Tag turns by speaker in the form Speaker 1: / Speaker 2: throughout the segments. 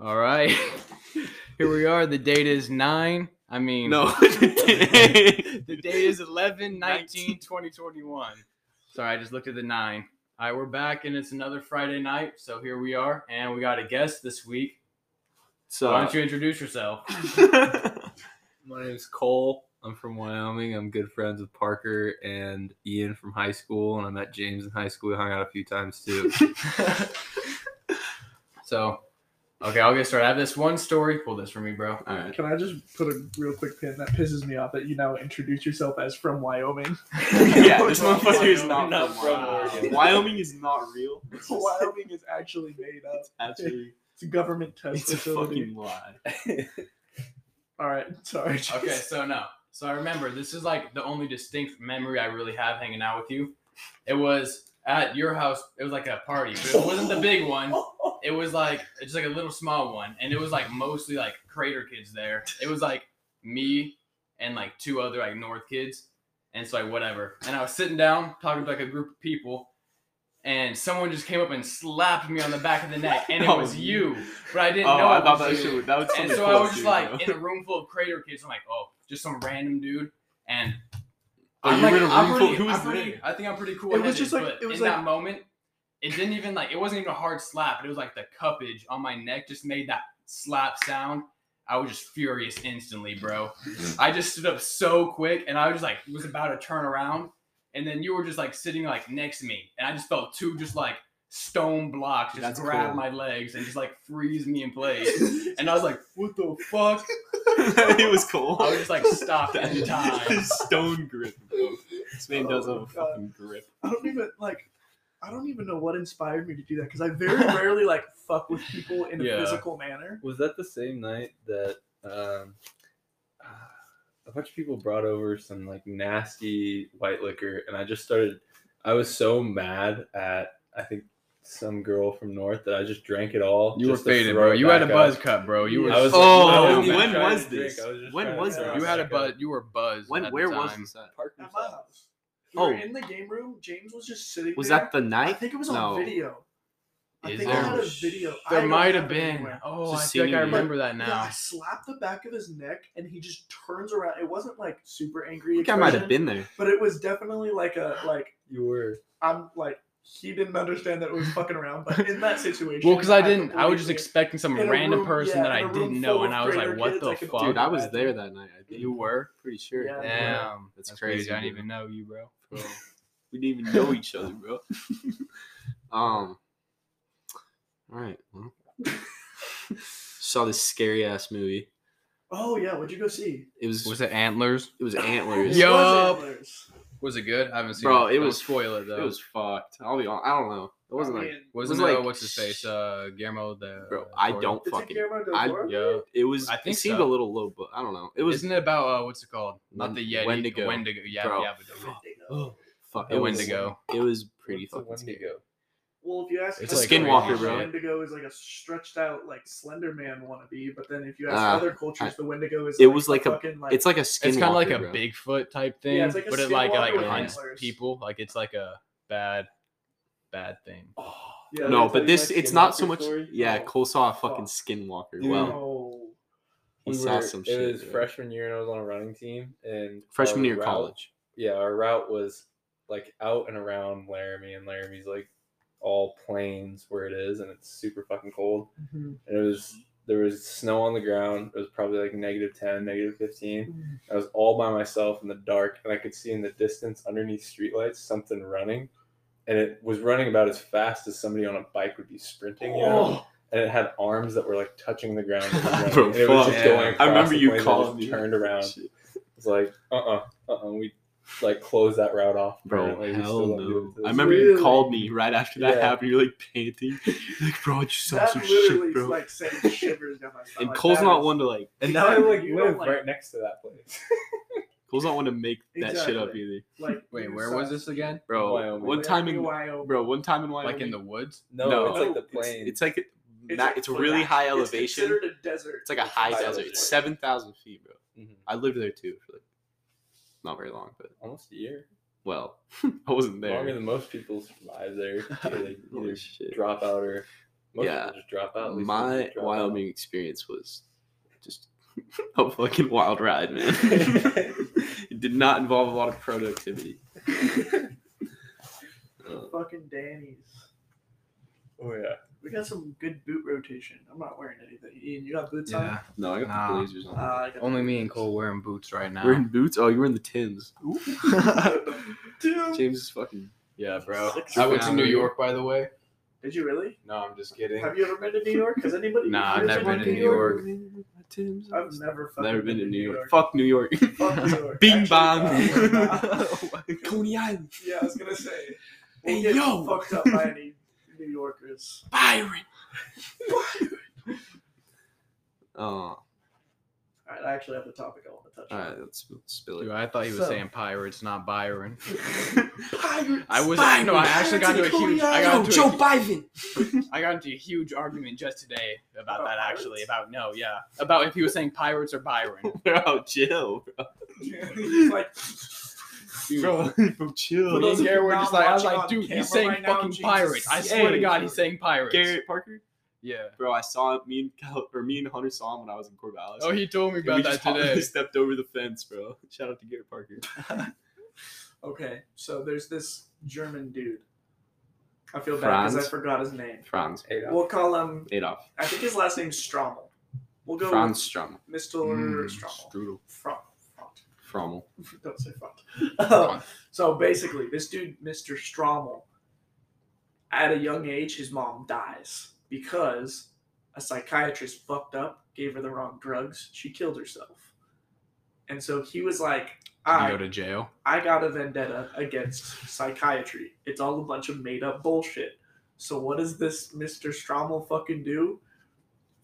Speaker 1: All right. Here we are. The date is 9. I mean,
Speaker 2: No.
Speaker 1: the date is 11 19 2021. Sorry, I just looked at the 9. All right, we're back and it's another Friday night. So here we are. And we got a guest this week.
Speaker 2: so
Speaker 1: Why don't you introduce yourself?
Speaker 2: My name's Cole. I'm from Wyoming. I'm good friends with Parker and Ian from high school, and I met James in high school. We hung out a few times too.
Speaker 1: so, okay, I'll get started. I have this one story. Pull this for me, bro.
Speaker 2: All right.
Speaker 3: Can I just put a real quick pin that pisses me off that you now introduce yourself as from Wyoming?
Speaker 4: yeah, this motherfucker is
Speaker 1: Wyoming.
Speaker 4: not,
Speaker 1: Not
Speaker 4: from
Speaker 1: from
Speaker 4: Wyoming.
Speaker 1: Oregon.
Speaker 4: Wyoming is not real. It's just-
Speaker 3: Wyoming is actually made up.
Speaker 4: it's actually
Speaker 3: It's a government test
Speaker 4: it's a
Speaker 3: facility.
Speaker 4: fucking lie.
Speaker 3: All right, sorry.
Speaker 1: Okay,
Speaker 3: James.
Speaker 1: so no. So I remember this is like the only distinct memory I really have hanging out with you. It was at your house. It was like a party, but it wasn't the big one. It was like it's just like a little small one, and it was like mostly like crater kids there. It was like me and like two other like north kids, and so like whatever. And I was sitting down talking to like a group of people. And someone just came up and slapped me on the back of the neck, and it
Speaker 4: Oh,
Speaker 1: was
Speaker 4: you.
Speaker 1: you. But I
Speaker 4: Oh,
Speaker 1: didn't know.
Speaker 4: I
Speaker 1: it
Speaker 4: thought
Speaker 1: was
Speaker 4: that
Speaker 1: you.
Speaker 4: shit was that was
Speaker 1: And
Speaker 4: something
Speaker 1: so
Speaker 4: cool
Speaker 1: I was
Speaker 4: too,
Speaker 1: just like
Speaker 4: bro.
Speaker 1: in a room full of crater kids. I'm like, oh, just some random dude. And
Speaker 4: Oh,
Speaker 1: I'm
Speaker 4: you were
Speaker 1: like,
Speaker 4: in a
Speaker 1: I'm
Speaker 4: room full-
Speaker 1: pretty,
Speaker 4: who was
Speaker 1: I'm pretty-
Speaker 4: there?
Speaker 1: I think I'm pretty cool.
Speaker 3: It was just like-
Speaker 1: but
Speaker 3: it was
Speaker 1: in
Speaker 3: like-
Speaker 1: that moment, it didn't even like it wasn't even a hard slap. It was like the cuppage on my neck just made that slap sound. I was just furious instantly, bro. I just stood up so quick, and I was just like was about to turn around, and then you were just like sitting like next to me, and I just felt two just like stone blocks just
Speaker 4: That's
Speaker 1: grab
Speaker 4: cool.
Speaker 1: my legs and just like freeze me in place. And I was like, what the fuck?
Speaker 4: it was cool.
Speaker 1: I was just like stopped at the time.
Speaker 4: His stone grip, bro. This man does
Speaker 3: Oh
Speaker 4: have a
Speaker 3: my God.
Speaker 4: fucking grip.
Speaker 3: I don't even like. I don't even know what inspired me to do that because I very rarely like fuck with people in a
Speaker 1: Yeah.
Speaker 3: physical manner.
Speaker 2: Was that the same night that um, a bunch of people brought over some like nasty white liquor, and I just started? I was so mad at I think some girl from North that I just drank it all.
Speaker 1: You were
Speaker 2: just to
Speaker 1: faded,
Speaker 2: throw
Speaker 1: bro.
Speaker 2: it
Speaker 1: You had a
Speaker 2: back
Speaker 1: buzz
Speaker 2: up.
Speaker 1: cut, bro. You were
Speaker 2: I was
Speaker 1: so-
Speaker 4: Oh,
Speaker 2: I wasn't
Speaker 4: when
Speaker 2: even trying
Speaker 4: was
Speaker 2: to drink,
Speaker 4: this?
Speaker 2: I just
Speaker 4: When
Speaker 2: trying to
Speaker 4: was
Speaker 2: throw it
Speaker 3: this?
Speaker 1: you had a
Speaker 2: back
Speaker 1: buzz.
Speaker 2: up.
Speaker 1: You were buzzed.
Speaker 4: When
Speaker 1: at
Speaker 4: where
Speaker 1: the
Speaker 4: was
Speaker 1: time.
Speaker 4: this at?
Speaker 2: Parker
Speaker 3: At my
Speaker 2: said-
Speaker 3: house, we were
Speaker 4: Oh.
Speaker 3: in the game room. James was just sitting.
Speaker 4: Was
Speaker 3: there.
Speaker 4: that the
Speaker 3: I
Speaker 4: night?
Speaker 3: think it was
Speaker 4: no.
Speaker 3: on video. I
Speaker 1: Is
Speaker 3: think
Speaker 1: there?
Speaker 3: I had a video. I
Speaker 1: There
Speaker 3: don't
Speaker 1: might have
Speaker 3: it
Speaker 1: been.
Speaker 3: anywhere.
Speaker 1: Oh, I
Speaker 4: Just
Speaker 1: think
Speaker 4: singing
Speaker 1: I
Speaker 4: it.
Speaker 1: remember that
Speaker 3: Yeah,
Speaker 1: now.
Speaker 3: I slapped the back of his neck and he just turns around. It wasn't like super angry.
Speaker 4: I think I might have
Speaker 3: expression,
Speaker 4: been there.
Speaker 3: But it was definitely like a like
Speaker 2: You were.
Speaker 3: I'm like he didn't understand that it was fucking around. But in that situation,
Speaker 1: Well, because I didn't. I was just
Speaker 3: completely-
Speaker 1: expecting some
Speaker 3: In a
Speaker 1: random
Speaker 3: room-
Speaker 1: person
Speaker 3: yeah,
Speaker 1: that
Speaker 3: in
Speaker 1: I
Speaker 3: a room
Speaker 1: didn't know,
Speaker 3: full
Speaker 1: and I
Speaker 3: of
Speaker 1: was like,
Speaker 3: greater
Speaker 1: "What
Speaker 3: kids,
Speaker 1: the
Speaker 3: I could
Speaker 1: fuck?"
Speaker 4: Dude, I was
Speaker 3: Imagine.
Speaker 4: there that night. I think.
Speaker 1: you were.
Speaker 4: pretty sure.
Speaker 3: Yeah, I
Speaker 4: Yeah.
Speaker 1: Damn,
Speaker 4: That's
Speaker 1: that's
Speaker 4: crazy,
Speaker 1: crazy. I didn't
Speaker 4: dude.
Speaker 1: even know you, bro.
Speaker 4: bro. We didn't even know each other, bro. um. All right. Well, saw this scary ass movie.
Speaker 3: Oh yeah, what'd you go see?
Speaker 4: It was,
Speaker 1: Was it antlers?
Speaker 4: it was antlers.
Speaker 1: Yo.
Speaker 3: It was Antlers.
Speaker 1: Was it good? I haven't seen.
Speaker 4: Bro,
Speaker 1: it
Speaker 4: it
Speaker 1: Don't
Speaker 4: was-
Speaker 1: spoil it
Speaker 4: It
Speaker 1: though.
Speaker 4: was fucked. I'll be honest. I don't know. It wasn't
Speaker 3: I
Speaker 4: like,
Speaker 3: mean,
Speaker 1: Wasn't
Speaker 4: was
Speaker 1: it, uh,
Speaker 4: like-
Speaker 1: what's his face? Uh, Guillermo the.
Speaker 4: bro. I don't
Speaker 3: it's
Speaker 4: fucking.
Speaker 3: a Guillermo del
Speaker 4: I-
Speaker 3: Toro movie?
Speaker 1: Yo,
Speaker 4: It was.
Speaker 1: I think
Speaker 4: it seemed
Speaker 1: so.
Speaker 4: a little low, but I don't know. It
Speaker 1: was,
Speaker 4: was
Speaker 1: isn't it about uh, what's it called? Not
Speaker 4: Wen-
Speaker 1: the Yeti.
Speaker 4: Wendigo.
Speaker 1: Wendigo. Yeah,
Speaker 4: Bro.
Speaker 1: yeah, but-
Speaker 4: fuck.
Speaker 1: The
Speaker 4: It was.
Speaker 1: Wendigo.
Speaker 4: It was pretty
Speaker 2: What's a
Speaker 4: fucking scary.
Speaker 2: Wendigo?
Speaker 3: Well, if you ask
Speaker 1: It's
Speaker 4: a
Speaker 3: us,
Speaker 4: skinwalker,
Speaker 3: the
Speaker 4: bro.
Speaker 3: Wendigo is like a stretched out, like Slender Man wannabe. But then if you ask
Speaker 4: Ah,
Speaker 3: other cultures, the Wendigo is.
Speaker 4: it was like a-
Speaker 3: fucking like
Speaker 4: It's like a skinwalker.
Speaker 1: It's kind of like a
Speaker 4: bro.
Speaker 1: Bigfoot type thing,
Speaker 3: Yeah, it's like a
Speaker 1: but it like
Speaker 3: skinwalker
Speaker 1: like
Speaker 4: with
Speaker 1: hunts
Speaker 3: antlers.
Speaker 1: people. Like it's like a bad, bad thing.
Speaker 3: Oh, yeah,
Speaker 4: No,
Speaker 2: Did I tell
Speaker 4: but
Speaker 2: you
Speaker 4: this
Speaker 2: my
Speaker 4: it's not
Speaker 2: skinwalker
Speaker 4: so much.
Speaker 2: story?
Speaker 4: Yeah,
Speaker 3: Oh,
Speaker 4: Cole saw a fucking
Speaker 3: fuck.
Speaker 4: skinwalker.
Speaker 2: Dude.
Speaker 4: Well,
Speaker 3: no.
Speaker 4: he
Speaker 2: we
Speaker 4: saw
Speaker 2: were-
Speaker 4: some
Speaker 2: it
Speaker 4: shit.
Speaker 2: was
Speaker 4: bro.
Speaker 2: freshman year and I was on a running team and
Speaker 4: Freshman
Speaker 2: our
Speaker 4: year of
Speaker 2: route-
Speaker 4: college.
Speaker 2: Yeah, our route was like out and around Laramie and Laramie's like all plains where it is and it's super fucking cold. And it was there was snow on the ground. It was probably like negative 10, negative 15. I was all by myself in the dark and I could see in the distance underneath streetlights something running. And it was running about as fast as somebody on a bike would be sprinting, you know?
Speaker 3: Oh,
Speaker 2: and it had arms that were like touching the ground. and running,
Speaker 4: Bro,
Speaker 2: and it was
Speaker 4: fuck.
Speaker 2: just going.
Speaker 4: I
Speaker 2: across
Speaker 4: remember
Speaker 2: the
Speaker 4: you
Speaker 2: plains. I
Speaker 4: calling
Speaker 2: just
Speaker 4: me.
Speaker 2: Turned around.
Speaker 4: Shit.
Speaker 2: It's like uh uh uh uh. We like closed that route off.
Speaker 4: Bro,
Speaker 2: apparently. We
Speaker 4: hell
Speaker 2: still don't do it
Speaker 4: no.
Speaker 2: to this
Speaker 4: I remember
Speaker 2: day.
Speaker 4: you
Speaker 3: Really?
Speaker 4: called me right after that
Speaker 2: Yeah.
Speaker 4: happened. You're like panting. Like, bro, I just saw
Speaker 3: that
Speaker 4: some
Speaker 3: literally
Speaker 4: shit, bro.
Speaker 3: like sent shivers down my spine.
Speaker 4: and
Speaker 3: like,
Speaker 4: Cole's
Speaker 3: that
Speaker 4: not
Speaker 3: is-
Speaker 4: one to like.
Speaker 2: And now I like
Speaker 3: You
Speaker 2: live
Speaker 3: don't, like-
Speaker 2: right next to that place.
Speaker 4: Cole's not one to make that shit up
Speaker 3: Exactly.
Speaker 4: either,
Speaker 3: Like,
Speaker 1: Wait,
Speaker 3: you
Speaker 1: where
Speaker 3: saw-
Speaker 1: was this again?
Speaker 4: bro.
Speaker 2: Wyoming.
Speaker 4: One time in,
Speaker 3: Wyoming.
Speaker 4: bro, one time in Wyoming.
Speaker 1: Like in the woods?
Speaker 2: No,
Speaker 4: No.
Speaker 2: it's like the
Speaker 4: it's,
Speaker 2: plane.
Speaker 4: it's like a-
Speaker 3: It's
Speaker 4: not-
Speaker 3: like
Speaker 4: it's
Speaker 3: flat.
Speaker 4: really high
Speaker 3: It's
Speaker 4: elevation.
Speaker 3: considered a desert.
Speaker 4: It's like a high
Speaker 2: high
Speaker 4: desert.
Speaker 2: elevation.
Speaker 4: It's seven thousand feet, bro.
Speaker 2: Mhm.
Speaker 4: I lived there too for like not very long, but
Speaker 2: almost a year.
Speaker 4: well, I wasn't there.
Speaker 2: Longer than most people survive there. They
Speaker 4: Holy
Speaker 2: either
Speaker 4: shit.
Speaker 2: drop out or Most
Speaker 4: Yeah.
Speaker 2: people just drop out. at least people
Speaker 4: My
Speaker 2: just drop
Speaker 4: Wyoming experience was just a fucking wild ride, man. it did not involve a lot of productivity. Uh,
Speaker 3: Fucking Danny's.
Speaker 2: out. Oh yeah.
Speaker 3: We got some good boot rotation. I'm not wearing anything. Ian, you got boots
Speaker 1: Yeah.
Speaker 4: no, I got
Speaker 1: Nah.
Speaker 4: the Blazers
Speaker 3: on?
Speaker 4: on.
Speaker 3: Uh, I got
Speaker 1: Only me and Cole wearing boots right now.
Speaker 4: We're in boots. Oh, you were in the Tims.
Speaker 3: Dude.
Speaker 4: James is fucking.
Speaker 1: Yeah, bro.
Speaker 3: Six
Speaker 1: I went to
Speaker 4: pounds.
Speaker 1: New York, by the way.
Speaker 3: Did you really?
Speaker 1: No, I'm just kidding.
Speaker 3: Have you ever been to New York? Has anybody?
Speaker 1: Nah, I've
Speaker 3: here's
Speaker 1: never
Speaker 3: one
Speaker 1: been to New York.
Speaker 4: Tims.
Speaker 3: I've never fucking
Speaker 4: Never been to New York. Fuck New York.
Speaker 3: Fuck New York.
Speaker 4: Bing
Speaker 3: Actually,
Speaker 4: bong.
Speaker 3: uh,
Speaker 4: Coney Island.
Speaker 3: yeah, I was gonna say. We'll
Speaker 4: Hey,
Speaker 3: get
Speaker 4: yo.
Speaker 3: fucked up by any New Yorkers.
Speaker 4: Byron. Oh, all
Speaker 3: All right, I actually have a topic I want to touch
Speaker 4: right. Let's let's spill
Speaker 1: Dude,
Speaker 4: it.
Speaker 1: I thought he was
Speaker 3: So-
Speaker 1: saying pirates, not Byron.
Speaker 3: on.
Speaker 1: I was
Speaker 4: Byron,
Speaker 1: no, I actually got into a huge. I got into a,
Speaker 4: Biden.
Speaker 1: I got into a huge argument just today about
Speaker 3: About
Speaker 1: that. Actually,
Speaker 3: pirates?
Speaker 1: about no, yeah, about if he was saying pirates or Byron.
Speaker 4: Bro, chill. Bro.
Speaker 3: He's like,
Speaker 4: Bro, bro, chill.
Speaker 3: For
Speaker 1: Me
Speaker 3: those
Speaker 1: and
Speaker 3: of you
Speaker 1: Garrett were
Speaker 3: not
Speaker 1: just like, I was
Speaker 3: watching on
Speaker 1: like, dude,
Speaker 3: camera
Speaker 1: he's saying
Speaker 3: right now,
Speaker 1: fucking
Speaker 3: Jesus.
Speaker 1: pirates. I swear to
Speaker 4: Hey.
Speaker 1: God, he's saying pirates.
Speaker 4: Garrett Parker.
Speaker 1: Yeah.
Speaker 4: Bro, I saw him- me and Cal, or me and Hunter saw him when I was in Corvallis.
Speaker 1: Oh, he told me
Speaker 4: And we
Speaker 1: about that
Speaker 4: just hopped-
Speaker 1: today.
Speaker 4: stepped over the fence, bro. Shout out to Garrett Parker.
Speaker 3: okay, so there's this German dude. I feel bad because I
Speaker 4: Franz?
Speaker 3: forgot his name.
Speaker 4: Franz.
Speaker 2: Adolf.
Speaker 3: We'll call him.
Speaker 4: Adolf.
Speaker 3: I think his last name's Strommel. We'll go
Speaker 4: Franz Hmm. Strum.
Speaker 3: with Mr. Strommel. From,
Speaker 4: Frommel.
Speaker 3: Don't say front. Um, so basically, this dude, Mr. Strommel, at a young age, his mom dies because a psychiatrist fucked up, gave her the wrong drugs. She killed herself. And so he was like,
Speaker 1: You go
Speaker 3: I,
Speaker 1: to jail.
Speaker 3: I got a vendetta against psychiatry. It's all a bunch of made up bullshit. So what does this Mr. Strommel fucking do?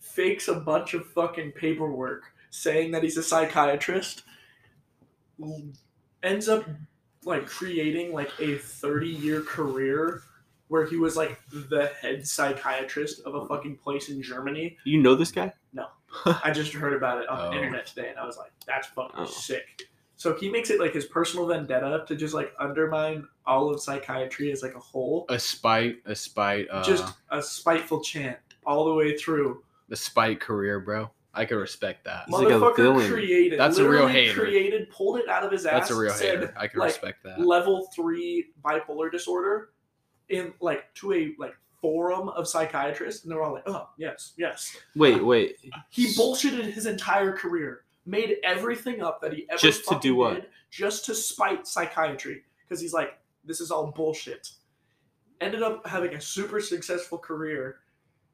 Speaker 3: Fakes a bunch of fucking paperwork saying that he's a psychiatrist. l- Ends up like creating like a 30 year career where he was like the head psychiatrist of a fucking place in Germany.
Speaker 4: You know this guy?
Speaker 3: I just heard about it on
Speaker 1: Oh.
Speaker 3: the internet today and I was like, that's fucking
Speaker 4: Oh.
Speaker 3: sick. So he makes it like his personal vendetta to just like undermine all of psychiatry as like a whole
Speaker 1: A spite, a spite, uh,
Speaker 3: just a spiteful chant all the way through.
Speaker 1: the spite career, bro. I could respect that.
Speaker 4: He's like a
Speaker 3: Motherfucker
Speaker 4: villain.
Speaker 3: created.
Speaker 1: That's a real
Speaker 3: literally
Speaker 1: hater.
Speaker 3: Created, pulled it out of his ass.
Speaker 1: That's a real
Speaker 3: said,
Speaker 1: hater. I can
Speaker 3: like,
Speaker 1: respect that.
Speaker 3: Level three bipolar disorder, in like to a like forum of psychiatrists, and they're all like, "Oh yes, yes."
Speaker 4: Wait, wait.
Speaker 3: He bullshitted his entire career, made everything up that he ever
Speaker 4: Just to do
Speaker 3: fucking
Speaker 4: what?
Speaker 3: did, just to spite psychiatry, because he's like, "This is all bullshit." Ended up having a super successful career,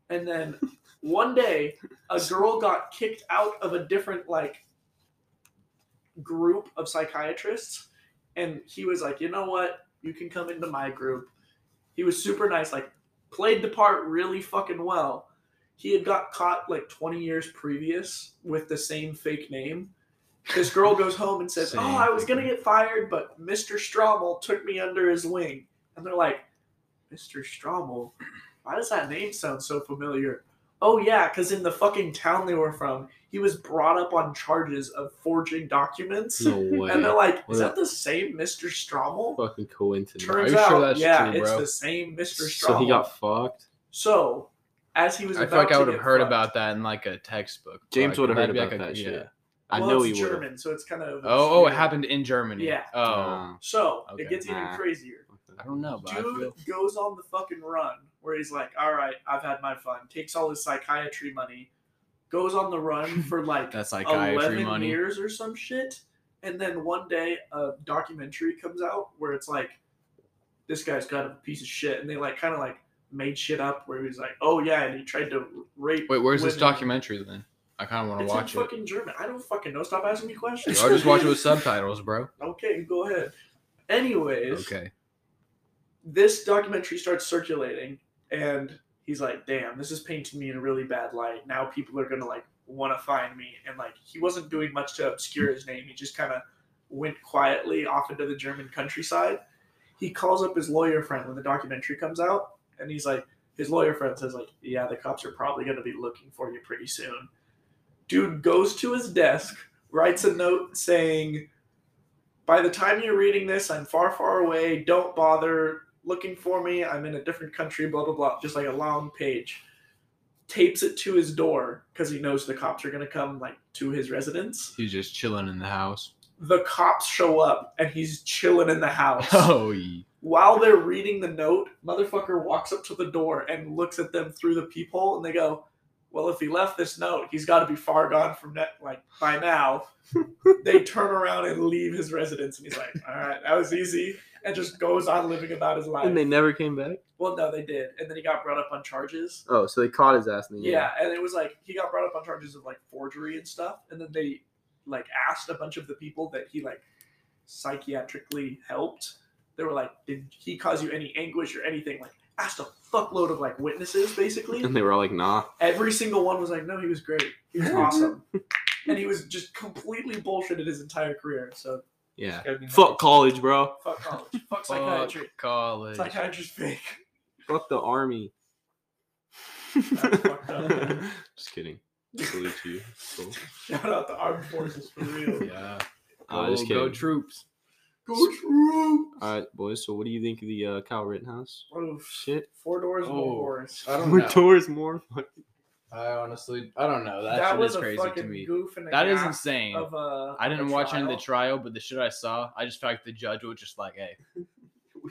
Speaker 3: and then one day a girl got kicked out of a different like group of psychiatrists and he was like you know what you can come into my group he was super nice like played the part really fucking well he had got caught like 20 years previous with the same fake name this girl goes home and says
Speaker 1: Same
Speaker 3: oh i was
Speaker 1: fake
Speaker 3: gonna
Speaker 1: name."
Speaker 3: get fired but mr strommel took me under his wing and they're like mr strommel why does that name sound so familiar? Oh yeah, because in the fucking town they were from, he was brought up on charges of forging documents.
Speaker 4: No way.
Speaker 3: And they're like,
Speaker 4: What
Speaker 3: is
Speaker 4: a-
Speaker 3: that the same Mr. Strommel?
Speaker 4: Fucking coincidence.
Speaker 1: Are you
Speaker 3: Turns
Speaker 1: sure
Speaker 3: out,
Speaker 1: that's
Speaker 3: yeah,
Speaker 1: true,
Speaker 3: it's
Speaker 1: bro?
Speaker 3: the same Mr. Strommel.
Speaker 4: So he got fucked.
Speaker 3: So, as he was,
Speaker 1: I
Speaker 3: about
Speaker 1: feel like
Speaker 3: to
Speaker 1: I would
Speaker 3: get
Speaker 1: have heard
Speaker 3: fucked-
Speaker 1: about that in like a textbook.
Speaker 4: James
Speaker 1: Like,
Speaker 4: would have heard
Speaker 1: that'd be
Speaker 4: about
Speaker 1: like a-
Speaker 4: that
Speaker 1: yeah.
Speaker 4: shit. I
Speaker 3: well,
Speaker 4: know
Speaker 3: it's
Speaker 4: he would.
Speaker 3: German, so it's kind of
Speaker 1: Oh, oh, it happened in Germany.
Speaker 3: Yeah.
Speaker 1: Oh,
Speaker 4: Um,
Speaker 3: So it
Speaker 1: Okay.
Speaker 3: gets even
Speaker 4: Nah.
Speaker 3: crazier.
Speaker 1: I don't know, but I
Speaker 3: Dude
Speaker 1: feel
Speaker 3: goes on the fucking run where he's like, all right, I've had my fun. Takes all his psychiatry money, goes on the run for like
Speaker 1: that's psychiatry
Speaker 3: 11
Speaker 1: money.
Speaker 3: years or some shit. And then one day a documentary comes out where it's like, this guy's got a piece of shit. And they like kind of like made shit up where he was like, oh yeah, and he tried to rape.
Speaker 1: Wait, where's this
Speaker 3: women.
Speaker 1: documentary then? I kind of want to
Speaker 3: It's
Speaker 1: watch
Speaker 3: in
Speaker 1: it.
Speaker 3: fucking German. I don't fucking know. Stop asking me questions.
Speaker 1: I'll just watch it with subtitles, bro.
Speaker 3: Okay, go ahead. Anyways,
Speaker 1: Okay.
Speaker 3: this documentary starts circulating and he's like damn this is painting me in a really bad light now people are gonna like want to find me and like he wasn't doing much to obscure his name he just kind of went quietly off into the german countryside he calls up his lawyer friend when the documentary comes out and he's like his lawyer friend says like yeah the cops are probably gonna be looking for you pretty soon dude goes to his desk writes a note saying by the time you're reading this, I'm far, far away. Don't bother looking for me. I'm in a different country, blah, blah, blah. Just like a long page. tapes it to his door because he knows the cops are gonna come like to his residence.
Speaker 4: He's just chilling in the house.
Speaker 3: The cops show up and he's chilling in the house.
Speaker 4: Oh,
Speaker 3: While they're reading the note, motherfucker walks up to the door and looks at them through the peephole, and they go, "Well, if he left this note, he's got to be far gone from net like by now." they turn around and leave his residence, and he's like, "All right, that was easy," and just goes on living about his life.
Speaker 4: and they never came back.
Speaker 3: well, no, they did, and then he got brought up on charges.
Speaker 4: Oh, so they caught his ass in the
Speaker 3: Yeah, and it was like he got brought up on charges of like forgery and stuff, and then they like asked a bunch of the people that he like psychiatrically helped. They were like, "Did he cause you any anguish or anything?" Like asked a fuckload of like witnesses, basically.
Speaker 4: And they were all like, "Nah."
Speaker 3: Every single one was like, "No, he was great. He was awesome," and he was just completely bullshitted his entire career. So
Speaker 4: Yeah.
Speaker 2: Gotta be nice.
Speaker 4: Fuck college, bro.
Speaker 3: fuck college, fuck psychiatry,
Speaker 4: Fuck college.
Speaker 3: psychiatrist fake.
Speaker 4: Fuck the army.
Speaker 3: fucked up.
Speaker 4: Just kidding. Salute you. Cool.
Speaker 3: Shout out the armed forces for real.
Speaker 1: Yeah.
Speaker 4: Uh, just
Speaker 1: go
Speaker 4: kidding.
Speaker 1: troops.
Speaker 3: Go troops.
Speaker 4: All right, boys. So, what do you think of the uh, Kyle Rittenhouse
Speaker 3: Oh,
Speaker 4: shit?
Speaker 3: Four doors,
Speaker 1: Oh.
Speaker 3: more Boris.
Speaker 1: I don't
Speaker 4: More
Speaker 1: know.
Speaker 4: doors, more. fuck-
Speaker 1: I honestly, I don't know. That,
Speaker 3: that
Speaker 1: shit
Speaker 3: was
Speaker 1: is
Speaker 3: a
Speaker 1: crazy
Speaker 3: fucking
Speaker 1: to me.
Speaker 3: goof and a
Speaker 1: That is
Speaker 3: gaffe
Speaker 1: insane.
Speaker 3: of a.
Speaker 1: I didn't
Speaker 3: a
Speaker 1: watch any of the
Speaker 3: trial.
Speaker 1: trial, but the shit I saw, I just felt like the judge was just like, "Hey,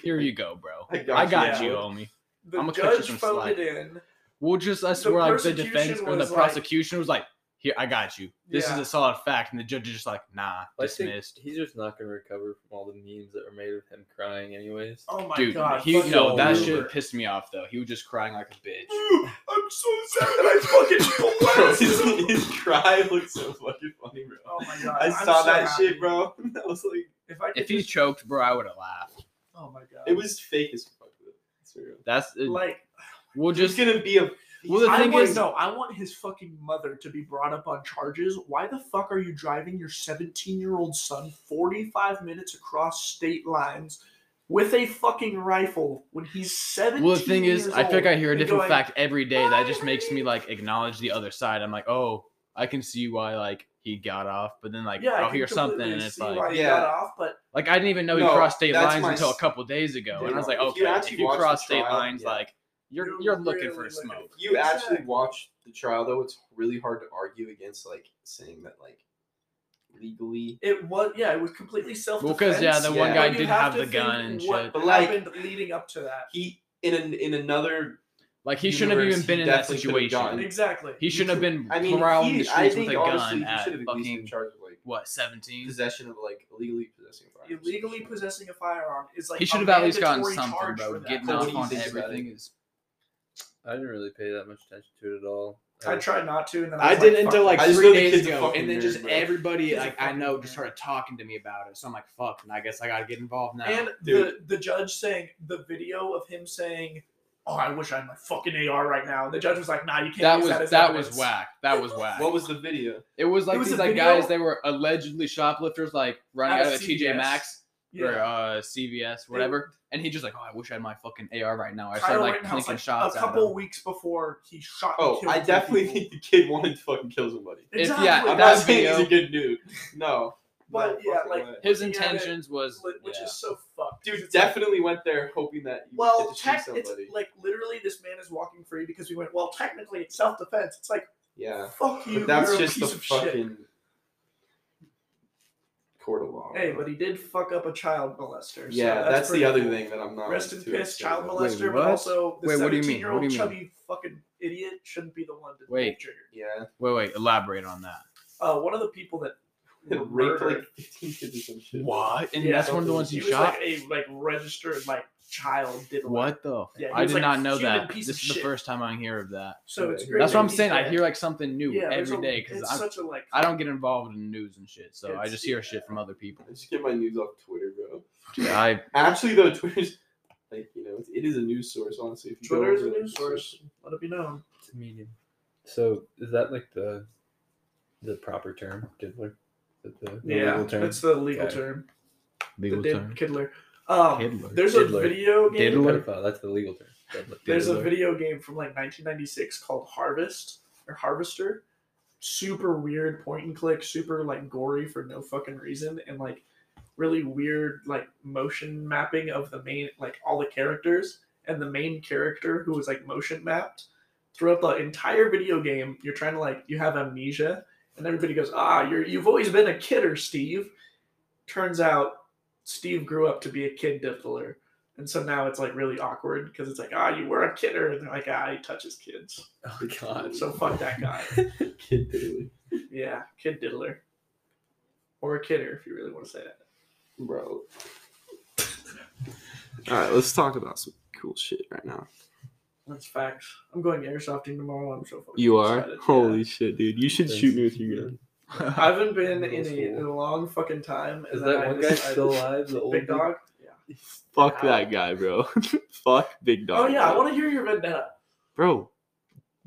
Speaker 1: here you go, bro.
Speaker 2: I
Speaker 1: I got
Speaker 3: Yeah.
Speaker 1: you, homie."
Speaker 3: The
Speaker 1: I'ma cut you
Speaker 3: judge
Speaker 1: some
Speaker 3: phoned
Speaker 1: slack.
Speaker 3: it in.
Speaker 1: Well, just I
Speaker 3: The
Speaker 1: swear, like the defense
Speaker 3: prosecution
Speaker 1: or the
Speaker 3: was like-
Speaker 1: prosecution was like, "Here, I got you. This is
Speaker 3: Yeah.
Speaker 1: a solid fact," and the judge is just like, "Nah,
Speaker 2: I think
Speaker 1: dismissed."
Speaker 2: he's just not gonna recover from all the memes that were made of him crying, anyways.
Speaker 3: Oh my
Speaker 1: Dude,
Speaker 3: god!
Speaker 1: he
Speaker 3: fucking
Speaker 1: no, that
Speaker 3: goof.
Speaker 1: shit pissed me off though. He was just crying like a bitch.
Speaker 3: Ooh, I'm so sad that I fucking blasted him.
Speaker 2: cry looks so fucking funny, bro.
Speaker 3: Oh my god! I'm so happy.
Speaker 2: bro. That was like,
Speaker 3: If I could
Speaker 1: If he
Speaker 3: just-
Speaker 1: choked, bro, I would have laughed.
Speaker 3: oh my god,
Speaker 2: was fake as fuck. Though.
Speaker 1: That's it,
Speaker 3: like
Speaker 1: we'll just
Speaker 2: gonna be a.
Speaker 1: Well, the
Speaker 3: I
Speaker 1: thing
Speaker 3: want,
Speaker 1: is-
Speaker 3: no, I want his fucking mother to be brought up on charges. Why the fuck are you driving your 17 year old son 45 minutes across state lines with a fucking rifle when he's 17?
Speaker 1: Well, the thing is,
Speaker 3: years
Speaker 1: I feel like I
Speaker 3: old
Speaker 1: hear a
Speaker 3: and
Speaker 1: different
Speaker 3: going,
Speaker 1: fact every day. That just makes me like acknowledge the other side. I'm like, oh, I can see why like he got off, but then like
Speaker 3: yeah, I
Speaker 1: I'll
Speaker 3: can
Speaker 1: hear something,
Speaker 3: completely
Speaker 1: and it's
Speaker 3: see
Speaker 1: like,
Speaker 3: why he
Speaker 2: Yeah.
Speaker 3: got off, but
Speaker 1: like I didn't even know he
Speaker 2: No,
Speaker 1: crossed state
Speaker 2: that's
Speaker 1: lines
Speaker 2: my
Speaker 1: until a
Speaker 2: s-
Speaker 1: couple days ago, and I was
Speaker 2: No,
Speaker 1: like,
Speaker 2: if you
Speaker 1: okay, if
Speaker 2: actually
Speaker 1: you,
Speaker 2: watch the
Speaker 1: cross state
Speaker 2: trial,
Speaker 1: lines,
Speaker 2: yeah.
Speaker 1: like you're
Speaker 3: You're
Speaker 1: you're looking
Speaker 3: really
Speaker 1: for
Speaker 3: looking
Speaker 1: smoke.
Speaker 3: for-
Speaker 2: You actually
Speaker 3: Exactly.
Speaker 2: watched the trial though. It's really hard to argue against like saying that like legally.
Speaker 3: it was yeah, it was completely self
Speaker 1: Well,
Speaker 3: defense.
Speaker 1: 'cause, yeah, the
Speaker 2: one
Speaker 3: But
Speaker 2: guy
Speaker 3: you
Speaker 1: did have
Speaker 3: to
Speaker 1: the gun
Speaker 3: think
Speaker 1: and
Speaker 3: what
Speaker 1: shit.
Speaker 2: But, like-
Speaker 3: happened leading up to that.
Speaker 2: He in an, in another.
Speaker 1: Like he shouldn't have
Speaker 2: Universe,
Speaker 1: even
Speaker 2: he
Speaker 1: been in that
Speaker 2: definitely could've gotten-
Speaker 1: situation.
Speaker 3: Exactly.
Speaker 1: He shouldn't have been
Speaker 2: I mean,
Speaker 1: prowling
Speaker 2: he,
Speaker 1: the
Speaker 2: I
Speaker 1: streets with
Speaker 2: think
Speaker 1: a
Speaker 2: honestly,
Speaker 1: gun
Speaker 2: he
Speaker 1: at
Speaker 2: should have at least been
Speaker 1: fucking
Speaker 2: charged with like
Speaker 1: what 17.
Speaker 2: possession of like illegally possessing a firearm.
Speaker 3: Illegally possessing a firearm is like
Speaker 1: He
Speaker 3: a
Speaker 1: should have at least gotten
Speaker 3: mandatory
Speaker 1: something,
Speaker 3: charge for
Speaker 1: bro.
Speaker 3: that.
Speaker 1: Getting
Speaker 2: So what
Speaker 1: off
Speaker 2: do you
Speaker 1: on
Speaker 2: think about
Speaker 1: everything is
Speaker 2: I didn't really pay that much attention to it at all.
Speaker 3: I tried not to, and then I,
Speaker 1: I
Speaker 3: was
Speaker 1: did
Speaker 3: like,
Speaker 1: until
Speaker 3: fuck
Speaker 1: like
Speaker 2: I just
Speaker 1: three
Speaker 2: know the
Speaker 1: days
Speaker 2: kid's a
Speaker 1: ago,
Speaker 2: fucking
Speaker 1: and then
Speaker 2: nerd,
Speaker 1: just
Speaker 2: bro.
Speaker 1: everybody
Speaker 3: He's a
Speaker 1: like I
Speaker 3: fucking
Speaker 1: know just
Speaker 3: nerd.
Speaker 1: started talking to me about it. So I'm like, fuck, and I guess I gotta get involved now.
Speaker 3: And the,
Speaker 2: Dude.
Speaker 3: the judge saying the video of him saying, "Oh, I wish I had my fucking AR right now." The judge was like, "Nah, you can't."
Speaker 1: that
Speaker 3: use
Speaker 1: was
Speaker 3: that, as
Speaker 1: that
Speaker 3: evidence."
Speaker 1: was whack. That was whack.
Speaker 2: What was the video?
Speaker 1: it was like
Speaker 3: It was
Speaker 1: these
Speaker 3: a
Speaker 1: like
Speaker 3: video-
Speaker 1: guys they were allegedly shoplifters, like running
Speaker 3: Out
Speaker 1: out
Speaker 3: of
Speaker 1: of the TJ
Speaker 3: CVS.
Speaker 1: Maxx
Speaker 3: Yeah.
Speaker 1: or uh, CVS, whatever. And he just like, oh, I wish I had my fucking AR right now. I
Speaker 3: Tyler
Speaker 1: started like
Speaker 3: Rittenhouse,
Speaker 1: clinking
Speaker 3: like,
Speaker 1: shots
Speaker 3: a
Speaker 1: at
Speaker 3: couple
Speaker 1: him.
Speaker 3: weeks before he shot. and
Speaker 2: Oh,
Speaker 3: killed
Speaker 2: I
Speaker 3: two
Speaker 2: definitely
Speaker 3: people.
Speaker 2: think the kid wanted to fucking kill somebody.
Speaker 1: If-
Speaker 3: Exactly.
Speaker 1: yeah,
Speaker 2: I'm
Speaker 1: that
Speaker 2: not saying he's
Speaker 1: video-
Speaker 2: a good dude. No,
Speaker 3: But,
Speaker 2: No
Speaker 3: yeah,
Speaker 2: fucking
Speaker 3: like-
Speaker 2: way.
Speaker 1: His
Speaker 3: looking at it,
Speaker 1: intentions was
Speaker 3: Li- which
Speaker 1: yeah.
Speaker 3: is so fucked.
Speaker 2: dude
Speaker 3: It's like-
Speaker 2: definitely went there hoping that you would
Speaker 3: Well,
Speaker 2: get to
Speaker 3: tech,
Speaker 2: shoot
Speaker 3: it's
Speaker 2: somebody.
Speaker 3: like literally this man is walking free because we went. Well, technically, it's self defense. It's like
Speaker 2: yeah,
Speaker 3: fuck you.
Speaker 2: but that's
Speaker 3: you're
Speaker 2: just
Speaker 3: a piece
Speaker 2: the
Speaker 3: of shit.
Speaker 2: fucking court of law.
Speaker 3: Hey,
Speaker 2: bro.
Speaker 3: but he did fuck up a child molester. so
Speaker 2: yeah,
Speaker 3: that's,
Speaker 2: that's, the
Speaker 3: pretty
Speaker 2: other
Speaker 3: cool.
Speaker 2: thing that I'm not.
Speaker 3: Rest in
Speaker 2: too
Speaker 3: peace,
Speaker 2: upset
Speaker 3: child
Speaker 2: about.
Speaker 3: molester, but
Speaker 1: what?
Speaker 3: also the
Speaker 1: Wait, what do you mean?
Speaker 3: seventeen-year-old
Speaker 1: What do you mean?
Speaker 3: chubby fucking idiot shouldn't be the one to
Speaker 1: Wait.
Speaker 3: trigger.
Speaker 2: Yeah,
Speaker 1: Wait, wait, elaborate on that.
Speaker 3: Uh, one of the people that were
Speaker 2: raped
Speaker 3: murdered,
Speaker 2: like 15 kids or some shit.
Speaker 1: What? And
Speaker 3: Yeah,
Speaker 1: that's one of the ones
Speaker 3: he
Speaker 1: he
Speaker 3: was
Speaker 1: shot.
Speaker 3: like a like registered like child. Did
Speaker 1: What the?
Speaker 3: Yeah, he
Speaker 1: I
Speaker 3: was,
Speaker 1: did
Speaker 3: like,
Speaker 1: not know
Speaker 3: human
Speaker 1: that.
Speaker 3: piece
Speaker 1: This
Speaker 3: of
Speaker 1: is the
Speaker 3: shit.
Speaker 1: first time I hear of that.
Speaker 3: So it's
Speaker 2: Yeah,
Speaker 3: great.
Speaker 1: That's what
Speaker 3: that
Speaker 1: I'm
Speaker 3: he's
Speaker 1: saying. I
Speaker 3: dead.
Speaker 1: hear like something new
Speaker 3: yeah, there's
Speaker 1: every
Speaker 3: a-
Speaker 1: day because
Speaker 3: it's
Speaker 1: I
Speaker 3: such a like.
Speaker 1: I don't get involved in news and shit, so I
Speaker 3: It's-
Speaker 1: just hear shit from other people.
Speaker 2: I just get my news off Twitter, bro.
Speaker 1: I
Speaker 2: Actually, though, Twitter's like you know, it's, it is a news source. Honestly, if you go
Speaker 3: Twitter is a
Speaker 2: over it,
Speaker 3: news source. Let it be known.
Speaker 2: It's a medium. So is that like the the proper term, diddler? The, the
Speaker 3: Yeah, that's the legal
Speaker 2: Okay.
Speaker 3: term.
Speaker 1: legal
Speaker 3: the did-
Speaker 1: term.
Speaker 3: Kiddler. Um,
Speaker 1: Kiddler.
Speaker 3: There's a
Speaker 2: Diddler.
Speaker 3: video game.
Speaker 1: Diddler.
Speaker 2: Pedophile, that's the legal term. Diddler.
Speaker 3: There's a
Speaker 2: Diddler.
Speaker 3: video game from like 1996 called Harvest or Harvester. Super weird point and click, super like gory for no fucking reason, and like really weird like motion mapping of the main like all the characters and the main character who was like motion mapped throughout the entire video game, you're trying to like you have amnesia, and everybody goes, "Ah, you're you've always been a kidder, Steve." Turns out, Steve grew up to be a kid diddler, and so now it's like really awkward because it's like, "Ah, you were a kidder," and they're like, "Ah, he touches kids."
Speaker 2: Oh God,
Speaker 3: So fuck that guy.
Speaker 2: kid daily,
Speaker 3: yeah, kid diddler, or a kidder if you really want to say that.
Speaker 2: bro.
Speaker 4: All right, let's talk about some cool shit right now.
Speaker 3: That's facts. I'm going airsofting tomorrow. I'm so fucking
Speaker 4: You are?
Speaker 3: excited.
Speaker 4: Holy
Speaker 3: Yeah.
Speaker 4: shit, dude. You should shoot me with your gun.
Speaker 3: I haven't been in
Speaker 2: Middle
Speaker 3: a, in a
Speaker 2: school.
Speaker 3: long fucking time. and
Speaker 2: Is
Speaker 3: then I
Speaker 2: that one guy
Speaker 3: decided-
Speaker 2: still alive? The old
Speaker 3: Big dog. Yeah.
Speaker 4: Fuck that guy, bro. Fuck Big Dog.
Speaker 3: Oh yeah, I want to hear your vendetta.
Speaker 4: bro.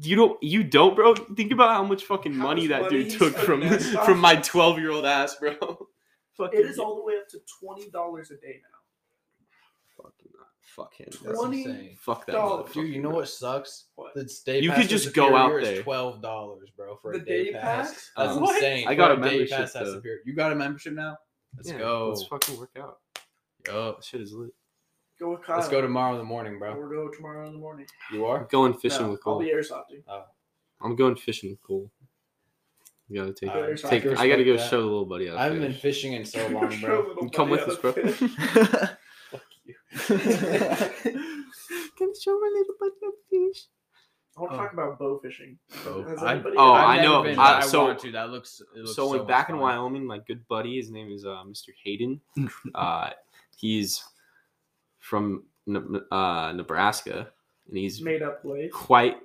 Speaker 4: You don't, you don't, bro. Think about how much fucking
Speaker 3: How
Speaker 4: money
Speaker 3: much
Speaker 4: that
Speaker 3: money
Speaker 4: dude
Speaker 3: he's
Speaker 4: took
Speaker 3: fucking
Speaker 4: from
Speaker 3: messed up.
Speaker 4: from my twelve year old ass, bro. Fucking,
Speaker 3: It is all the way up to twenty dollars a day now.
Speaker 4: fucking not. Fuck him.
Speaker 1: That's
Speaker 4: bro.
Speaker 3: Twenty
Speaker 1: insane.
Speaker 4: Fuck that.
Speaker 3: dollars.
Speaker 4: motherfucker,
Speaker 1: Dude, you know
Speaker 4: bro.
Speaker 1: what sucks?
Speaker 3: What?
Speaker 1: The day
Speaker 4: You
Speaker 1: pass
Speaker 4: could just
Speaker 1: to
Speaker 4: go out
Speaker 1: Superior is
Speaker 4: there.
Speaker 1: Twelve dollars, bro, for
Speaker 3: The
Speaker 1: a day,
Speaker 3: day
Speaker 1: pass.
Speaker 3: pass?
Speaker 1: That's
Speaker 4: Um,
Speaker 3: What?
Speaker 1: insane.
Speaker 4: I got
Speaker 1: For
Speaker 4: a
Speaker 1: day
Speaker 4: membership,
Speaker 1: pass at
Speaker 4: though.
Speaker 1: Superior. You got a membership now? Let's
Speaker 4: Yeah,
Speaker 1: go.
Speaker 4: Let's fucking work out.
Speaker 1: Yup.
Speaker 4: That shit is lit.
Speaker 3: Go with Kyle.
Speaker 1: Let's go tomorrow in the morning, bro.
Speaker 3: We'll go tomorrow in the morning.
Speaker 1: You
Speaker 4: I'm
Speaker 1: are?
Speaker 4: going fishing
Speaker 3: No,
Speaker 4: with
Speaker 3: I'll
Speaker 4: Cole.
Speaker 3: be airsofting.
Speaker 4: I'm going fishing with Cole. You gotta take.
Speaker 3: Uh, I
Speaker 4: take
Speaker 1: can
Speaker 4: I gotta
Speaker 1: respect
Speaker 4: go
Speaker 1: that.
Speaker 4: shove the little buddy out.
Speaker 1: I haven't been
Speaker 4: there.
Speaker 1: fishing in so long, bro.
Speaker 4: You Come with us, bro. Can you show my little buddy how to fish?
Speaker 3: I want to
Speaker 1: Oh.
Speaker 3: talk about bow fishing.
Speaker 1: Bro,
Speaker 3: Has
Speaker 1: I-
Speaker 3: anybody-
Speaker 4: oh,
Speaker 3: I've
Speaker 4: I
Speaker 3: never
Speaker 4: know-
Speaker 3: been.
Speaker 4: I-
Speaker 1: I,
Speaker 4: so-
Speaker 1: want to. That looks. It looks
Speaker 4: so,
Speaker 1: so
Speaker 4: like
Speaker 1: much
Speaker 4: back in
Speaker 1: fun.
Speaker 4: Wyoming, my good buddy, his name is uh, Mr. Hayden. uh, he's from Ne- uh, Nebraska, and he's
Speaker 3: made up place
Speaker 4: quite.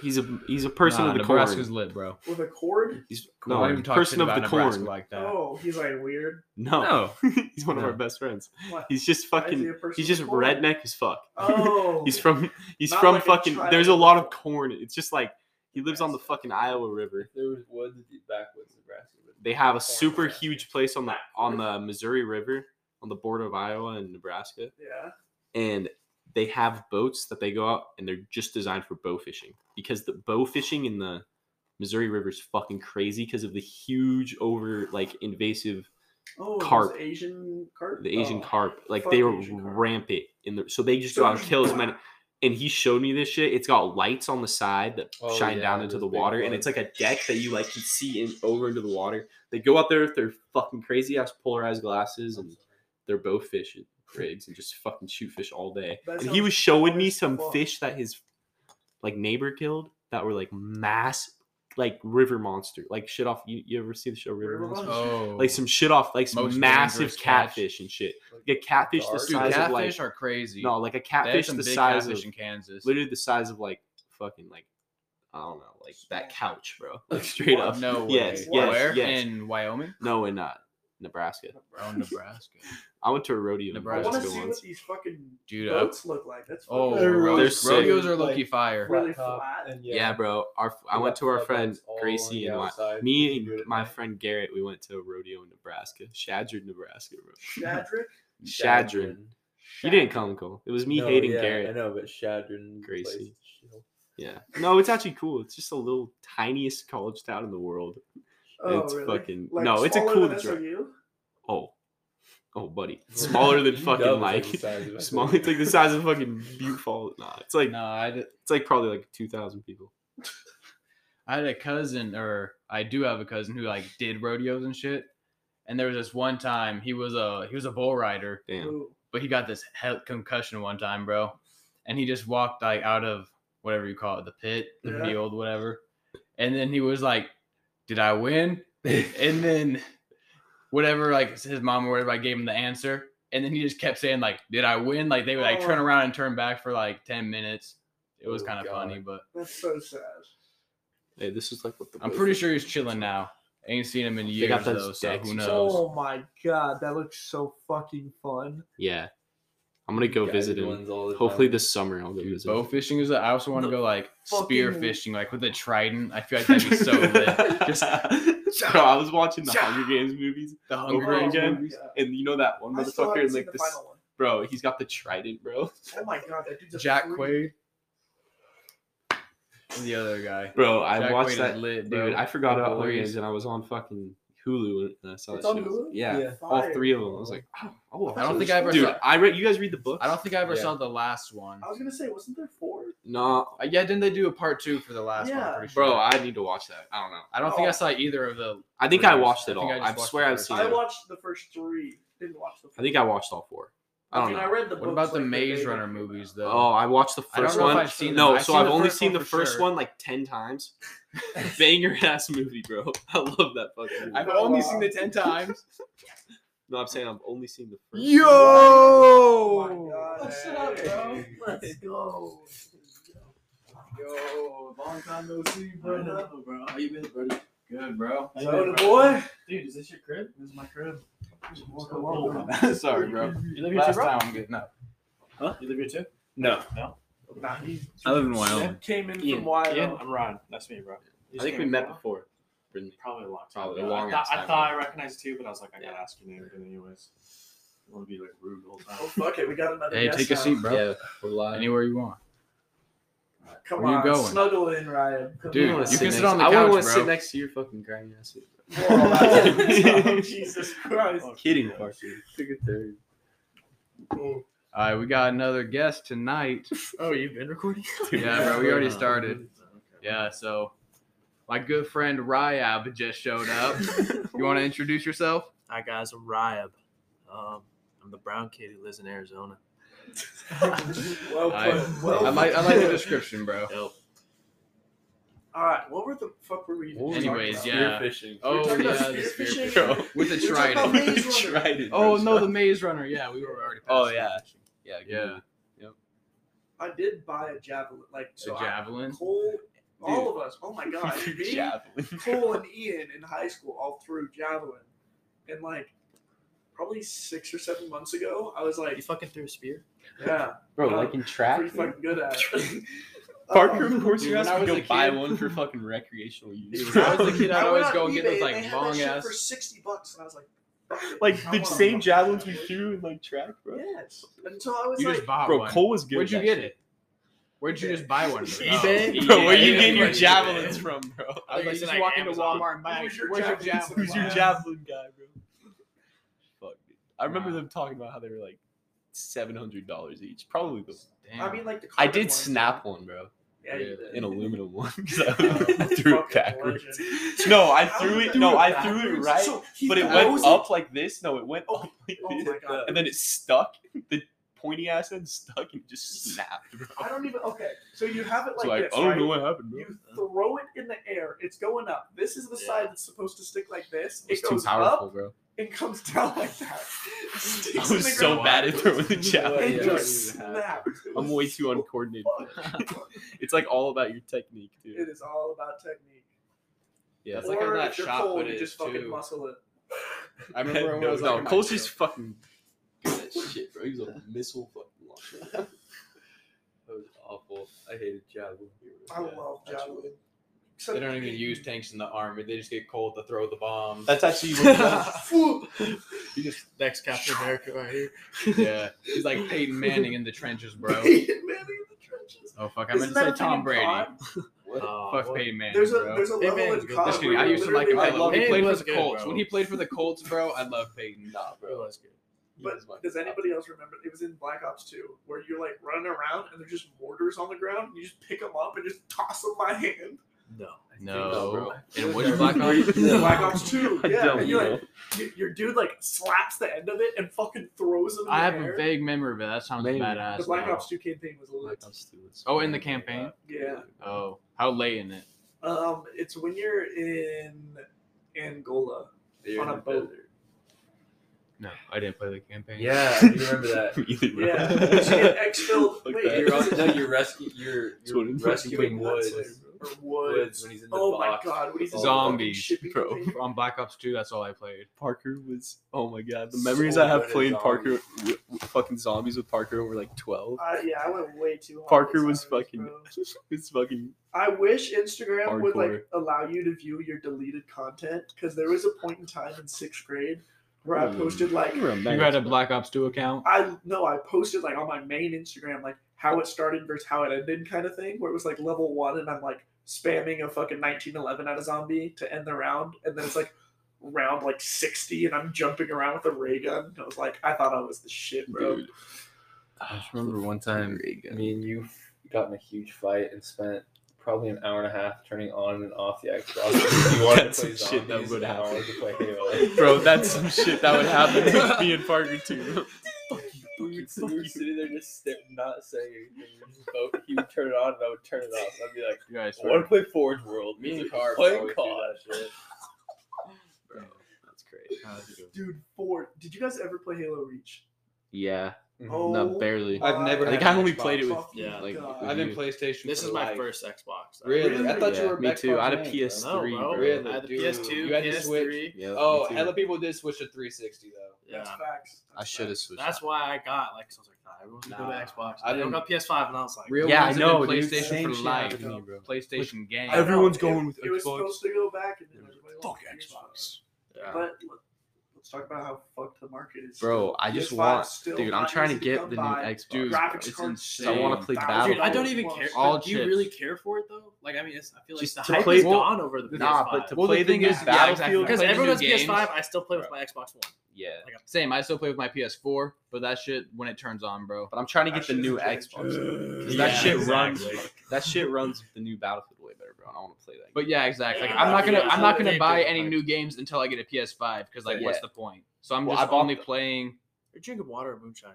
Speaker 4: He's a he's a person
Speaker 1: nah,
Speaker 4: of the
Speaker 1: Nebraska's
Speaker 4: corn.
Speaker 1: lit, bro.
Speaker 3: with a cord.
Speaker 4: He's
Speaker 1: No, I don't
Speaker 4: no
Speaker 1: even talk shit
Speaker 4: person of
Speaker 1: about
Speaker 4: the
Speaker 1: Nebraska
Speaker 4: corn.
Speaker 1: like that.
Speaker 3: Oh, he's like weird.
Speaker 4: No, he's one of
Speaker 1: No.
Speaker 4: our best friends.
Speaker 3: What?
Speaker 4: He's just
Speaker 3: Why is he
Speaker 4: fucking.
Speaker 3: a person
Speaker 4: He's just
Speaker 3: with a cord?
Speaker 4: redneck as fuck.
Speaker 3: Oh,
Speaker 4: He's from he's
Speaker 3: Not
Speaker 4: from
Speaker 3: like a
Speaker 4: fucking
Speaker 3: child.
Speaker 4: there's a lot of corn. It's just like he lives on the fucking Iowa River.
Speaker 2: There was woods at the backwoods, Nebraska. but-
Speaker 4: They have a
Speaker 2: Corn,
Speaker 4: super
Speaker 2: Nebraska.
Speaker 4: huge place on the on the Missouri River on the border of Iowa and Nebraska
Speaker 3: yeah.
Speaker 4: and they have boats that they go out and they're just designed for bow fishing because the bow fishing in the Missouri River is fucking crazy because of the huge over like invasive
Speaker 3: Oh, those
Speaker 4: Carp.
Speaker 3: Asian carp.
Speaker 4: the Asian
Speaker 3: Oh.
Speaker 4: carp like
Speaker 3: fuck
Speaker 4: they were
Speaker 3: Asian carp.
Speaker 4: rampant in the so they just
Speaker 3: So
Speaker 4: go out and
Speaker 3: you-
Speaker 4: kill as many and he showed me this shit. It's got lights on the side that
Speaker 2: Oh,
Speaker 4: shine
Speaker 2: yeah,
Speaker 4: down into
Speaker 2: those
Speaker 4: the
Speaker 2: big
Speaker 4: water, and
Speaker 2: ones.
Speaker 4: it's like a deck that you like can see in over into the water. They go out there with their fucking crazy ass polarized glasses and their bow fish rigs and just fucking shoot fish all day.
Speaker 3: That
Speaker 4: and he
Speaker 3: sounds
Speaker 4: was showing
Speaker 3: fun
Speaker 4: me
Speaker 3: as
Speaker 4: some
Speaker 3: fuck.
Speaker 4: fish that his like neighbor killed that were like mass like river monster like shit off. You, you ever see the show River,
Speaker 3: River
Speaker 4: Monster?
Speaker 3: Monster?
Speaker 1: Oh,
Speaker 4: Like some shit off like some
Speaker 1: Most
Speaker 4: massive
Speaker 1: dangerous catch.
Speaker 4: catfish and shit. Like a catfish the
Speaker 2: Dude,
Speaker 1: dude,
Speaker 4: size of like
Speaker 1: catfish are crazy.
Speaker 4: no like
Speaker 1: They
Speaker 4: a
Speaker 1: have
Speaker 4: catfish
Speaker 1: some
Speaker 4: the
Speaker 1: big
Speaker 4: size
Speaker 1: catfish
Speaker 4: of
Speaker 1: in Kansas.
Speaker 4: literally the size of like fucking like I don't know, like that couch, bro. Like straight up.
Speaker 1: No way.
Speaker 4: Yes,
Speaker 3: yes,
Speaker 1: Where
Speaker 4: yes.
Speaker 1: in Wyoming?
Speaker 4: No, we're not. Nebraska.
Speaker 1: Oh, Nebraska.
Speaker 4: I went to a rodeo in
Speaker 3: I
Speaker 1: Nebraska
Speaker 3: want
Speaker 4: Nebraska
Speaker 3: to see
Speaker 4: once.
Speaker 3: what these fucking
Speaker 1: Dude, up-
Speaker 3: boats look like. That's
Speaker 1: oh,
Speaker 3: fucking-
Speaker 2: They're
Speaker 1: ro-
Speaker 2: really
Speaker 4: sick.
Speaker 1: rodeos are lucky
Speaker 2: Like-
Speaker 1: fire.
Speaker 3: really
Speaker 2: Top
Speaker 3: flat.
Speaker 2: and
Speaker 4: Yeah. bro. Our I went to our friend Gracie and my, me and my friend Garrett. We went to a rodeo in Nebraska, Shadron, Nebraska, bro.
Speaker 3: Shadrick.
Speaker 4: Shadron. You didn't come, Cole. It was me, Hayden,
Speaker 2: I
Speaker 4: Garrett.
Speaker 2: know, but Shadron
Speaker 4: Gracie.
Speaker 2: plays shield.
Speaker 4: Yeah. No, it's actually cool. It's just a little tiniest college town in the world. It's fucking- no, it's a
Speaker 3: Oh, smaller
Speaker 4: cool
Speaker 3: than
Speaker 4: drink.
Speaker 3: SOU?
Speaker 4: Oh, oh, buddy, smaller than
Speaker 2: UW is
Speaker 4: fucking
Speaker 2: like
Speaker 4: like.
Speaker 2: the size of
Speaker 4: Small,
Speaker 2: SOU.
Speaker 4: it's like the size of fucking Butte Falls. Nah, it's like
Speaker 1: No, I d-
Speaker 4: it's like probably like two thousand people.
Speaker 1: I had a cousin, or I do have a cousin who like did rodeos and shit. And there was this one time he was a he was a bull rider,
Speaker 4: Damn.
Speaker 3: Ooh.
Speaker 1: but he got this hell concussion one time, bro. And he just walked like out of whatever you call it, the pit, the
Speaker 3: Yeah.
Speaker 1: field, whatever. And then he was like, "Did I win?" and then whatever, like his mom or whatever, I gave him the answer. And then he just kept saying like, "Did I win?" Like they would like turn
Speaker 3: Oh.
Speaker 1: around and turn back for like ten minutes. It was
Speaker 2: Oh,
Speaker 1: kind of
Speaker 2: God.
Speaker 1: funny, but
Speaker 3: That's so sad.
Speaker 4: Hey, this is like what the.
Speaker 1: I'm pretty sure he's chilling now. Ain't seen him in years
Speaker 4: got those
Speaker 1: though, so
Speaker 4: decks
Speaker 1: who
Speaker 4: and
Speaker 1: knows?
Speaker 3: Oh my god, that looks so fucking fun.
Speaker 4: Yeah, I'm gonna go
Speaker 2: Guided
Speaker 4: visit him.
Speaker 2: ones all the
Speaker 4: Hopefully
Speaker 2: time.
Speaker 4: this summer I'll go visit.
Speaker 1: Bow
Speaker 4: him.
Speaker 1: fishing is. A, I also want to
Speaker 3: The
Speaker 1: go like spear
Speaker 3: fucking-
Speaker 1: fishing, like with a trident. I feel like that'd be so lit.
Speaker 4: Just, bro, I was watching the Hunger Games movies,
Speaker 1: The
Speaker 4: Hunger
Speaker 1: Hunger Games.
Speaker 4: Games
Speaker 3: my
Speaker 4: again?
Speaker 3: God.
Speaker 4: and you know that one
Speaker 3: I still
Speaker 4: motherfucker
Speaker 3: haven't
Speaker 4: in
Speaker 3: seen
Speaker 4: like
Speaker 3: the
Speaker 4: this.
Speaker 3: final one.
Speaker 4: Bro, he's got the trident, bro.
Speaker 3: Oh my god, that dude's a
Speaker 1: Jack
Speaker 3: freak.
Speaker 1: Quaid. and The other guy.
Speaker 4: Bro, I
Speaker 1: Jack
Speaker 4: watched
Speaker 1: Quaid
Speaker 4: that.
Speaker 1: Is lit, bro.
Speaker 4: Dude, I forgot about Hunger
Speaker 1: Hilarious.
Speaker 4: Games, and I was on fucking Hulu, and I saw
Speaker 3: It's
Speaker 4: that
Speaker 3: on
Speaker 4: shit.
Speaker 3: Hulu?
Speaker 4: Yeah,
Speaker 2: Yeah.
Speaker 4: all
Speaker 3: Fire.
Speaker 4: three of them. I was like, oh, oh
Speaker 1: I don't
Speaker 4: that's-
Speaker 1: think I ever
Speaker 4: Dude,
Speaker 1: saw-
Speaker 4: I read. You guys read the book?
Speaker 1: I don't think I ever
Speaker 2: Yeah.
Speaker 1: saw the last one.
Speaker 3: I was gonna say, wasn't there four?
Speaker 4: No,
Speaker 1: Uh, yeah, didn't they do a part two for the last one?
Speaker 3: Yeah.
Speaker 1: I'm pretty sure.
Speaker 4: bro, I need to watch that. I don't know.
Speaker 1: I don't think I saw either of the.
Speaker 4: I think I
Speaker 1: Reviews.
Speaker 4: watched it
Speaker 1: I
Speaker 4: all.
Speaker 1: think I
Speaker 4: I,
Speaker 1: just watched
Speaker 4: swear
Speaker 1: the
Speaker 4: I've
Speaker 1: first
Speaker 4: seen.
Speaker 1: one.
Speaker 4: it.
Speaker 3: I watched the first three. Didn't watch the. First.
Speaker 4: I think I watched all four. I don't
Speaker 3: mean,
Speaker 4: know.
Speaker 3: I read the.
Speaker 1: What
Speaker 3: books,
Speaker 1: about the
Speaker 3: like, that
Speaker 1: Maze
Speaker 3: they were
Speaker 1: Runner
Speaker 3: talking
Speaker 1: movies
Speaker 3: about.
Speaker 1: though?
Speaker 4: Oh, I watched the
Speaker 1: I don't
Speaker 4: first
Speaker 1: know if
Speaker 4: one.
Speaker 1: I've seen them.
Speaker 4: no,
Speaker 1: I've
Speaker 4: so
Speaker 1: seen
Speaker 4: I've
Speaker 1: the
Speaker 4: only
Speaker 1: first
Speaker 4: seen
Speaker 1: one
Speaker 4: the
Speaker 1: for
Speaker 4: first
Speaker 1: sure.
Speaker 4: one like ten times. Banger ass movie, bro. I love that fucking movie.
Speaker 1: I've Oh. only seen it ten times.
Speaker 4: no, I'm saying I've only seen the first.
Speaker 1: Yo!
Speaker 3: Oh my god!
Speaker 1: Let's shut up, bro.
Speaker 3: Let's go.
Speaker 1: Yo, long time no see,
Speaker 3: brother.
Speaker 1: bro. How you been, brother? Good, bro.
Speaker 3: So, boy.
Speaker 1: Dude, is this your crib?
Speaker 3: This is my crib.
Speaker 1: Walk along, bro. Sorry, bro.
Speaker 5: You live
Speaker 1: Last time I'm getting up.
Speaker 5: Huh? You live here too?
Speaker 2: No.
Speaker 3: Nah, he
Speaker 5: I live in
Speaker 3: came in
Speaker 5: Ian,
Speaker 3: from Wyoming.
Speaker 5: Ian, I'm Ron. Nice to meet you, bro.
Speaker 4: I think we met before. Brittany.
Speaker 5: Probably a long time.
Speaker 4: Probably a
Speaker 5: ago. I
Speaker 4: long
Speaker 5: thought-
Speaker 4: ass
Speaker 5: I,
Speaker 4: time
Speaker 5: thought I
Speaker 4: ago.
Speaker 5: recognized you, but I was like, I gotta
Speaker 4: Yeah.
Speaker 5: ask your name again, anyways. I want to be like rude the whole
Speaker 3: Oh
Speaker 5: time.
Speaker 3: fuck it, we got another.
Speaker 1: Hey,
Speaker 3: guest
Speaker 1: take a
Speaker 3: now.
Speaker 1: seat, bro.
Speaker 4: Yeah, we're live.
Speaker 1: Anywhere you want.
Speaker 3: Come
Speaker 1: Where you
Speaker 3: on,
Speaker 1: going?
Speaker 3: snuggle in, Ryan. Come
Speaker 1: Dude,
Speaker 4: I wanna
Speaker 3: on.
Speaker 1: you can
Speaker 4: next-
Speaker 1: sit on the
Speaker 4: I
Speaker 1: couch,
Speaker 4: want to
Speaker 1: bro.
Speaker 4: sit next to your fucking grimy ass.
Speaker 3: Whoa, that's- Jesus Christ.
Speaker 5: Oh,
Speaker 4: Kidding,
Speaker 5: yeah.
Speaker 4: Took a third.
Speaker 1: All right, we got another guest tonight.
Speaker 3: Oh, you've been recording?
Speaker 1: yeah, bro. We already started.
Speaker 5: Okay.
Speaker 1: Yeah, so my good friend Ryab just showed up. you want to introduce yourself?
Speaker 6: Hi guys, I'm Ryab. Um, I'm the brown kid who lives in Arizona.
Speaker 3: well
Speaker 1: I-
Speaker 3: put. Well
Speaker 1: I like I like the description, bro.
Speaker 3: All right, what were the fuck were we?
Speaker 1: was Anyways,
Speaker 3: talking
Speaker 1: yeah.
Speaker 2: Spearfishing.
Speaker 1: Oh
Speaker 3: talking
Speaker 1: yeah,
Speaker 3: about
Speaker 1: the spear
Speaker 3: spear fishing?
Speaker 1: fishing. with a
Speaker 3: You're talking about
Speaker 1: trident.
Speaker 3: Maze Runner.
Speaker 2: Trident,
Speaker 1: Oh
Speaker 2: bro.
Speaker 1: no, the Maze Runner. Yeah, we were already.
Speaker 4: Oh
Speaker 1: past
Speaker 4: yeah.
Speaker 1: that.
Speaker 4: Yeah.
Speaker 1: yeah.
Speaker 3: about? I did buy a javelin, like so.
Speaker 1: The
Speaker 3: I-
Speaker 1: javelin.
Speaker 3: Cole, all of us. Oh my god, me,
Speaker 4: Javelin.
Speaker 3: Cole, and Ian in high school all threw javelin, and like probably six or seven months ago, I was
Speaker 6: You
Speaker 3: like,
Speaker 6: fucking threw a spear?
Speaker 3: yeah,
Speaker 2: Bro,
Speaker 3: Oh,
Speaker 2: like in track.
Speaker 3: pretty fucking good at. it.
Speaker 4: Parker,
Speaker 3: Um,
Speaker 4: of course,
Speaker 1: dude,
Speaker 4: you
Speaker 1: when I
Speaker 4: asked to
Speaker 1: was
Speaker 4: go
Speaker 1: a
Speaker 4: buy
Speaker 1: kid-
Speaker 4: one for fucking recreational use.
Speaker 1: Dude, when I was a kid,
Speaker 3: I
Speaker 1: I'd
Speaker 3: went
Speaker 1: always
Speaker 3: on
Speaker 1: go and get
Speaker 3: eBay
Speaker 1: those
Speaker 3: they
Speaker 1: like
Speaker 3: had that
Speaker 1: long
Speaker 3: shit
Speaker 1: ass.
Speaker 3: for sixty bucks, and I was like, fuck it,
Speaker 4: like
Speaker 3: I
Speaker 4: the
Speaker 3: want
Speaker 4: same
Speaker 3: one.
Speaker 4: javelins we threw in like track, bro.
Speaker 3: Yes, and so I was
Speaker 1: You
Speaker 3: like,
Speaker 1: just bought
Speaker 4: Bro,
Speaker 1: one.
Speaker 4: Cole was good.
Speaker 1: Where'd you
Speaker 4: at
Speaker 1: get
Speaker 4: that
Speaker 1: it? Where'd you just buy one? Oh. of those?
Speaker 6: eBay?
Speaker 4: shit.
Speaker 1: Yeah,
Speaker 4: Bro, where you
Speaker 1: yeah,
Speaker 4: getting your
Speaker 1: yeah,
Speaker 4: javelins from,
Speaker 1: I
Speaker 4: bro?
Speaker 1: was like,
Speaker 6: Using,
Speaker 1: just
Speaker 6: like,
Speaker 1: walk into
Speaker 6: Amazon.
Speaker 1: Walmart and buy.
Speaker 3: Who's your
Speaker 1: Where's your javelin?
Speaker 3: javelin supplier?
Speaker 4: Who's your
Speaker 3: Wow.
Speaker 4: javelin guy, bro? Fuck, dude. I remember
Speaker 1: Wow.
Speaker 4: them talking about how they were like seven hundred dollars each. Probably the.
Speaker 1: Damn.
Speaker 3: I mean, like the.
Speaker 4: I
Speaker 3: carbon
Speaker 4: did
Speaker 3: ones.
Speaker 4: snap one, bro,
Speaker 3: Yeah, you did.
Speaker 4: an aluminum one because
Speaker 3: Oh,
Speaker 4: I threw it
Speaker 3: fucking
Speaker 4: backwards.
Speaker 3: legend.
Speaker 4: No, I
Speaker 3: How
Speaker 4: threw
Speaker 3: did
Speaker 4: it.
Speaker 3: that-
Speaker 4: No,
Speaker 3: threw
Speaker 4: I threw it
Speaker 3: backwards?
Speaker 4: right,
Speaker 3: So he
Speaker 4: but it
Speaker 3: throws
Speaker 4: went up like this. No, it went
Speaker 3: Oh,
Speaker 4: up like
Speaker 3: Oh
Speaker 4: this.
Speaker 3: my god!
Speaker 4: and then it stuck. The pointy ass end stuck and it just snapped. Bro.
Speaker 3: I don't even. Okay, so you have it
Speaker 4: It's
Speaker 3: like,
Speaker 4: like,
Speaker 3: this,
Speaker 4: I don't
Speaker 3: right?
Speaker 4: know what happened, bro.
Speaker 3: You throw it in the air. It's going up. This is the
Speaker 5: Yeah.
Speaker 3: side that's supposed to stick like this. It
Speaker 4: It's too
Speaker 3: goes
Speaker 4: powerful,
Speaker 3: up
Speaker 4: bro.
Speaker 3: and comes down like that. Sticks
Speaker 4: I
Speaker 3: in
Speaker 4: was
Speaker 3: the
Speaker 4: so
Speaker 3: ground.
Speaker 4: bad at throwing the
Speaker 3: And
Speaker 4: javelin.
Speaker 2: Yeah.
Speaker 3: just
Speaker 2: Yeah.
Speaker 3: snapped. It
Speaker 4: I'm
Speaker 3: was
Speaker 4: way too
Speaker 3: so
Speaker 4: uncoordinated.
Speaker 3: fun.
Speaker 4: It's like all about your technique, dude.
Speaker 3: it is all about technique.
Speaker 4: Yeah.
Speaker 1: That's
Speaker 3: or
Speaker 1: like how that
Speaker 3: if you're
Speaker 1: shot
Speaker 3: cold, you
Speaker 1: footage,
Speaker 3: just fucking
Speaker 1: too.
Speaker 3: muscle it.
Speaker 1: I remember when I
Speaker 4: no,
Speaker 1: was
Speaker 4: no,
Speaker 1: like,
Speaker 4: Cole's just fucking good at shit, bro. He was a missile fucking launcher.
Speaker 2: That was awful. I hated javelin.
Speaker 3: I
Speaker 2: Yeah.
Speaker 3: love
Speaker 2: that's
Speaker 3: javelin.
Speaker 1: They don't even use tanks in the army. They just get cold to throw the bombs.
Speaker 4: That's actually
Speaker 6: You just next Captain America right here.
Speaker 1: yeah, he's like Peyton Manning in the trenches, bro.
Speaker 3: Peyton Manning in the trenches.
Speaker 1: Oh fuck, I meant
Speaker 3: Isn't
Speaker 1: to
Speaker 3: that
Speaker 1: say
Speaker 3: a thing
Speaker 1: Tom
Speaker 3: in
Speaker 1: Brady.
Speaker 3: COD?
Speaker 2: Uh,
Speaker 6: Oh,
Speaker 1: Fuck
Speaker 5: Uh,
Speaker 6: what?
Speaker 1: Peyton Manning,
Speaker 3: There's a
Speaker 1: bro.
Speaker 3: there's a
Speaker 6: Hey,
Speaker 3: level
Speaker 6: man,
Speaker 3: in
Speaker 6: good.
Speaker 3: COD.
Speaker 1: Just kidding.
Speaker 3: where
Speaker 1: I
Speaker 3: you
Speaker 1: used to like him.
Speaker 3: literally,
Speaker 1: I
Speaker 3: like,
Speaker 1: love when he
Speaker 6: Peyton
Speaker 1: played for
Speaker 6: was
Speaker 1: the
Speaker 6: good,
Speaker 1: Colts.
Speaker 6: bro.
Speaker 1: When he played for the Colts, bro, I love Peyton.
Speaker 4: nah,
Speaker 6: It
Speaker 4: bro.
Speaker 6: was good.
Speaker 4: He
Speaker 3: But
Speaker 4: was my
Speaker 3: does
Speaker 4: top.
Speaker 3: anybody else remember? It was in Black Ops 2, where you're like running around and there's just mortars on the ground. And you just pick them up and just toss them by hand.
Speaker 6: No.
Speaker 1: No.
Speaker 2: bro.
Speaker 1: And which Black
Speaker 2: Were you-
Speaker 1: Ops?
Speaker 2: Yeah.
Speaker 3: Black Ops 2,
Speaker 4: I
Speaker 3: yeah.
Speaker 4: don't
Speaker 3: And you're
Speaker 4: know.
Speaker 3: like, y- your dude like slaps the end of it and fucking throws them. In
Speaker 1: I
Speaker 3: the
Speaker 1: have a
Speaker 3: air.
Speaker 1: vague memory, but that sounds
Speaker 4: Maybe.
Speaker 1: badass.
Speaker 3: The Black
Speaker 1: bro.
Speaker 3: Ops 2 campaign was a little.
Speaker 4: Black Ops 2 was
Speaker 1: Oh, in the
Speaker 4: fun.
Speaker 1: campaign?
Speaker 3: Yeah.
Speaker 1: Oh, how late in it?
Speaker 3: Um, it's when you're in Angola.
Speaker 2: You're
Speaker 3: On
Speaker 2: in
Speaker 3: a
Speaker 2: the
Speaker 3: boat.
Speaker 2: desert.
Speaker 1: No, I didn't play the campaign.
Speaker 2: Yeah, I do remember that.
Speaker 4: Me either, bro.
Speaker 3: Yeah. But you get exfilled.
Speaker 4: Fuck
Speaker 3: Wait,
Speaker 4: that.
Speaker 2: You're on, no, you're rescuing. You're,
Speaker 4: That's what
Speaker 2: you're
Speaker 4: it is.
Speaker 2: rescuing
Speaker 4: Fucking nuts,
Speaker 2: Woods.
Speaker 4: like,
Speaker 3: Or
Speaker 2: Woods
Speaker 3: woods.
Speaker 2: when he's in the
Speaker 3: Oh my
Speaker 2: box.
Speaker 3: god! What is this?
Speaker 1: Zombies,
Speaker 3: fucking shipping
Speaker 4: bro.
Speaker 3: container?
Speaker 1: On Black Ops 2, that's all I played.
Speaker 4: Parker was oh my god. The
Speaker 2: So
Speaker 4: memories I have
Speaker 2: good at
Speaker 4: playing
Speaker 2: zombies.
Speaker 4: Parker, w- w- fucking zombies with Parker over like twelve.
Speaker 3: Uh, yeah, I went way too hard.
Speaker 4: Parker
Speaker 3: with
Speaker 4: was
Speaker 3: zombies,
Speaker 4: fucking,
Speaker 3: bro.
Speaker 4: was fucking.
Speaker 3: I wish Instagram would like
Speaker 4: Hardcore.
Speaker 3: allow you to view your deleted content because there was a point in time in sixth grade where
Speaker 4: Hmm.
Speaker 3: I posted like
Speaker 1: You had a Black Ops 2 account?
Speaker 3: I no I posted like on my main Instagram like how it started versus how it ended kind of thing where it was like level one and I'm like spamming a fucking 1911 at a zombie to end the round and then it's like round like 60 and I'm jumping around with a ray gun. I was like I thought I was the shit, bro.
Speaker 4: Dude.
Speaker 2: I just remember one time
Speaker 4: Very good.
Speaker 2: me and you got in a huge fight and spent probably an hour and a half turning on and off the Xbox. If you wanted
Speaker 4: That's
Speaker 2: to play
Speaker 4: some shit that
Speaker 2: zombies,
Speaker 4: would
Speaker 2: an hour
Speaker 4: happen.
Speaker 2: to play Halo.
Speaker 4: Bro, that's some shit that would happen to me and Parker too.
Speaker 2: We were, we were sitting there just sta- not saying anything. We just both- He would turn it on and I would turn it off. I'd be like,
Speaker 4: You guys,
Speaker 2: I want to play Forge World.
Speaker 1: Me and
Speaker 2: He's
Speaker 1: Carb
Speaker 2: playing
Speaker 1: always do
Speaker 2: COD.
Speaker 4: that's great.
Speaker 3: Dude, four. Did you guys ever play Halo Reach?
Speaker 4: Yeah,
Speaker 3: Oh,
Speaker 4: no, barely.
Speaker 3: I
Speaker 7: I've never.
Speaker 4: I think
Speaker 7: had
Speaker 4: I
Speaker 7: an
Speaker 4: only
Speaker 7: Xbox.
Speaker 4: played it with
Speaker 3: fucking
Speaker 5: yeah,
Speaker 4: like.
Speaker 3: God.
Speaker 4: with
Speaker 7: I've been
Speaker 4: you.
Speaker 7: PlaySon.
Speaker 6: This
Speaker 7: for
Speaker 6: is my
Speaker 7: like-
Speaker 6: first Xbox.
Speaker 7: Really? I thought
Speaker 4: Yeah,
Speaker 7: you were.
Speaker 4: me too. I had a
Speaker 7: Xbox main,
Speaker 4: PS3.
Speaker 7: bro.
Speaker 6: No, bro.
Speaker 4: bro.
Speaker 7: Really,
Speaker 6: I had the
Speaker 7: dude.
Speaker 6: PS2,
Speaker 7: You had to switch.
Speaker 6: PS3.
Speaker 4: Yeah, me
Speaker 7: Oh,
Speaker 4: too.
Speaker 7: hella people did switch to 360 though.
Speaker 6: Yeah.
Speaker 3: That's facts.
Speaker 4: I should have switched.
Speaker 6: That's why I got like 'cause I was like, nah, everyone's gonna
Speaker 7: Nah.
Speaker 6: go to Xbox.
Speaker 7: I
Speaker 6: I don't
Speaker 7: didn't-
Speaker 6: got PS5, and I was like,
Speaker 7: Real
Speaker 4: Yeah,
Speaker 7: ones
Speaker 4: I
Speaker 7: have been
Speaker 4: know, dude.
Speaker 7: PlayStation
Speaker 4: Same
Speaker 7: for
Speaker 4: shit
Speaker 7: life.
Speaker 4: happened to me, bro.
Speaker 1: PlayStation game.
Speaker 3: I know,
Speaker 4: Everyone's
Speaker 3: it-
Speaker 4: going with
Speaker 3: It was
Speaker 4: Xbox.
Speaker 3: supposed to go back, and then everybody went
Speaker 6: fuck
Speaker 3: to
Speaker 6: Xbox.
Speaker 3: But
Speaker 6: Yeah.
Speaker 3: let- let's talk about how fucked the market is.
Speaker 4: Bro, I just
Speaker 3: PS5
Speaker 4: want,
Speaker 3: still
Speaker 4: dude. I'm
Speaker 3: not
Speaker 4: trying to
Speaker 3: easy
Speaker 4: get
Speaker 3: come
Speaker 4: the new
Speaker 3: by.
Speaker 4: Xbox.
Speaker 1: Dude,
Speaker 3: graphics
Speaker 4: it's
Speaker 3: cards
Speaker 4: insane.
Speaker 1: I wanna
Speaker 4: play
Speaker 3: $1,000
Speaker 6: Dude, I don't even
Speaker 3: plus.
Speaker 6: care.
Speaker 4: All
Speaker 6: do you really
Speaker 4: chips.
Speaker 6: care for it though? Like, I mean, it's, I feel like
Speaker 4: Just
Speaker 6: the
Speaker 4: to
Speaker 6: hype
Speaker 4: play-
Speaker 6: is
Speaker 4: Well,
Speaker 6: gone over the
Speaker 4: Nah,
Speaker 6: PS5.
Speaker 4: but to
Speaker 1: Well, the
Speaker 4: play the
Speaker 1: thing
Speaker 4: new
Speaker 1: is- yeah, exactly.
Speaker 4: Battlefield,
Speaker 1: Play
Speaker 6: because
Speaker 1: the new
Speaker 6: everyone has
Speaker 1: games.
Speaker 6: PS5, I still play with my Xbox One.
Speaker 4: yeah.
Speaker 6: Like, I-
Speaker 1: Same. I still play with my PS4, but that shit when it turns on, bro.
Speaker 4: But I'm trying to
Speaker 3: That
Speaker 4: get the
Speaker 3: shit's
Speaker 4: new
Speaker 3: trash.
Speaker 4: Xbox. Because
Speaker 6: Yeah,
Speaker 4: that shit
Speaker 6: exactly.
Speaker 4: runs. That shit runs the new Battlefield way better, bro. and I want to play that.
Speaker 1: But yeah, exactly. Like
Speaker 6: Yeah,
Speaker 1: I'm not gonna
Speaker 6: yeah,
Speaker 1: I'm not
Speaker 6: so
Speaker 1: gonna
Speaker 6: they
Speaker 1: buy
Speaker 6: did
Speaker 1: any
Speaker 6: like-
Speaker 1: new games until I get a PS5 because like what's
Speaker 4: Yeah.
Speaker 1: the point? So I'm
Speaker 4: Well, I
Speaker 1: just
Speaker 4: bought
Speaker 1: only
Speaker 4: the-
Speaker 1: playing.
Speaker 6: You're drinking water or moonshine.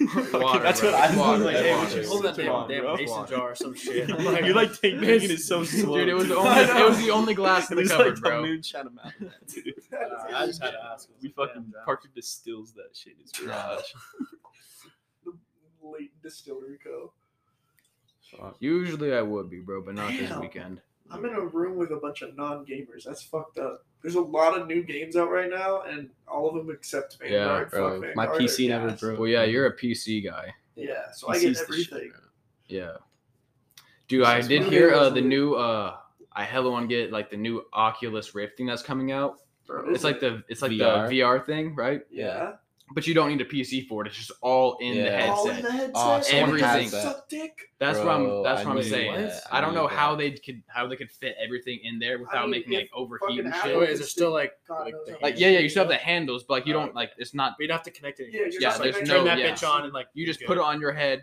Speaker 1: Water,
Speaker 4: That's
Speaker 1: bro.
Speaker 4: what I was
Speaker 1: Water,
Speaker 4: like,
Speaker 1: water.
Speaker 4: hey,
Speaker 6: Hey,
Speaker 4: would
Speaker 6: would you
Speaker 4: you
Speaker 6: hold that
Speaker 4: switch
Speaker 6: damn,
Speaker 4: on,
Speaker 6: damn
Speaker 4: bro?
Speaker 6: mason
Speaker 4: Water.
Speaker 6: jar or some shit. I'm
Speaker 4: You're like taking
Speaker 1: This-
Speaker 4: it so slow.
Speaker 1: Dude, it was the only
Speaker 4: I know.
Speaker 1: it was the only glass in the
Speaker 4: It's
Speaker 1: cupboard,
Speaker 4: like
Speaker 1: bro.
Speaker 4: the moonshine amount.
Speaker 6: I just had to ask.
Speaker 4: We fucking Parker distills that shit in his garage.
Speaker 3: Late distillery co.
Speaker 1: Usually I would be, bro, but not this
Speaker 3: Damn.
Speaker 1: weekend.
Speaker 3: I'm in a room with a bunch of non-gamers. That's fucked up. There's a lot of new games out right now, and all of them except
Speaker 1: Yeah,
Speaker 3: Vanguard.
Speaker 1: bro.
Speaker 3: Fuck Vanguard
Speaker 4: My
Speaker 3: or
Speaker 4: PC never
Speaker 3: gas.
Speaker 4: broke.
Speaker 1: Well, yeah, you're a PC guy.
Speaker 3: Yeah, so I
Speaker 4: PC's
Speaker 3: get
Speaker 4: the shit,
Speaker 3: everything.
Speaker 4: bro.
Speaker 1: Yeah. Dude, I
Speaker 3: That's
Speaker 1: did
Speaker 3: what
Speaker 1: hear
Speaker 3: it
Speaker 1: uh,
Speaker 3: is.
Speaker 1: the new uh I hella want to get like the new Oculus Rift thing that's coming out.
Speaker 3: Bro,
Speaker 1: It's like the it's like
Speaker 4: VR?
Speaker 1: the VR thing, right?
Speaker 3: yeah,
Speaker 1: But you don't need a PC for it. It's just all in the
Speaker 4: Yeah.
Speaker 3: all in
Speaker 1: headset.
Speaker 3: the headset.
Speaker 1: someone
Speaker 4: Oh,
Speaker 1: has Everything. that.
Speaker 3: Suck dick.
Speaker 1: That's what
Speaker 4: Bro,
Speaker 1: I'm that's
Speaker 4: I
Speaker 1: what I'm
Speaker 4: knew
Speaker 1: saying.
Speaker 4: that.
Speaker 1: I don't
Speaker 4: knew
Speaker 1: know
Speaker 4: that.
Speaker 1: how they could how they could fit everything in there without
Speaker 3: mean,
Speaker 1: making
Speaker 3: if
Speaker 1: like overheat and
Speaker 3: fucking
Speaker 1: shit.
Speaker 3: Apple-
Speaker 6: Wait, is there still like,
Speaker 3: God
Speaker 6: like,
Speaker 3: knows
Speaker 6: the
Speaker 3: how
Speaker 1: Like
Speaker 3: much.
Speaker 6: hand-
Speaker 1: yeah, yeah, you still have the handles, but like you don't like it's not.
Speaker 6: But you'd have to connect it.
Speaker 3: Yeah, you're
Speaker 6: Just,
Speaker 1: yeah,
Speaker 3: just
Speaker 1: there's
Speaker 3: like,
Speaker 1: no-
Speaker 6: turn that
Speaker 1: yeah.
Speaker 6: bitch on and like
Speaker 1: You just
Speaker 6: you're
Speaker 1: put
Speaker 6: good.
Speaker 1: it on your head.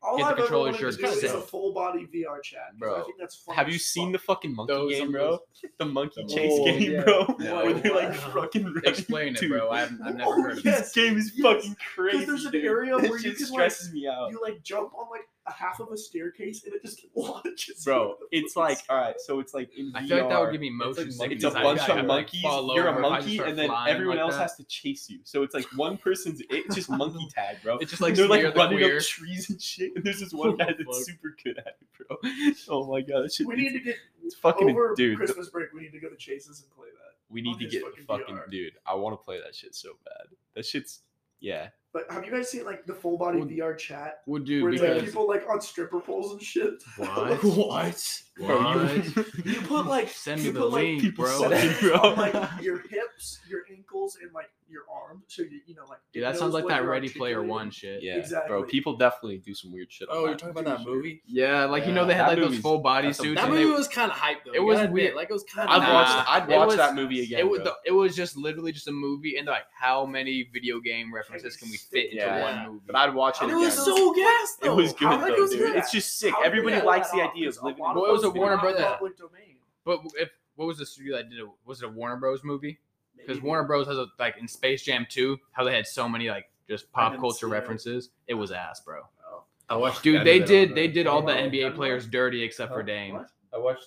Speaker 3: All
Speaker 1: Get the
Speaker 3: I've ever
Speaker 1: controller
Speaker 3: wanted to
Speaker 1: shirts
Speaker 3: do is
Speaker 1: set.
Speaker 3: a full body VR chat. 'cause
Speaker 1: Bro,
Speaker 3: I think that's fun
Speaker 4: Have
Speaker 3: as
Speaker 4: you seen the
Speaker 3: fuck.
Speaker 4: fucking monkey
Speaker 1: Those
Speaker 4: game,
Speaker 1: are
Speaker 4: bro? The monkey chase
Speaker 2: Oh,
Speaker 4: game,
Speaker 2: yeah.
Speaker 4: bro.
Speaker 2: Yeah.
Speaker 4: Where they like
Speaker 6: What?
Speaker 4: fucking running,
Speaker 1: Explain it,
Speaker 4: dude.
Speaker 1: bro. I've, I've never
Speaker 3: Oh,
Speaker 1: heard of
Speaker 3: yeah.
Speaker 1: it.
Speaker 4: This game is
Speaker 3: Yes.
Speaker 4: fucking crazy.
Speaker 3: there's an
Speaker 4: dude.
Speaker 3: area
Speaker 4: That
Speaker 3: where you
Speaker 4: shit
Speaker 3: can, like,
Speaker 4: stresses me out,
Speaker 3: You like jump on like a half of a staircase and it just launches. you.
Speaker 4: bro. It's like all right, so it's like in
Speaker 1: I feel like that would
Speaker 4: VR,
Speaker 1: give me motion
Speaker 2: it's like
Speaker 1: sickness.
Speaker 4: It's a
Speaker 2: Because I
Speaker 4: bunch
Speaker 2: gotta,
Speaker 4: of
Speaker 2: like,
Speaker 4: monkeys. You're a monkey, and then everyone else has to chase you. So it's like one person's it's just monkey tag, bro.
Speaker 1: It's just like
Speaker 4: they're
Speaker 1: smear
Speaker 4: like
Speaker 1: the
Speaker 4: running
Speaker 1: queer.
Speaker 4: up trees and shit. And there's this one guy that's super good at it, bro. Oh my god, that shit.
Speaker 3: we need to get
Speaker 4: it's fucking
Speaker 3: over
Speaker 4: dude.
Speaker 3: Christmas break. We need to go to Chases and play that.
Speaker 4: we need to
Speaker 3: Obvious
Speaker 4: get
Speaker 3: fucking
Speaker 4: fucking
Speaker 3: VR.
Speaker 4: dude. I want to play that shit so bad. That shit's yeah.
Speaker 3: But have you guys seen like the full body
Speaker 1: Well,
Speaker 3: VR chat
Speaker 1: Well, dude,
Speaker 3: where it's like
Speaker 1: because
Speaker 3: people like on stripper poles and shit?
Speaker 1: What?
Speaker 6: What?
Speaker 4: Bro, you-
Speaker 3: you put like
Speaker 1: send me
Speaker 3: you
Speaker 1: the
Speaker 3: put, like,
Speaker 1: link,
Speaker 4: people
Speaker 1: bro.
Speaker 4: send
Speaker 1: Dude,
Speaker 4: it.
Speaker 3: sensors
Speaker 4: bro.
Speaker 3: on, like your hips, your ankles, and like your arm. So you you know like. it
Speaker 1: that sounds
Speaker 3: knows
Speaker 1: like
Speaker 3: what
Speaker 1: that
Speaker 3: you're
Speaker 1: Ready Player
Speaker 3: articulating.
Speaker 1: One shit.
Speaker 4: yeah, bro.
Speaker 3: Exactly.
Speaker 4: People definitely do some weird shit. on
Speaker 6: Oh, you're
Speaker 4: that.
Speaker 6: talking about that movie?
Speaker 1: Yeah, like you know they had
Speaker 4: That
Speaker 1: like those
Speaker 4: movie's-
Speaker 1: full body
Speaker 4: that's a-
Speaker 1: suits.
Speaker 6: That
Speaker 1: and
Speaker 6: movie
Speaker 1: they,
Speaker 6: was kind of hype though.
Speaker 1: It
Speaker 6: you
Speaker 1: was
Speaker 6: gotta admit,
Speaker 1: weird.
Speaker 6: Like it was kind
Speaker 4: I've
Speaker 6: of.
Speaker 4: watched. I'd
Speaker 1: It
Speaker 4: watch
Speaker 1: was-
Speaker 4: that movie again.
Speaker 1: it was
Speaker 4: bro.
Speaker 1: it was just literally just a movie, and they're like, how many video game references can we fit into
Speaker 4: Yeah.
Speaker 1: one movie?
Speaker 4: but I'd watch it.
Speaker 6: It
Speaker 4: again.
Speaker 6: was so gas
Speaker 4: It
Speaker 6: though.
Speaker 4: was
Speaker 6: How
Speaker 4: good
Speaker 6: the heck
Speaker 4: though,
Speaker 6: was
Speaker 4: dude.
Speaker 6: that?
Speaker 4: It's just sick.
Speaker 3: How did
Speaker 4: Everybody
Speaker 3: they pull
Speaker 4: likes
Speaker 3: that
Speaker 4: the
Speaker 3: off?
Speaker 4: idea of
Speaker 3: Because a
Speaker 4: living. in
Speaker 3: lot of
Speaker 1: Well, it was a
Speaker 4: those
Speaker 1: Warner
Speaker 4: videos.
Speaker 3: Not
Speaker 1: Brother-
Speaker 3: public domain.
Speaker 1: But if what was the studio that did it? Was it a Warner Bros movie? Because
Speaker 3: Maybe.
Speaker 1: Warner Bros has a like in Space Jam 2, how they had so many like just pop
Speaker 3: didn't
Speaker 1: culture
Speaker 3: see it.
Speaker 1: references. It was ass, bro.
Speaker 3: Oh.
Speaker 2: I watched.
Speaker 1: Dude,
Speaker 2: I
Speaker 1: they
Speaker 2: it on
Speaker 1: did
Speaker 2: the-
Speaker 1: they did all the
Speaker 2: Oh,
Speaker 1: NBA
Speaker 2: Denmark.
Speaker 1: players dirty except for
Speaker 2: Huh?
Speaker 1: Dame.
Speaker 3: What?
Speaker 2: I watched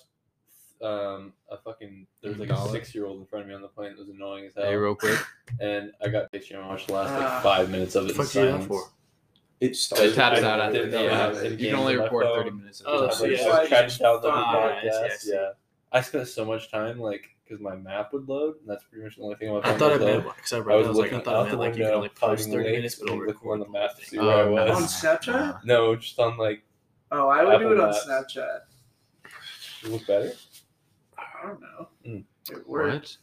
Speaker 2: um a fucking there's like a
Speaker 4: Dollar.
Speaker 2: six year old in front of me on the plane that was annoying as hell.
Speaker 1: Hey, real quick.
Speaker 2: and I got picture and I watched the last
Speaker 3: Ah.
Speaker 2: like five minutes of it.
Speaker 6: fuck
Speaker 2: in
Speaker 6: you that
Speaker 2: silence.
Speaker 6: for?
Speaker 2: It
Speaker 1: It
Speaker 2: started.
Speaker 1: taps
Speaker 2: I
Speaker 1: out after
Speaker 2: didn't know
Speaker 1: yeah.
Speaker 2: what happened.
Speaker 1: You
Speaker 2: Games
Speaker 1: can only
Speaker 2: on my
Speaker 1: record
Speaker 2: phone.
Speaker 1: 30 minutes. at a
Speaker 6: Oh,
Speaker 1: time.
Speaker 6: so
Speaker 2: Like,
Speaker 6: yeah.
Speaker 2: I tracked down the
Speaker 6: Ah, I see, I
Speaker 2: podcast,
Speaker 6: see.
Speaker 2: Yeah. I spent so much time like because my map would loode, and that's pretty much the only thing on my
Speaker 6: I
Speaker 2: phone
Speaker 6: thought
Speaker 2: would
Speaker 6: it meant
Speaker 2: load.
Speaker 6: because I
Speaker 2: I
Speaker 6: read it.
Speaker 2: was
Speaker 6: I was like,
Speaker 2: looking
Speaker 6: I
Speaker 2: out
Speaker 6: thought
Speaker 2: the
Speaker 6: it meant like you can
Speaker 2: window,
Speaker 6: only post
Speaker 2: finding
Speaker 6: 30
Speaker 2: links,
Speaker 6: minutes, but it'll
Speaker 2: and looking on
Speaker 6: record
Speaker 2: the
Speaker 6: the whole
Speaker 2: map to see
Speaker 6: thing.
Speaker 2: where I
Speaker 1: Oh,
Speaker 2: was.
Speaker 3: On
Speaker 1: nah.
Speaker 3: Snapchat?
Speaker 2: No, just on like
Speaker 3: Oh, I would do it
Speaker 2: Apple
Speaker 3: on
Speaker 2: Maps.
Speaker 3: Snapchat.
Speaker 2: it was better.
Speaker 3: I don't know.
Speaker 4: Hmm.
Speaker 2: Mm.
Speaker 3: It worked.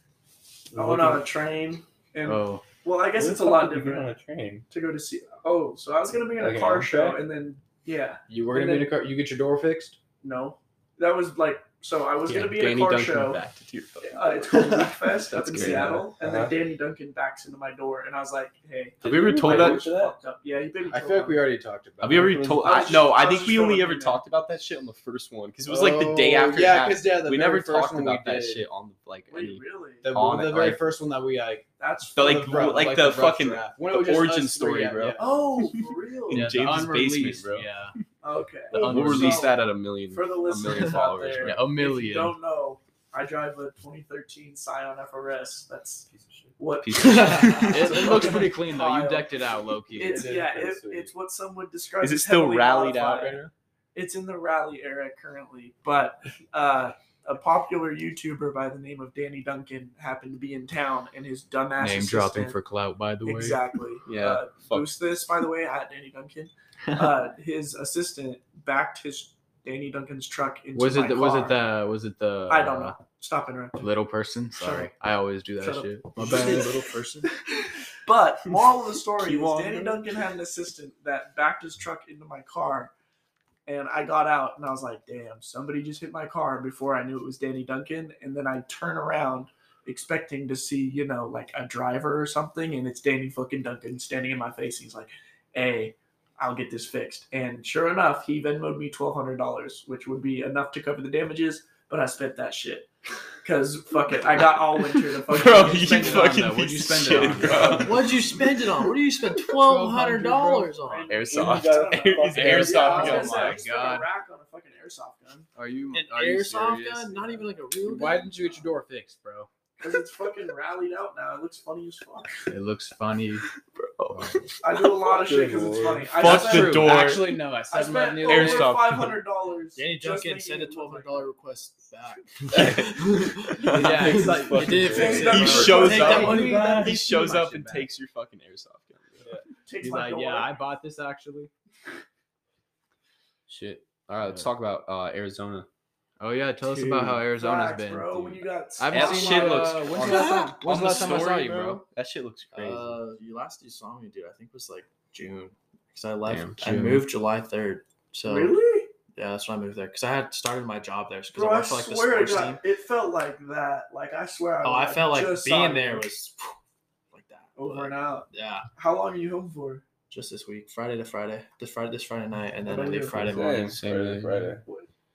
Speaker 1: What?
Speaker 3: Oh, I went on a train, and
Speaker 1: Oh.
Speaker 3: well, I guess
Speaker 2: Where
Speaker 3: it's a
Speaker 2: the
Speaker 3: lot
Speaker 2: fuck would you get
Speaker 3: different
Speaker 2: On a train.
Speaker 3: to go to see. Oh, so I was gonna be in a
Speaker 2: Like an
Speaker 3: car
Speaker 2: Amtrak?
Speaker 3: show, and then yeah,
Speaker 1: You
Speaker 3: were gonna be in
Speaker 1: a car you get your door fixed?
Speaker 3: no, that was like So I was
Speaker 4: Yeah,
Speaker 3: going to be
Speaker 4: Danny
Speaker 3: at a car
Speaker 4: Duncan
Speaker 3: show.
Speaker 4: back to Deer Park.
Speaker 3: Uh, it's called Weekfest up
Speaker 4: That's
Speaker 3: in
Speaker 4: great.
Speaker 3: Seattle, and
Speaker 2: Uh-huh.
Speaker 3: then Danny Duncan backs into my door, and I was like, "Hey,
Speaker 4: Have we ever told
Speaker 2: Wait,
Speaker 4: that?
Speaker 2: which of that?
Speaker 3: fucked up. yeah, you better."
Speaker 7: I
Speaker 3: chill
Speaker 7: feel like
Speaker 3: out."
Speaker 7: we already talked about.
Speaker 4: Have you
Speaker 7: it.
Speaker 4: ever told? I,
Speaker 3: just-
Speaker 4: no,
Speaker 3: I
Speaker 4: I
Speaker 3: was
Speaker 4: think we
Speaker 3: just
Speaker 4: only
Speaker 3: throwing
Speaker 4: ever
Speaker 3: it in
Speaker 4: talked about that shit on the first one because it was like the day
Speaker 7: Oh,
Speaker 4: after. it
Speaker 7: Yeah,
Speaker 4: happened.
Speaker 7: because yeah, the
Speaker 4: we
Speaker 7: very
Speaker 4: never
Speaker 7: first
Speaker 4: talked
Speaker 7: one
Speaker 4: about
Speaker 7: we
Speaker 4: that
Speaker 7: did.
Speaker 4: shit on like any.
Speaker 3: Wait, really?
Speaker 7: The,
Speaker 4: On
Speaker 7: the
Speaker 4: it,
Speaker 7: very
Speaker 4: like-
Speaker 7: first one that we like.
Speaker 3: That's
Speaker 4: The, like,
Speaker 3: fucking-
Speaker 4: bro- like the
Speaker 7: rough
Speaker 4: fucking-
Speaker 7: draft. When it
Speaker 4: the
Speaker 7: was just
Speaker 4: origin
Speaker 7: us three,
Speaker 4: story,
Speaker 7: yeah,
Speaker 4: bro.
Speaker 7: yeah.
Speaker 3: Oh, for real?
Speaker 4: In
Speaker 1: Yeah, the
Speaker 4: James's
Speaker 1: unreleased,
Speaker 4: basement, bro.
Speaker 1: Yeah.
Speaker 3: Okay.
Speaker 4: The- we'll
Speaker 1: unreleased.
Speaker 4: release
Speaker 3: So,
Speaker 4: that at a million,
Speaker 3: for the
Speaker 4: a million
Speaker 3: listeners out
Speaker 4: followers.
Speaker 3: there.
Speaker 4: bro.
Speaker 1: yeah, a
Speaker 3: If you
Speaker 1: million.
Speaker 3: don't know, I drive a 2013 Scion FRS. That's what
Speaker 4: Piece of
Speaker 1: It,
Speaker 4: shit.
Speaker 1: it looks pretty clean though. You
Speaker 3: Kyle.
Speaker 1: decked it out, low key.
Speaker 3: It's
Speaker 2: It is
Speaker 3: yeah,
Speaker 2: pretty
Speaker 3: it,
Speaker 2: sweet.
Speaker 3: it's what some would describe.
Speaker 4: Is it
Speaker 3: as
Speaker 4: still
Speaker 3: heavily
Speaker 4: rallied out
Speaker 3: modified.
Speaker 4: right now?
Speaker 3: It's in the rally era currently, but uh, a popular YouTuber by the name of Danny Duncan happened to be in town, and his dumbass
Speaker 1: Name
Speaker 3: assistant-
Speaker 1: dropping for clout, by the way.
Speaker 3: exactly.
Speaker 4: Yeah,
Speaker 3: Uh,
Speaker 4: fuck.
Speaker 3: boost this, by the way, at Danny Duncan. Uh, his assistant backed his Danny Duncan's truck into
Speaker 1: Was
Speaker 3: my
Speaker 1: it? The, was
Speaker 3: car.
Speaker 1: it uh, the? Was it the?
Speaker 3: I don't know. Stop interrupting.
Speaker 1: Little person.
Speaker 3: Shut
Speaker 1: Sorry,
Speaker 3: up.
Speaker 1: I always do that
Speaker 3: Shut up.
Speaker 1: shit. My
Speaker 3: Just
Speaker 1: bad.
Speaker 3: little
Speaker 1: person.
Speaker 3: But moral of the story
Speaker 4: You
Speaker 3: is
Speaker 4: want
Speaker 3: Danny
Speaker 4: to?
Speaker 3: Duncan had an assistant that backed his truck into my car, and I got out and I was like, "Damn, somebody just hit my car!" Before I knew it was Danny Duncan, and then I turn around expecting to see you know like a driver or something, and it's Danny fucking Duncan standing in my face. He's like, "Hey." I'll get this fixed. And sure enough, he Venmoed me twelve hundred dollars, which would be enough to cover the damages. But I spent that shit because fuck it, I got all winter to fucking
Speaker 4: Bro, you
Speaker 3: spend it on
Speaker 4: fucking
Speaker 1: though? What'd you
Speaker 4: piece
Speaker 1: spend it
Speaker 4: of shit,
Speaker 1: on?
Speaker 4: bro.
Speaker 6: What'd you spend it on? What do you spend twelve hundred dollars on?
Speaker 4: Airsoft.
Speaker 2: got
Speaker 4: Air- it's
Speaker 2: fucking
Speaker 4: airsoft
Speaker 3: Yeah, I
Speaker 4: gun.
Speaker 3: was gonna say, I
Speaker 1: my
Speaker 3: spent a
Speaker 1: God.
Speaker 3: rack on a fucking airsoft gun.
Speaker 1: Are you?
Speaker 6: An
Speaker 1: are you
Speaker 6: airsoft
Speaker 1: serious?
Speaker 6: gun? Not even like a real gun.
Speaker 1: Why didn't you get your door fixed, bro?
Speaker 3: Because it's fucking rallied out now. It looks funny as fuck.
Speaker 1: It looks funny.
Speaker 3: I do a lot of shit because it's funny.
Speaker 2: Good lord.
Speaker 3: I
Speaker 4: Fuck
Speaker 3: spent,
Speaker 4: the
Speaker 1: True.
Speaker 4: door.
Speaker 1: Actually, no. I
Speaker 3: I
Speaker 1: said my
Speaker 3: spent
Speaker 1: new
Speaker 3: over
Speaker 4: Airsoft gun.
Speaker 3: five hundred dollars.
Speaker 6: Danny
Speaker 3: just
Speaker 6: Duncan
Speaker 3: making
Speaker 6: sent a
Speaker 3: it look
Speaker 6: twelve
Speaker 3: like-
Speaker 6: hundred dollar request back.
Speaker 1: Yeah, it's like-
Speaker 6: it did fix
Speaker 3: He
Speaker 6: it.
Speaker 4: He
Speaker 6: bro.
Speaker 4: shows
Speaker 6: Take that
Speaker 4: up.
Speaker 6: money back.
Speaker 4: He shows up
Speaker 1: shit
Speaker 4: and
Speaker 1: back.
Speaker 4: takes your fucking airsoft gun. bro.
Speaker 3: Takes
Speaker 1: He's
Speaker 3: my
Speaker 1: like,
Speaker 3: door.
Speaker 1: yeah, I bought this actually.
Speaker 4: Shit. All right, let's talk about uh, Arizona.
Speaker 1: Oh yeah, tell us about how Arizona's
Speaker 3: Facts,
Speaker 1: been.
Speaker 3: bro.
Speaker 1: dude.
Speaker 3: When you got
Speaker 1: I haven't
Speaker 4: That
Speaker 1: seen
Speaker 4: shit
Speaker 1: my,
Speaker 4: looks-
Speaker 1: Uh, when's the
Speaker 4: on the-
Speaker 1: last time? When's
Speaker 4: On
Speaker 1: the
Speaker 4: the
Speaker 1: last time I saw
Speaker 4: story,
Speaker 1: you, bro?
Speaker 4: That shit looks crazy.
Speaker 6: Uh, you last you saw me, dude. I think was like June because I left.
Speaker 4: Damn,
Speaker 6: I
Speaker 4: June.
Speaker 6: moved July third. So
Speaker 3: really,
Speaker 6: yeah, that's when I moved there because I had started my job there because I
Speaker 3: bro, I,
Speaker 6: worked for like the
Speaker 3: swear
Speaker 6: sports
Speaker 3: to
Speaker 6: team.
Speaker 3: God, it felt like that. Like I swear.
Speaker 6: Oh, I
Speaker 3: like,
Speaker 6: felt like
Speaker 3: just
Speaker 6: being
Speaker 3: saw
Speaker 6: there
Speaker 3: you
Speaker 6: was like that.
Speaker 3: over
Speaker 6: But,
Speaker 3: and out.
Speaker 6: yeah,
Speaker 3: How long are you home for?
Speaker 6: just this week, Friday to Friday, this Friday this Friday night, and then I
Speaker 3: Friday
Speaker 6: leave
Speaker 3: to
Speaker 6: Friday
Speaker 2: Same,
Speaker 6: morning.
Speaker 4: Same
Speaker 2: Friday,
Speaker 4: day.
Speaker 2: Friday.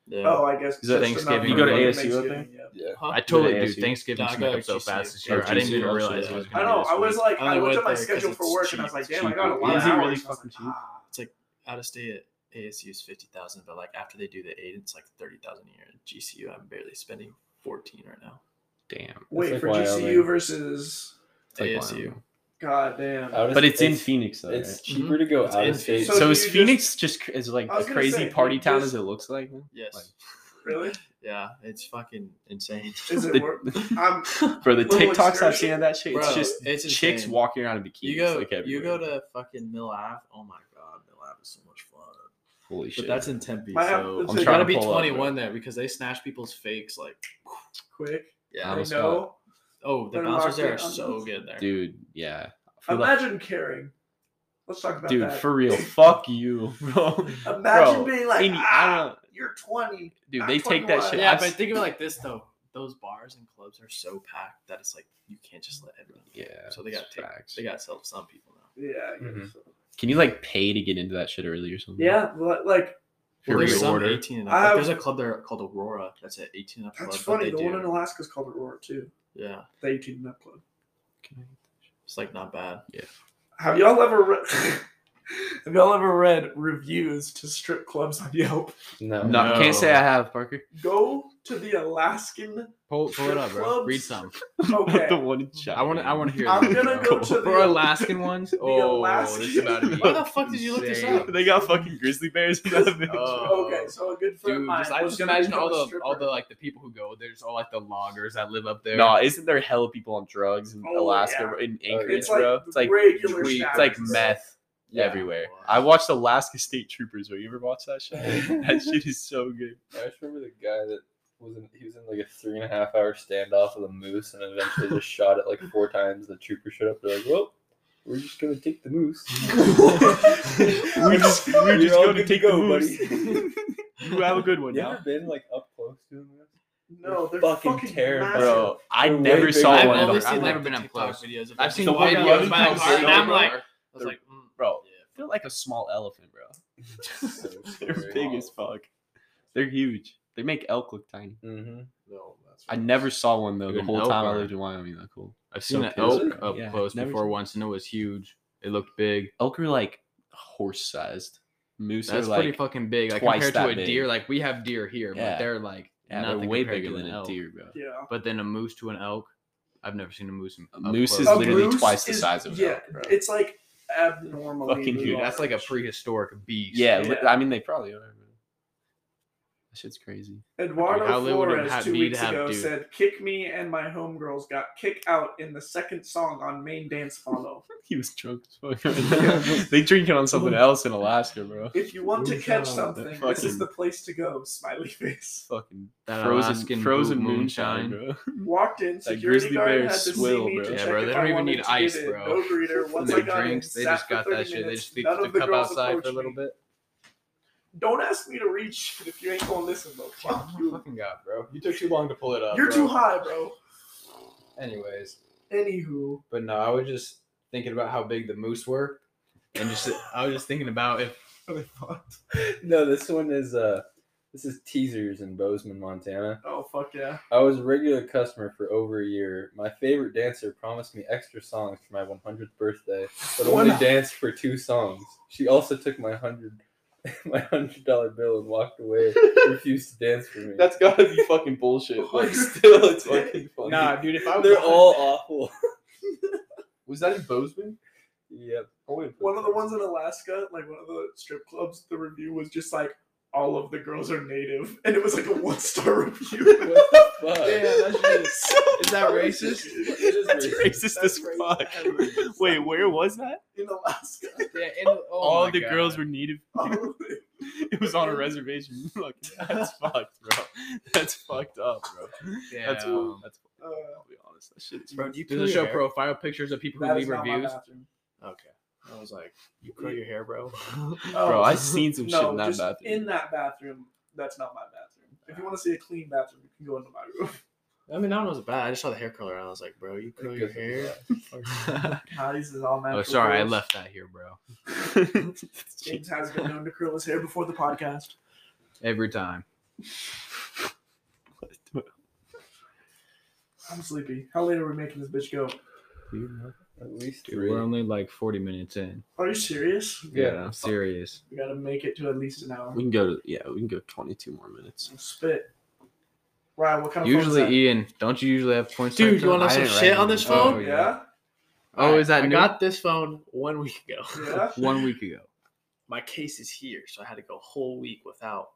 Speaker 6: Yeah.
Speaker 3: Oh, I guess
Speaker 4: Is that
Speaker 3: just
Speaker 4: Thanksgiving?
Speaker 3: enough
Speaker 4: You go to
Speaker 3: for
Speaker 4: ASU up there?
Speaker 3: Thanksgiving, yeah.
Speaker 2: Yeah.
Speaker 6: Huh?
Speaker 1: I totally do.
Speaker 4: Yeah, ASU.
Speaker 1: Thanksgiving
Speaker 6: Yeah, I
Speaker 1: snuck
Speaker 6: got
Speaker 1: up so
Speaker 6: GC.
Speaker 1: fast this
Speaker 4: Oh,
Speaker 1: year. I didn't
Speaker 4: GC,
Speaker 1: even
Speaker 4: oh,
Speaker 1: realize
Speaker 4: shit.
Speaker 1: it was
Speaker 3: I
Speaker 1: going to
Speaker 3: know.
Speaker 1: be this
Speaker 3: I was
Speaker 1: week.
Speaker 3: like, I
Speaker 6: Only
Speaker 3: looked at
Speaker 6: went
Speaker 3: my
Speaker 6: there 'cause
Speaker 3: schedule
Speaker 6: it's
Speaker 3: for work, and I
Speaker 6: cheap.
Speaker 3: was like,
Speaker 6: It's
Speaker 3: damn, I
Speaker 6: cheap.
Speaker 3: got a lot
Speaker 4: Is
Speaker 3: of
Speaker 4: it
Speaker 3: hours.
Speaker 4: really
Speaker 3: I was
Speaker 4: fucking
Speaker 3: like,
Speaker 4: cheap?
Speaker 3: ah.
Speaker 6: It's like out of state ASU is fifty thousand, but like after they do the eight, it's like thirty thousand a year. And GCU, I'm barely spending fourteen right now.
Speaker 4: Damn.
Speaker 3: Wait
Speaker 2: like
Speaker 3: for
Speaker 2: Wyoming.
Speaker 3: GCU versus
Speaker 4: It's like
Speaker 6: ASU.
Speaker 4: wild.
Speaker 3: God damn.
Speaker 2: Out of-
Speaker 4: But it's, in
Speaker 2: it's-
Speaker 4: Phoenix though.
Speaker 2: It's
Speaker 4: right?
Speaker 2: cheaper to go
Speaker 6: It's
Speaker 2: out
Speaker 6: in
Speaker 2: of state.
Speaker 3: So
Speaker 4: So,
Speaker 3: do
Speaker 4: is
Speaker 3: you
Speaker 4: Phoenix just, cr is like
Speaker 3: I was
Speaker 4: as
Speaker 3: gonna
Speaker 4: crazy
Speaker 3: say,
Speaker 4: party
Speaker 3: you
Speaker 4: town
Speaker 3: just-
Speaker 4: as it looks like? man?
Speaker 6: Yes.
Speaker 3: really?
Speaker 6: yeah, it's fucking insane.
Speaker 3: Is it
Speaker 4: The-
Speaker 3: worth? I'm
Speaker 4: For the
Speaker 3: Little
Speaker 4: TikToks I've seen
Speaker 3: excursion?
Speaker 4: of that shit, it's
Speaker 6: Bro,
Speaker 4: just
Speaker 6: it's
Speaker 4: chicks
Speaker 6: insane.
Speaker 4: walking around in bikinis.
Speaker 6: You go,
Speaker 4: like
Speaker 6: you
Speaker 4: everywhere.
Speaker 6: go to fucking Mill Ave. Oh my god, Mill Ave is so much fun.
Speaker 4: holy
Speaker 6: But
Speaker 4: shit.
Speaker 6: that's in Tempe,
Speaker 3: My-
Speaker 6: so
Speaker 3: I'm
Speaker 6: I'm
Speaker 3: trying
Speaker 6: trying
Speaker 3: to
Speaker 6: to be
Speaker 4: pull up, bro.
Speaker 6: 21 there because they snatch people's fakes. Like,
Speaker 3: quick.
Speaker 6: yeah.
Speaker 4: I
Speaker 3: I
Speaker 4: was
Speaker 3: know.
Speaker 6: oh, the
Speaker 3: They're
Speaker 6: bouncers
Speaker 3: locked
Speaker 6: there
Speaker 3: in
Speaker 6: are
Speaker 3: on
Speaker 6: so
Speaker 3: those.
Speaker 6: good there.
Speaker 4: dude. Yeah, I feel like-
Speaker 3: Imagine caring. Let's talk about
Speaker 4: dude,
Speaker 3: that.
Speaker 4: for real. fuck you, bro.
Speaker 3: Imagine
Speaker 4: bro,
Speaker 3: being like,
Speaker 4: Any- I
Speaker 3: ah,
Speaker 4: don't,
Speaker 3: you're 20.
Speaker 4: dude.
Speaker 3: I'm
Speaker 4: They take that
Speaker 3: 21.
Speaker 4: shit.
Speaker 6: Yeah,
Speaker 4: I've-
Speaker 6: but think of it like this though: those bars and clubs are so packed that it's like you can't just let everyone. in.
Speaker 4: yeah.
Speaker 6: So they gotta
Speaker 4: it's
Speaker 6: take-
Speaker 4: facts.
Speaker 6: They got to sell some people now.
Speaker 3: Yeah. I
Speaker 4: Mm-hmm.
Speaker 3: guess
Speaker 2: Mhm.
Speaker 3: so.
Speaker 4: Can you like pay to get into that shit early or something?
Speaker 3: Yeah. li- Like,
Speaker 4: If you're
Speaker 6: Well, there's
Speaker 4: gonna
Speaker 6: some
Speaker 4: order.
Speaker 6: 18 and up.
Speaker 3: I
Speaker 6: Like,
Speaker 3: have-
Speaker 6: there's a club there called Aurora. That's an 18 and up
Speaker 3: that's
Speaker 6: club. but
Speaker 3: funny.
Speaker 6: they
Speaker 3: The one
Speaker 6: do-
Speaker 3: in Alaska's called Aurora, too.
Speaker 6: Yeah,
Speaker 3: The 18 Nut Club.
Speaker 6: it's like not bad.
Speaker 3: Have y'all ever read. Have y'all ever read reviews to strip clubs on Yelp?
Speaker 2: No.
Speaker 4: No,
Speaker 1: No.
Speaker 4: can't say I have, Parker.
Speaker 3: Go to the Alaskan.
Speaker 1: Pull, pull it up, bro.
Speaker 3: Clubs.
Speaker 1: Read some.
Speaker 3: Okay,
Speaker 4: the one in China.
Speaker 1: I want to. I want to hear.
Speaker 3: I'm
Speaker 1: this,
Speaker 3: gonna
Speaker 1: bro.
Speaker 3: go to the-
Speaker 1: for Alaskan ones. Oh,
Speaker 3: Alaskan-
Speaker 1: this is about to be.
Speaker 6: Why the fuck did you look this
Speaker 1: insane.
Speaker 6: up?
Speaker 4: They got fucking grizzly bears in that bitch.
Speaker 1: Oh.
Speaker 3: okay. So a good friend of
Speaker 1: Dude,
Speaker 3: mine
Speaker 1: just, I
Speaker 3: was
Speaker 1: just
Speaker 3: gonna
Speaker 1: imagine
Speaker 3: become
Speaker 1: all
Speaker 3: a
Speaker 1: the all
Speaker 3: stripper.
Speaker 1: the like the people who go. There's all like the loggers that live up there.
Speaker 4: Nah, isn't there hella people on drugs in
Speaker 3: Oh,
Speaker 4: Alaska in Anchorage,
Speaker 3: It's like
Speaker 4: bro? It's like
Speaker 3: regular
Speaker 4: tweet- it's
Speaker 3: stabbers.
Speaker 4: like meth
Speaker 2: Yeah.
Speaker 4: everywhere. I watched Alaska State Troopers. Have you ever watched that show? that shit is so good.
Speaker 2: I just remember the guy that was in, he was in like a three and a half hour standoff with a moose and eventually just shot it like four times. The trooper showed up. They're like, well, we're just going to take the moose.
Speaker 4: We just, we're
Speaker 2: You're
Speaker 4: just
Speaker 2: all
Speaker 4: going to
Speaker 2: good to
Speaker 4: take
Speaker 2: go,
Speaker 4: the moose.
Speaker 2: buddy.
Speaker 4: you have a good one,
Speaker 2: you
Speaker 4: yeah.
Speaker 2: ever been like up close doing this?
Speaker 3: No, they're
Speaker 2: They're
Speaker 3: fucking,
Speaker 2: fucking terrible.
Speaker 3: massive.
Speaker 4: Bro, I
Speaker 2: They're way
Speaker 4: never
Speaker 2: bigger
Speaker 4: saw
Speaker 2: than
Speaker 4: one
Speaker 2: I've
Speaker 4: of
Speaker 2: only
Speaker 4: those.
Speaker 2: seen,
Speaker 4: I've
Speaker 2: like,
Speaker 4: never been up close.
Speaker 6: videos. Of
Speaker 4: I've
Speaker 6: them.
Speaker 4: seen
Speaker 6: So
Speaker 4: one
Speaker 6: I
Speaker 4: guy
Speaker 6: was
Speaker 4: who's
Speaker 6: by a
Speaker 4: close
Speaker 6: car,
Speaker 4: to
Speaker 6: and I'm
Speaker 4: the
Speaker 6: like, I
Speaker 4: bar.
Speaker 6: was like, mm,
Speaker 4: Bro,
Speaker 6: yeah.
Speaker 4: they're like a small elephant, bro.
Speaker 2: So
Speaker 4: they're
Speaker 2: scary.
Speaker 4: big as fuck. They're huge. They make elk look tiny.
Speaker 2: Mm-hmm.
Speaker 5: No, that's
Speaker 4: I never saw one though.
Speaker 1: They're
Speaker 4: The
Speaker 1: an
Speaker 4: whole
Speaker 1: elk,
Speaker 4: time I
Speaker 1: are they?
Speaker 4: lived in Wyoming. That cool.
Speaker 1: I've seen
Speaker 4: So
Speaker 1: an
Speaker 4: cute.
Speaker 1: elk up
Speaker 4: Yeah,
Speaker 1: close
Speaker 4: never
Speaker 1: before
Speaker 4: seen-
Speaker 1: once, and it was huge. It looked big.
Speaker 4: Elk are like horse sized. Moose
Speaker 1: That's
Speaker 4: are like
Speaker 1: pretty fucking big. Like
Speaker 4: twice
Speaker 1: compared
Speaker 4: that
Speaker 1: to a
Speaker 4: big.
Speaker 1: deer, like we have deer here,
Speaker 4: Yeah.
Speaker 1: but they're like
Speaker 4: yeah, they're
Speaker 1: nothing
Speaker 4: way
Speaker 1: compared
Speaker 4: bigger
Speaker 1: to
Speaker 4: than
Speaker 1: an
Speaker 4: a
Speaker 1: elk.
Speaker 4: deer, bro.
Speaker 3: Yeah.
Speaker 1: But then a moose to an elk, I've never seen a moose. in-
Speaker 4: A
Speaker 1: up
Speaker 4: moose is
Speaker 1: close.
Speaker 3: A
Speaker 4: literally
Speaker 3: moose
Speaker 4: twice the
Speaker 3: is-
Speaker 4: size of an
Speaker 3: yeah,
Speaker 4: elk, bro.
Speaker 3: It's like abnormally
Speaker 4: Fucking huge.
Speaker 1: Dude, that's like a
Speaker 3: large.
Speaker 1: prehistoric beast.
Speaker 4: yeah, li-
Speaker 3: Yeah.
Speaker 4: I mean they probably are. Bro. That shit's crazy.
Speaker 3: Eduardo
Speaker 1: Dude, how little would it
Speaker 3: Flores
Speaker 1: have-
Speaker 3: two
Speaker 1: be to
Speaker 3: weeks
Speaker 1: have
Speaker 3: ago
Speaker 1: dude?
Speaker 3: said, "Kick me and my homegirls got kicked out in the second song on main dance follow.
Speaker 4: He was drunk as fuck. they drink it on something else in Alaska, bro.
Speaker 3: If you want to
Speaker 4: Who's
Speaker 3: catch
Speaker 4: that? That
Speaker 3: something, this is
Speaker 4: fucking-
Speaker 3: the place to go." Smiley face.
Speaker 4: Fucking
Speaker 1: That
Speaker 4: frozen,
Speaker 1: Alaskan
Speaker 4: frozen
Speaker 1: boot
Speaker 4: moonshine,
Speaker 1: moonshine.
Speaker 4: bro.
Speaker 3: Walked in, security
Speaker 4: grizzly
Speaker 3: guard
Speaker 4: bear
Speaker 3: had to
Speaker 4: swill,
Speaker 3: see me
Speaker 4: bro.
Speaker 3: to
Speaker 1: Yeah,
Speaker 3: check
Speaker 1: bro,
Speaker 3: if
Speaker 1: they
Speaker 3: I
Speaker 1: don't even
Speaker 3: wanted
Speaker 1: need
Speaker 3: to
Speaker 1: ice,
Speaker 3: get in.
Speaker 1: bro.
Speaker 3: No greeter.
Speaker 1: And
Speaker 3: Once I
Speaker 1: their
Speaker 3: got
Speaker 1: drinks,
Speaker 3: in,
Speaker 1: they
Speaker 3: sat
Speaker 1: just
Speaker 3: for
Speaker 1: got
Speaker 3: 30
Speaker 1: that shit. They
Speaker 3: minutes,
Speaker 1: just leave
Speaker 3: none
Speaker 1: the
Speaker 3: of the
Speaker 1: cup
Speaker 3: girls
Speaker 1: outside for a
Speaker 3: approached
Speaker 1: little
Speaker 3: me.
Speaker 1: bit.
Speaker 3: Don't ask me to reach if you ain't gonna listen, bro. Fuck you.
Speaker 7: fucking god, bro. You took too long to pull it up.
Speaker 3: You're
Speaker 7: bro.
Speaker 3: too high, bro.
Speaker 7: Anyways,
Speaker 3: Anywho,
Speaker 7: but no, I was just thinking about how big the moose were.
Speaker 1: And just, I was just thinking about if
Speaker 3: really fucked.
Speaker 2: No, this one is uh, this is teasers in Bozeman, Montana.
Speaker 3: Oh fuck yeah.
Speaker 2: I was a regular customer for over a year. My favorite dancer promised me extra songs for my 100th birthday, but only
Speaker 3: Wow.
Speaker 2: danced for two songs. She also took my hundred, my hundred dollar bill and walked away. refused to dance for me.
Speaker 4: That's gotta be fucking bullshit.
Speaker 3: but
Speaker 4: still,
Speaker 3: it's fucking
Speaker 4: funny.
Speaker 7: Nah, dude, if I was
Speaker 2: They're all awful.
Speaker 7: was that in Bozeman?
Speaker 2: yep.
Speaker 3: one of the ones in Alaska, like one of the strip clubs, the review was just like all of the girls are native, and it was like a one star review.
Speaker 2: What the fuck?
Speaker 1: is that racist?
Speaker 2: It is
Speaker 4: That's
Speaker 2: racist.
Speaker 4: racist
Speaker 3: That's
Speaker 4: as
Speaker 3: racist.
Speaker 4: fuck.
Speaker 3: That's racist.
Speaker 4: Wait, where was that?
Speaker 3: in Alaska.
Speaker 1: Yeah, and, oh
Speaker 4: All
Speaker 1: my
Speaker 4: the
Speaker 1: God.
Speaker 4: girls were needed.
Speaker 3: All of it.
Speaker 4: It was on a reservation. Look, that's fucked, bro. That's fucked up, bro.
Speaker 1: Yeah,
Speaker 4: That's
Speaker 1: um,
Speaker 4: that's.
Speaker 3: Uh,
Speaker 4: I'll be honest. That shit is.
Speaker 5: Bro, do you
Speaker 1: Does it show profile pictures of people who
Speaker 3: that is
Speaker 1: leave
Speaker 3: not my
Speaker 1: reviews?
Speaker 3: bathroom.
Speaker 5: Okay. I was like, you curl your hair, bro.
Speaker 4: Bro,
Speaker 3: Oh,
Speaker 4: I seen some shit
Speaker 3: no,
Speaker 4: in that
Speaker 3: just
Speaker 4: bathroom.
Speaker 3: in that bathroom. That's not my bathroom. If you want to see a clean bathroom, you can go into my room.
Speaker 5: I mean, that one was bad. I just saw the hair color and I was like, bro, you curl your hair.
Speaker 3: Nah, this is all natural.
Speaker 1: Oh, sorry, I
Speaker 3: curls.
Speaker 1: left that here, bro.
Speaker 3: James has been known to curl his hair before the podcast.
Speaker 1: Every time.
Speaker 3: I'm sleepy. How late are we making this bitch go?
Speaker 2: At least
Speaker 1: Dude, we're
Speaker 2: three.
Speaker 1: only like 40 minutes in.
Speaker 3: Are you serious?
Speaker 2: Yeah.
Speaker 1: I'm serious.
Speaker 3: We gotta make it to at least an hour.
Speaker 4: we can go to yeah. We can go twenty two more minutes.
Speaker 3: Spit. Ryan, what kind of
Speaker 1: Usually,
Speaker 3: phone is
Speaker 1: Ian, don't you usually have points?
Speaker 5: Dude, you
Speaker 1: want
Speaker 5: wanna know some shit on this
Speaker 3: that?
Speaker 5: phone?
Speaker 3: Oh,
Speaker 1: yeah.
Speaker 3: yeah,
Speaker 1: Oh, is that
Speaker 5: I
Speaker 1: new?
Speaker 5: got this phone one week ago.
Speaker 3: yeah.
Speaker 1: One week ago.
Speaker 5: My case is here, so I had to go a whole week without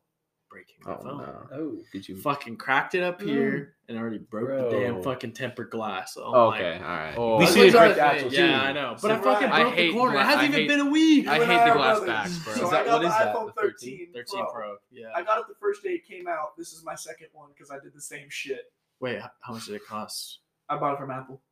Speaker 5: breaking my phone.
Speaker 2: Oh.
Speaker 4: Did you?
Speaker 5: Fucking cracked it
Speaker 3: Mm.
Speaker 5: up here and already broke the damn
Speaker 3: Oh.
Speaker 2: Bro.
Speaker 5: fucking tempered glass. Oh,
Speaker 4: Oh,
Speaker 5: my-
Speaker 4: okay, all right.
Speaker 1: Oh,
Speaker 4: we
Speaker 5: I
Speaker 1: I
Speaker 4: see
Speaker 5: was
Speaker 4: it.
Speaker 5: like,
Speaker 1: break the axle,
Speaker 5: yeah,
Speaker 1: too.
Speaker 5: I know. But I
Speaker 3: So
Speaker 5: fucking
Speaker 3: Ryan- I
Speaker 5: broke the
Speaker 1: hate
Speaker 5: corner. It
Speaker 1: gla-
Speaker 5: hasn't
Speaker 1: I
Speaker 5: even
Speaker 1: hate-
Speaker 5: been a week.
Speaker 1: I
Speaker 3: You and
Speaker 1: hate the
Speaker 3: are
Speaker 1: glass
Speaker 3: brothers.
Speaker 1: backs, bro.
Speaker 3: So
Speaker 1: Is
Speaker 3: I
Speaker 1: that-
Speaker 3: got
Speaker 4: what
Speaker 3: the
Speaker 4: is that,
Speaker 3: iPhone
Speaker 4: the
Speaker 3: 13.
Speaker 5: 13
Speaker 3: Pro.
Speaker 5: Pro. Yeah.
Speaker 3: I got it the first day it came out. This is my second one because I did the same shit.
Speaker 5: Wait, h- how much did it cost?
Speaker 3: I bought it from Apple.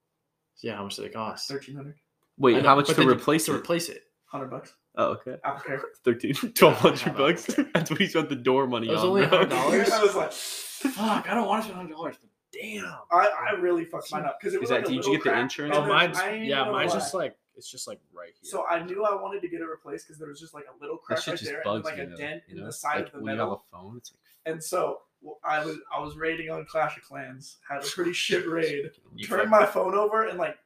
Speaker 5: Yeah, how much did it cost?
Speaker 3: 1300
Speaker 5: I
Speaker 4: Wait,
Speaker 5: know,
Speaker 4: how much
Speaker 5: but
Speaker 4: to
Speaker 5: then you-
Speaker 4: replace
Speaker 5: To
Speaker 4: it?
Speaker 5: replace it.
Speaker 3: Hundred bucks.
Speaker 4: Oh, okay.
Speaker 3: Apple Care.
Speaker 4: 13 1200 bucks. That's what he spent the door money
Speaker 5: It was
Speaker 4: on.
Speaker 5: only
Speaker 4: bro.
Speaker 5: $100? Dollars?
Speaker 3: I was like,
Speaker 5: Fuck, I don't want to spend hundred dollars, but damn.
Speaker 3: I, I really fucked mine up because it
Speaker 4: Is
Speaker 3: was
Speaker 4: that-
Speaker 3: like a
Speaker 4: did you
Speaker 3: little
Speaker 4: get the
Speaker 3: crack,
Speaker 4: insurance?
Speaker 3: and
Speaker 5: Oh,
Speaker 3: then
Speaker 5: mine's
Speaker 3: I ain't
Speaker 5: yeah,
Speaker 3: gonna
Speaker 5: mine's
Speaker 3: lie.
Speaker 5: just like it's just like right here.
Speaker 3: So I knew I wanted to get it replaced because there was just like a little crack right there and like a
Speaker 4: though,
Speaker 3: dent
Speaker 4: you
Speaker 3: in
Speaker 4: know?
Speaker 3: the side
Speaker 4: Like,
Speaker 3: of the
Speaker 4: when you have
Speaker 3: metal.
Speaker 4: a phone, it's
Speaker 3: And so well, I was I was raiding on Clash of Clans, had a pretty shit raid.
Speaker 4: You
Speaker 3: Turned my phone over and like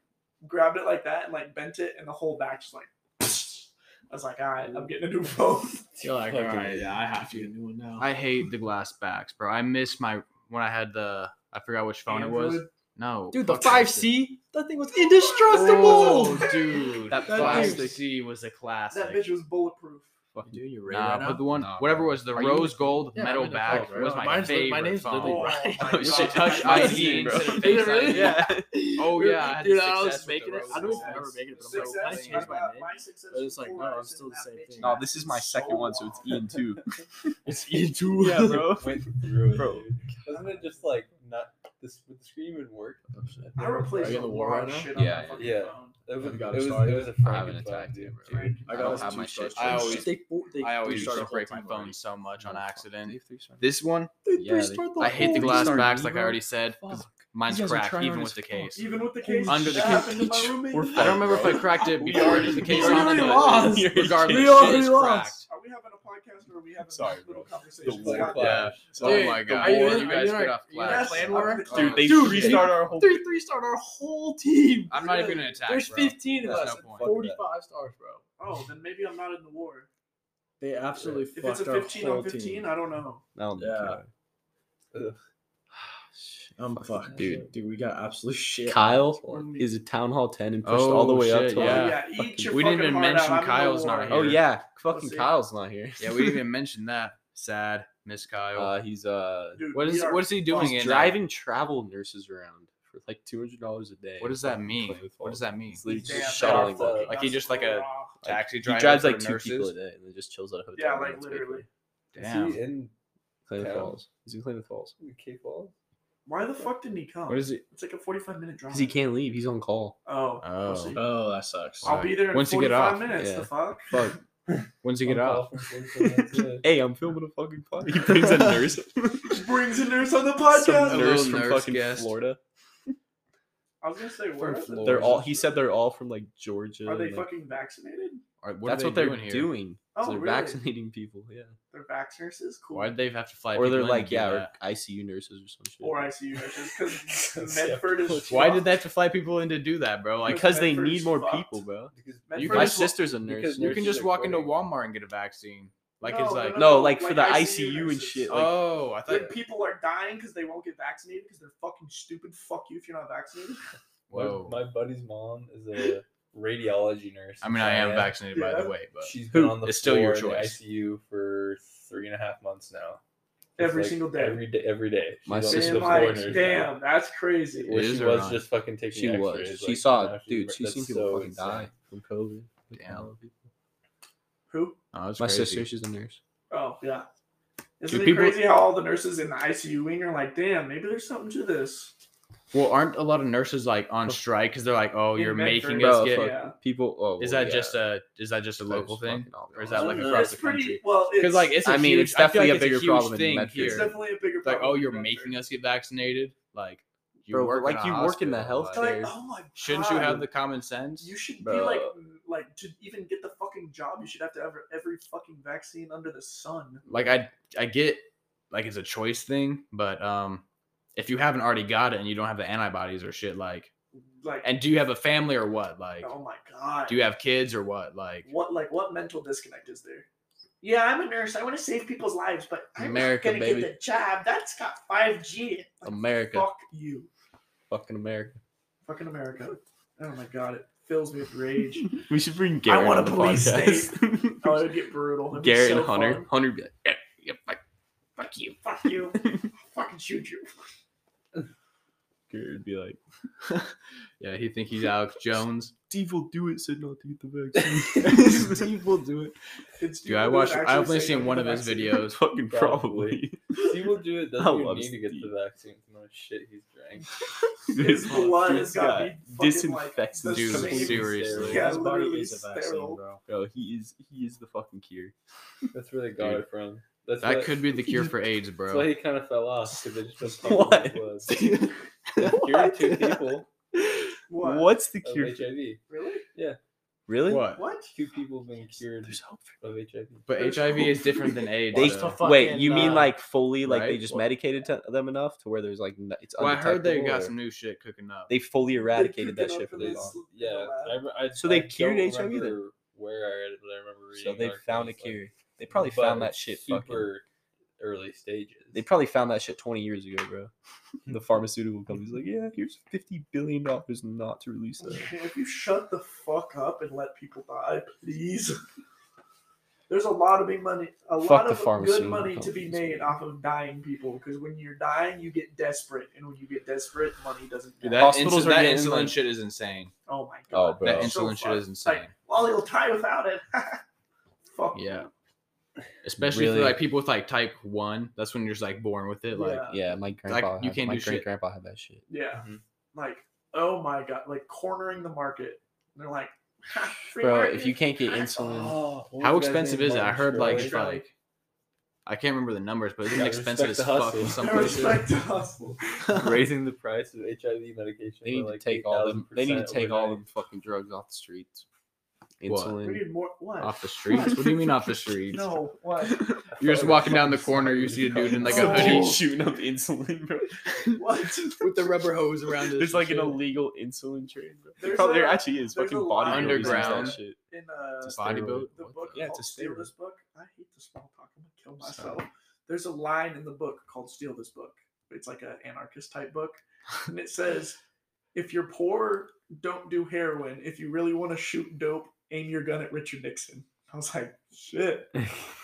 Speaker 3: grabbed it like that and like bent it, and the whole back just like. I was like, all right, I'm getting a new phone.
Speaker 5: You're like, all
Speaker 2: Fucking-
Speaker 5: right, yeah, I have to get a new one now.
Speaker 1: I hate the glass backs, bro. I miss my when I had the I forgot which phone it was.
Speaker 3: Android.
Speaker 1: No,
Speaker 5: Dude, the
Speaker 1: Fuck
Speaker 5: five
Speaker 1: that shit.
Speaker 5: C, that thing was
Speaker 1: Oh,
Speaker 5: indestructible.
Speaker 1: dude,
Speaker 4: That
Speaker 1: that
Speaker 5: thing-
Speaker 1: five C was a classic.
Speaker 3: That bitch was bulletproof.
Speaker 5: Dude, you're right,
Speaker 1: Nah,
Speaker 5: right
Speaker 1: but
Speaker 5: now.
Speaker 1: the one,
Speaker 4: Nah,
Speaker 1: whatever
Speaker 4: bro.
Speaker 1: was the
Speaker 4: Are you-
Speaker 1: rose gold
Speaker 5: Yeah, I'm
Speaker 1: metal
Speaker 5: in the
Speaker 1: back
Speaker 5: phone, bro.
Speaker 1: was my
Speaker 5: Mine's li-
Speaker 1: favorite
Speaker 5: my name's
Speaker 1: phone.
Speaker 5: literally
Speaker 3: Oh,
Speaker 5: Ryan.
Speaker 3: my
Speaker 4: Oh, shit.
Speaker 3: God.
Speaker 1: Touch
Speaker 3: My
Speaker 1: ID
Speaker 3: screen,
Speaker 1: instead of
Speaker 3: bro.
Speaker 5: Dude,
Speaker 1: Face ID.
Speaker 5: yeah.
Speaker 1: Oh,
Speaker 5: Dude,
Speaker 1: yeah, I had
Speaker 5: dude, I
Speaker 1: success
Speaker 5: was
Speaker 1: with
Speaker 5: making
Speaker 1: the
Speaker 5: it.
Speaker 1: rose
Speaker 5: I don't even
Speaker 1: gold.
Speaker 5: remember making it, but I'm
Speaker 3: Six
Speaker 5: like, why did you change
Speaker 3: S, I
Speaker 5: my
Speaker 3: got-
Speaker 5: name?
Speaker 3: my six S
Speaker 5: But it's like,
Speaker 3: before
Speaker 5: no,
Speaker 3: I
Speaker 5: I'm
Speaker 3: sent
Speaker 5: still the
Speaker 3: that
Speaker 5: same
Speaker 3: bitch
Speaker 5: thing.
Speaker 4: No,
Speaker 3: back
Speaker 4: Oh, this is my second
Speaker 3: so
Speaker 4: one, so it's
Speaker 3: long.
Speaker 4: Ian two.
Speaker 5: It's E two,
Speaker 4: bro.
Speaker 2: Oh, Went through it,
Speaker 4: Bro.
Speaker 2: dude. Wasn't it just like not this? Would the screen even work?
Speaker 8: Oh, shit.
Speaker 3: I replaced
Speaker 8: you
Speaker 3: a
Speaker 8: in the war
Speaker 3: lot
Speaker 8: right
Speaker 3: of
Speaker 8: now?
Speaker 3: shit on
Speaker 8: Yeah,
Speaker 3: my fucking
Speaker 2: yeah.
Speaker 3: phone.
Speaker 2: It was,
Speaker 8: Have you
Speaker 2: it
Speaker 8: got a
Speaker 2: was, it
Speaker 8: star yet?
Speaker 2: was a
Speaker 8: I
Speaker 2: freaking
Speaker 8: I haven't
Speaker 2: fun,
Speaker 8: attacked
Speaker 2: dude.
Speaker 8: yet, bro.
Speaker 3: Right.
Speaker 8: I
Speaker 2: I
Speaker 8: don't
Speaker 2: was
Speaker 8: have
Speaker 2: too
Speaker 8: my shit.
Speaker 1: I always-
Speaker 6: They, they,
Speaker 1: I always
Speaker 6: dude,
Speaker 1: try to
Speaker 6: the whole
Speaker 1: break my
Speaker 6: team
Speaker 1: phone
Speaker 6: already.
Speaker 1: so much on
Speaker 4: No, fuck.
Speaker 1: accident.
Speaker 4: They've three-starred.
Speaker 1: This one,
Speaker 8: They
Speaker 4: Yeah, they-
Speaker 8: three-starred
Speaker 1: I hate the
Speaker 8: whole
Speaker 1: glass
Speaker 8: league.
Speaker 1: backs, like I
Speaker 6: Negro?
Speaker 1: already said. 'cause
Speaker 6: Fuck.
Speaker 1: Mine's
Speaker 6: You guys are
Speaker 1: cracked,
Speaker 6: trying
Speaker 1: even
Speaker 6: as
Speaker 1: with the
Speaker 6: fuck.
Speaker 1: case.
Speaker 3: Even with the case
Speaker 1: Under the
Speaker 3: that happened to my
Speaker 6: cage.
Speaker 3: roommate.
Speaker 6: We're
Speaker 1: I don't remember if I
Speaker 6: bro.
Speaker 1: cracked it. We
Speaker 6: We
Speaker 1: already
Speaker 6: already-
Speaker 1: the case
Speaker 6: we
Speaker 1: on
Speaker 6: already
Speaker 1: it.
Speaker 6: lost.
Speaker 1: Regardless,
Speaker 6: We
Speaker 1: shit
Speaker 6: already
Speaker 1: is
Speaker 6: lost.
Speaker 3: Are we having a podcast or are we having
Speaker 8: Sorry,
Speaker 3: a little
Speaker 8: bro. The
Speaker 3: conversation?
Speaker 8: war
Speaker 3: Scott?
Speaker 8: club.
Speaker 2: Yeah.
Speaker 1: Oh my god!
Speaker 2: Are you
Speaker 1: Or
Speaker 2: in-
Speaker 1: you
Speaker 2: are
Speaker 1: guys put
Speaker 2: you in our-
Speaker 1: off
Speaker 2: you in our
Speaker 1: flags.
Speaker 3: clan
Speaker 1: I'm-
Speaker 3: war?
Speaker 1: Dude, they
Speaker 6: Dude,
Speaker 1: should-
Speaker 6: restart our whole. Three, three start our whole team.
Speaker 1: I'm not even gonna attack.
Speaker 6: There's
Speaker 1: bro.
Speaker 6: 15 of
Speaker 1: That's
Speaker 6: us.
Speaker 1: no point.
Speaker 6: Forty-five stars, bro.
Speaker 3: Oh, then maybe I'm not in the war.
Speaker 8: They absolutely
Speaker 3: If
Speaker 8: fucked
Speaker 3: it's a
Speaker 8: our
Speaker 3: 15 on
Speaker 8: whole
Speaker 3: 15,
Speaker 8: team.
Speaker 3: I don't know.
Speaker 4: Oh,
Speaker 8: That'll be
Speaker 7: Yeah.
Speaker 8: good. I'm fucked, dude. Dude, we got absolute shit.
Speaker 4: Kyle
Speaker 8: Or-
Speaker 4: is a town hall ten and pushed
Speaker 1: Oh,
Speaker 4: all the way up
Speaker 1: shit,
Speaker 4: to.
Speaker 3: Oh,
Speaker 4: like-
Speaker 1: Yeah.
Speaker 3: yeah, eat your
Speaker 1: We didn't
Speaker 3: fucking
Speaker 1: even
Speaker 3: heart
Speaker 1: mention
Speaker 3: out. I'm in the
Speaker 1: Kyle's
Speaker 3: war.
Speaker 1: not here.
Speaker 4: Oh yeah, fucking
Speaker 3: see.
Speaker 4: Kyle's not here.
Speaker 1: Yeah, we didn't even mention that. Sad, Miss Kyle.
Speaker 4: Uh, he's uh
Speaker 3: Dude,
Speaker 1: what
Speaker 3: we
Speaker 1: is
Speaker 3: are-
Speaker 1: what is he doing?
Speaker 4: he's
Speaker 1: in
Speaker 4: driving travel nurses around for like two hundred dollars a day.
Speaker 1: What does that mean? What does that mean?
Speaker 4: He's literally
Speaker 3: Damn,
Speaker 4: just shuttling
Speaker 3: that's
Speaker 4: them.
Speaker 3: fucking-
Speaker 1: Like, he just, like, a-
Speaker 3: raw.
Speaker 1: Taxi
Speaker 4: He
Speaker 1: driver.
Speaker 4: drives
Speaker 1: for
Speaker 4: like two people
Speaker 1: nurses?
Speaker 4: a day and then just chills at a hotel.
Speaker 3: Yeah,
Speaker 4: room
Speaker 3: like
Speaker 4: that's
Speaker 3: literally.
Speaker 4: vacant.
Speaker 2: Is
Speaker 1: Damn.
Speaker 2: he in
Speaker 4: Clay
Speaker 2: Town.
Speaker 4: Falls. He's in Clay Falls.
Speaker 2: K Falls?
Speaker 3: Why the fuck didn't he come?
Speaker 4: What is it?
Speaker 3: It's like a 45 minute drive.
Speaker 4: Because he can't leave. He's on call.
Speaker 3: Oh.
Speaker 1: Oh.
Speaker 3: pussy.
Speaker 8: Oh, that sucks.
Speaker 3: I'll be there in
Speaker 4: Once you
Speaker 3: 45
Speaker 4: get off,
Speaker 3: minutes.
Speaker 4: yeah.
Speaker 3: The fuck?
Speaker 4: Fuck. When's he get off?
Speaker 2: off.
Speaker 4: Hey, I'm filming a fucking podcast. He brings a nurse,
Speaker 3: Brings a nurse on the
Speaker 4: some
Speaker 1: A
Speaker 3: podcast.
Speaker 1: little
Speaker 4: nurse from
Speaker 1: nurse
Speaker 4: fucking
Speaker 1: guest.
Speaker 4: Florida.
Speaker 3: I was gonna say, where is it?
Speaker 2: Florida.
Speaker 4: They're all. He said they're all from like Georgia.
Speaker 3: Are they
Speaker 4: and, like-
Speaker 3: fucking vaccinated?
Speaker 1: Or What
Speaker 4: that's
Speaker 1: are
Speaker 4: what
Speaker 1: they
Speaker 4: they're
Speaker 1: doing
Speaker 4: doing.
Speaker 1: here?
Speaker 3: Oh,
Speaker 4: So they're
Speaker 3: really?
Speaker 4: vaccinating people. Yeah.
Speaker 3: They're vax nurses? Cool.
Speaker 1: Why'd they have to fly?
Speaker 4: or
Speaker 1: people
Speaker 4: they're
Speaker 1: in to
Speaker 4: like,
Speaker 1: do
Speaker 4: yeah, or
Speaker 1: that?
Speaker 4: ICU nurses or some shit.
Speaker 3: Or ICU nurses? Because Medford is.
Speaker 1: Why did they have to fly people in to do that, bro? Like,
Speaker 4: because they
Speaker 3: Medford's
Speaker 4: need more
Speaker 3: fucked.
Speaker 4: people, bro.
Speaker 1: You
Speaker 3: Medford
Speaker 1: can
Speaker 4: My
Speaker 1: just-
Speaker 4: sister's a nurse.
Speaker 2: because
Speaker 1: you can
Speaker 2: nurses
Speaker 1: just
Speaker 2: are
Speaker 1: walk into
Speaker 2: quitting.
Speaker 1: Walmart and get a vaccine. Like,
Speaker 3: No,
Speaker 1: it's
Speaker 3: no,
Speaker 1: like,
Speaker 3: no.
Speaker 4: no, like for the
Speaker 3: like ICU
Speaker 4: ICU and
Speaker 3: nurses.
Speaker 4: shit. Like,
Speaker 1: oh, I thought.
Speaker 3: Like people are dying because they won't get vaccinated because they're fucking stupid. Fuck you if you're not vaccinated.
Speaker 1: Whoa.
Speaker 2: My, my buddy's mom is a radiology nurse.
Speaker 1: I mean, I am
Speaker 2: Yeah.
Speaker 1: vaccinated, by
Speaker 3: Yeah.
Speaker 1: the way, but
Speaker 2: She's been
Speaker 4: Who?
Speaker 2: on the
Speaker 1: It's still your
Speaker 2: floor in the
Speaker 1: choice.
Speaker 2: ICU for three and a half months now. It's
Speaker 3: Every single day.
Speaker 2: Every day. Every day.
Speaker 4: My
Speaker 2: She's on
Speaker 4: sister-
Speaker 2: the
Speaker 3: Damn,
Speaker 4: Damn,
Speaker 2: floor
Speaker 3: like,
Speaker 2: nurse now.
Speaker 3: damn, that's crazy.
Speaker 2: Where
Speaker 1: It is
Speaker 2: she
Speaker 1: or
Speaker 2: was
Speaker 1: not?
Speaker 2: just fucking taking
Speaker 4: she was.
Speaker 2: X-rays,
Speaker 4: She
Speaker 2: like,
Speaker 4: saw,
Speaker 2: now she's
Speaker 4: dude.
Speaker 2: re-
Speaker 4: She's
Speaker 2: that's
Speaker 4: seen people
Speaker 2: so
Speaker 4: fucking
Speaker 2: insane.
Speaker 4: die from COVID. Like,
Speaker 1: Damn.
Speaker 4: all of it.
Speaker 3: Who?
Speaker 1: oh, that's
Speaker 4: My
Speaker 1: crazy.
Speaker 4: sister, she's a nurse.
Speaker 3: Oh yeah. Isn't
Speaker 1: Dude,
Speaker 3: it
Speaker 1: people-
Speaker 3: crazy how all the nurses in the ICU wing are like, damn, maybe there's something to this.
Speaker 1: Well, aren't a lot of nurses like on strike because they're like, oh,
Speaker 3: In
Speaker 1: you're
Speaker 3: Medford.
Speaker 1: making
Speaker 4: Bro,
Speaker 1: us get?
Speaker 4: fuck.
Speaker 3: yeah.
Speaker 4: People. Oh,
Speaker 1: Is
Speaker 4: well,
Speaker 1: that
Speaker 4: yeah.
Speaker 1: just a is that just a
Speaker 4: That is
Speaker 1: local thing?
Speaker 4: fucking awful.
Speaker 1: Or is that like
Speaker 3: Uh,
Speaker 1: across
Speaker 3: it's
Speaker 1: the
Speaker 3: pretty,
Speaker 1: country?
Speaker 3: Well,
Speaker 1: Because like it's a
Speaker 4: I mean,
Speaker 1: huge,
Speaker 4: it's
Speaker 1: I feel
Speaker 4: definitely
Speaker 1: like
Speaker 4: a
Speaker 1: it's
Speaker 4: bigger
Speaker 1: huge
Speaker 4: problem in
Speaker 1: thing
Speaker 4: Medford.
Speaker 1: here.
Speaker 3: it's definitely a bigger
Speaker 1: It's like,
Speaker 3: problem
Speaker 1: oh, you're
Speaker 3: than
Speaker 1: making
Speaker 3: Medford.
Speaker 1: us get vaccinated. Like, you
Speaker 4: Bro,
Speaker 1: work
Speaker 4: like,
Speaker 1: in a
Speaker 4: you work in the
Speaker 1: hospital,
Speaker 4: health
Speaker 3: It's
Speaker 1: like,
Speaker 3: Like,
Speaker 4: There's-
Speaker 3: oh my god.
Speaker 1: shouldn't you have the common sense?
Speaker 3: You should be
Speaker 4: Bro.
Speaker 3: like, like to even get the fucking job, you should have to have every fucking vaccine under the sun.
Speaker 1: like I I get like it's a choice thing, but um if you haven't already got it and you don't have the antibodies or shit like
Speaker 3: Like,
Speaker 1: and do you have a family or what? Like
Speaker 3: oh my god.
Speaker 1: do you have kids or what? Like
Speaker 3: what like what mental disconnect is there? Yeah, I'm a nurse. I want to save people's lives, but I'm
Speaker 4: America,
Speaker 3: not gonna
Speaker 4: baby.
Speaker 3: get the job. That's got five G. Like,
Speaker 4: America,
Speaker 3: fuck you,
Speaker 4: fucking America.
Speaker 3: fucking America. Oh my god, it fills me with rage.
Speaker 4: We should bring
Speaker 3: Garrett
Speaker 4: Garrett.
Speaker 3: I want
Speaker 4: on
Speaker 3: a
Speaker 4: the
Speaker 3: police
Speaker 4: podcast.
Speaker 3: oh, it'd get brutal. It'd be
Speaker 4: Garrett
Speaker 3: so
Speaker 4: and Hunter.
Speaker 3: fun.
Speaker 4: Hunter would be like, "Eh, yeah, fuck, fuck you.
Speaker 3: Fuck you. I'll fucking shoot you.
Speaker 4: Garrett would be like,
Speaker 1: yeah, he think he's Alex Jones.
Speaker 4: Steve will do it. Said not to get the vaccine. Steve will do it.
Speaker 3: It's
Speaker 1: Dude, I
Speaker 3: people that
Speaker 1: watched
Speaker 3: actually
Speaker 1: I've only
Speaker 3: say
Speaker 1: seen
Speaker 3: no
Speaker 1: one
Speaker 3: to
Speaker 1: of his
Speaker 3: vaccine.
Speaker 1: videos.
Speaker 4: Fucking
Speaker 2: Probably.
Speaker 4: probably.
Speaker 2: She will do it.
Speaker 4: I
Speaker 2: Doesn't even
Speaker 4: love
Speaker 2: need to get
Speaker 4: Steve.
Speaker 2: the vaccine from the shit he's drank.
Speaker 3: His blood has got to be fucking, like,
Speaker 4: disinfects
Speaker 3: the
Speaker 1: Dude,
Speaker 3: same-
Speaker 1: seriously.
Speaker 3: Yeah,
Speaker 8: His body
Speaker 3: literally
Speaker 8: is a vaccine,
Speaker 3: sterile.
Speaker 8: bro.
Speaker 4: Bro, he is he is the fucking cure.
Speaker 2: That's where they got
Speaker 1: Dude.
Speaker 2: it from. That's
Speaker 1: That
Speaker 2: what-
Speaker 1: could be the cure for AIDS,
Speaker 2: That's why
Speaker 1: bro.
Speaker 2: he kind of fell off because they just been pumping his blood. They cured two people
Speaker 3: What?
Speaker 4: What's the
Speaker 2: of
Speaker 4: cure? for-
Speaker 2: HIV.
Speaker 3: Really?
Speaker 4: Really?
Speaker 3: What?
Speaker 2: Two people have been cured
Speaker 4: There's hope for
Speaker 2: of HIV.
Speaker 1: But HIV is different than AIDS.
Speaker 4: They-
Speaker 1: though.
Speaker 4: Wait, you mean like fully like they
Speaker 1: uh, right?
Speaker 4: just
Speaker 1: Well-
Speaker 4: medicated to them enough to where there's like n- it's
Speaker 1: well, I heard they
Speaker 4: undetectable,
Speaker 1: got
Speaker 4: or-
Speaker 1: some new shit cooking up.
Speaker 4: they fully eradicated
Speaker 3: They
Speaker 4: that shit
Speaker 3: cooked
Speaker 4: for
Speaker 3: it
Speaker 4: the
Speaker 3: up
Speaker 4: long.
Speaker 3: for
Speaker 2: Yeah, I, re- I,
Speaker 4: So they
Speaker 2: I don't
Speaker 4: cured HIV then?
Speaker 2: remember Where I read it, but I remember reading.
Speaker 4: So they
Speaker 2: an
Speaker 4: found a
Speaker 2: article that's like,
Speaker 4: cure. They probably
Speaker 2: but
Speaker 4: found that
Speaker 2: it's
Speaker 4: shit fucking.
Speaker 2: super early stages.
Speaker 4: They probably found that shit 20 years ago, bro. The pharmaceutical company's like, yeah, here's 50 billion dollars not to release that.
Speaker 3: If you shut the fuck up and let people die, please. There's a lot of big money, a
Speaker 4: Fuck
Speaker 3: lot
Speaker 4: the
Speaker 3: of good
Speaker 4: pharmaceutical
Speaker 3: money to be
Speaker 4: companies,
Speaker 3: made
Speaker 4: man.
Speaker 3: off of dying people. Because when you're dying, you get desperate, and when you get desperate, money doesn't.
Speaker 1: Dude,
Speaker 3: matter.
Speaker 1: that
Speaker 4: Hospitals
Speaker 1: insulin,
Speaker 4: are
Speaker 1: that
Speaker 4: getting,
Speaker 1: insulin
Speaker 4: like-
Speaker 1: shit is insane.
Speaker 3: oh my
Speaker 4: Oh,
Speaker 3: god,
Speaker 4: bro.
Speaker 1: That
Speaker 3: That's so
Speaker 1: insulin shit
Speaker 3: fucked.
Speaker 1: is insane.
Speaker 3: Like, well, you'll die without it. fuck
Speaker 1: Yeah. Especially for
Speaker 4: Really-
Speaker 1: like people with like type one. That's when you're just like born with it. Like
Speaker 3: Yeah.
Speaker 4: Yeah, my grandpa.
Speaker 1: you
Speaker 4: had-
Speaker 1: can't
Speaker 4: my
Speaker 1: do shit.
Speaker 4: great grandpa had that shit.
Speaker 3: yeah. like, oh my god, like cornering the market. And they're like, "Ha, free
Speaker 6: Bro,
Speaker 3: market."
Speaker 6: if you can't get insulin,
Speaker 2: Oh, what was
Speaker 1: How
Speaker 2: the guy's
Speaker 1: expensive
Speaker 2: name?
Speaker 1: is it? I
Speaker 2: Martin
Speaker 1: heard like it's
Speaker 2: Shkreli.
Speaker 1: like I can't remember the numbers, but it's
Speaker 2: Yeah,
Speaker 1: expensive as
Speaker 2: respect the
Speaker 1: fuck
Speaker 2: hustle.
Speaker 1: in some
Speaker 3: I
Speaker 1: places.
Speaker 3: respect the hustle.
Speaker 2: raising the price of HIV medication.
Speaker 4: They need
Speaker 2: by, like
Speaker 4: to take all them. They need to
Speaker 2: 8,000%
Speaker 4: take all
Speaker 2: overnight.
Speaker 4: them fucking drugs off the streets.
Speaker 1: What?
Speaker 3: We
Speaker 4: Insulin
Speaker 3: need more. What?
Speaker 4: off the streets. What do you mean off the streets?
Speaker 3: no, what?
Speaker 1: You're just walking down the corner, you see a dude in like a
Speaker 3: Oh.
Speaker 1: hoodie.
Speaker 6: shooting up insulin, bro.
Speaker 3: What?
Speaker 7: with the rubber hose around it.
Speaker 6: There's like an illegal insulin trade, bro.
Speaker 3: There's
Speaker 6: Probably there
Speaker 3: a-
Speaker 6: actually is
Speaker 3: there's
Speaker 6: fucking
Speaker 3: a
Speaker 6: body
Speaker 3: lot
Speaker 6: Builders use that
Speaker 1: Underground.
Speaker 6: shit.
Speaker 3: In uh,
Speaker 4: It's a body
Speaker 1: steroid.
Speaker 4: build.
Speaker 3: the
Speaker 4: What
Speaker 3: book
Speaker 6: Yeah,
Speaker 3: called
Speaker 6: it's a
Speaker 3: Steal
Speaker 6: steroid.
Speaker 3: This Book. I hate the small talk. I'm gonna kill myself. There's a line in the book called Steal This Book. It's like an anarchist type book. And it says, if you're poor, don't do heroin. If you really want to shoot dope, aim your gun at Richard Nixon. I was like, shit.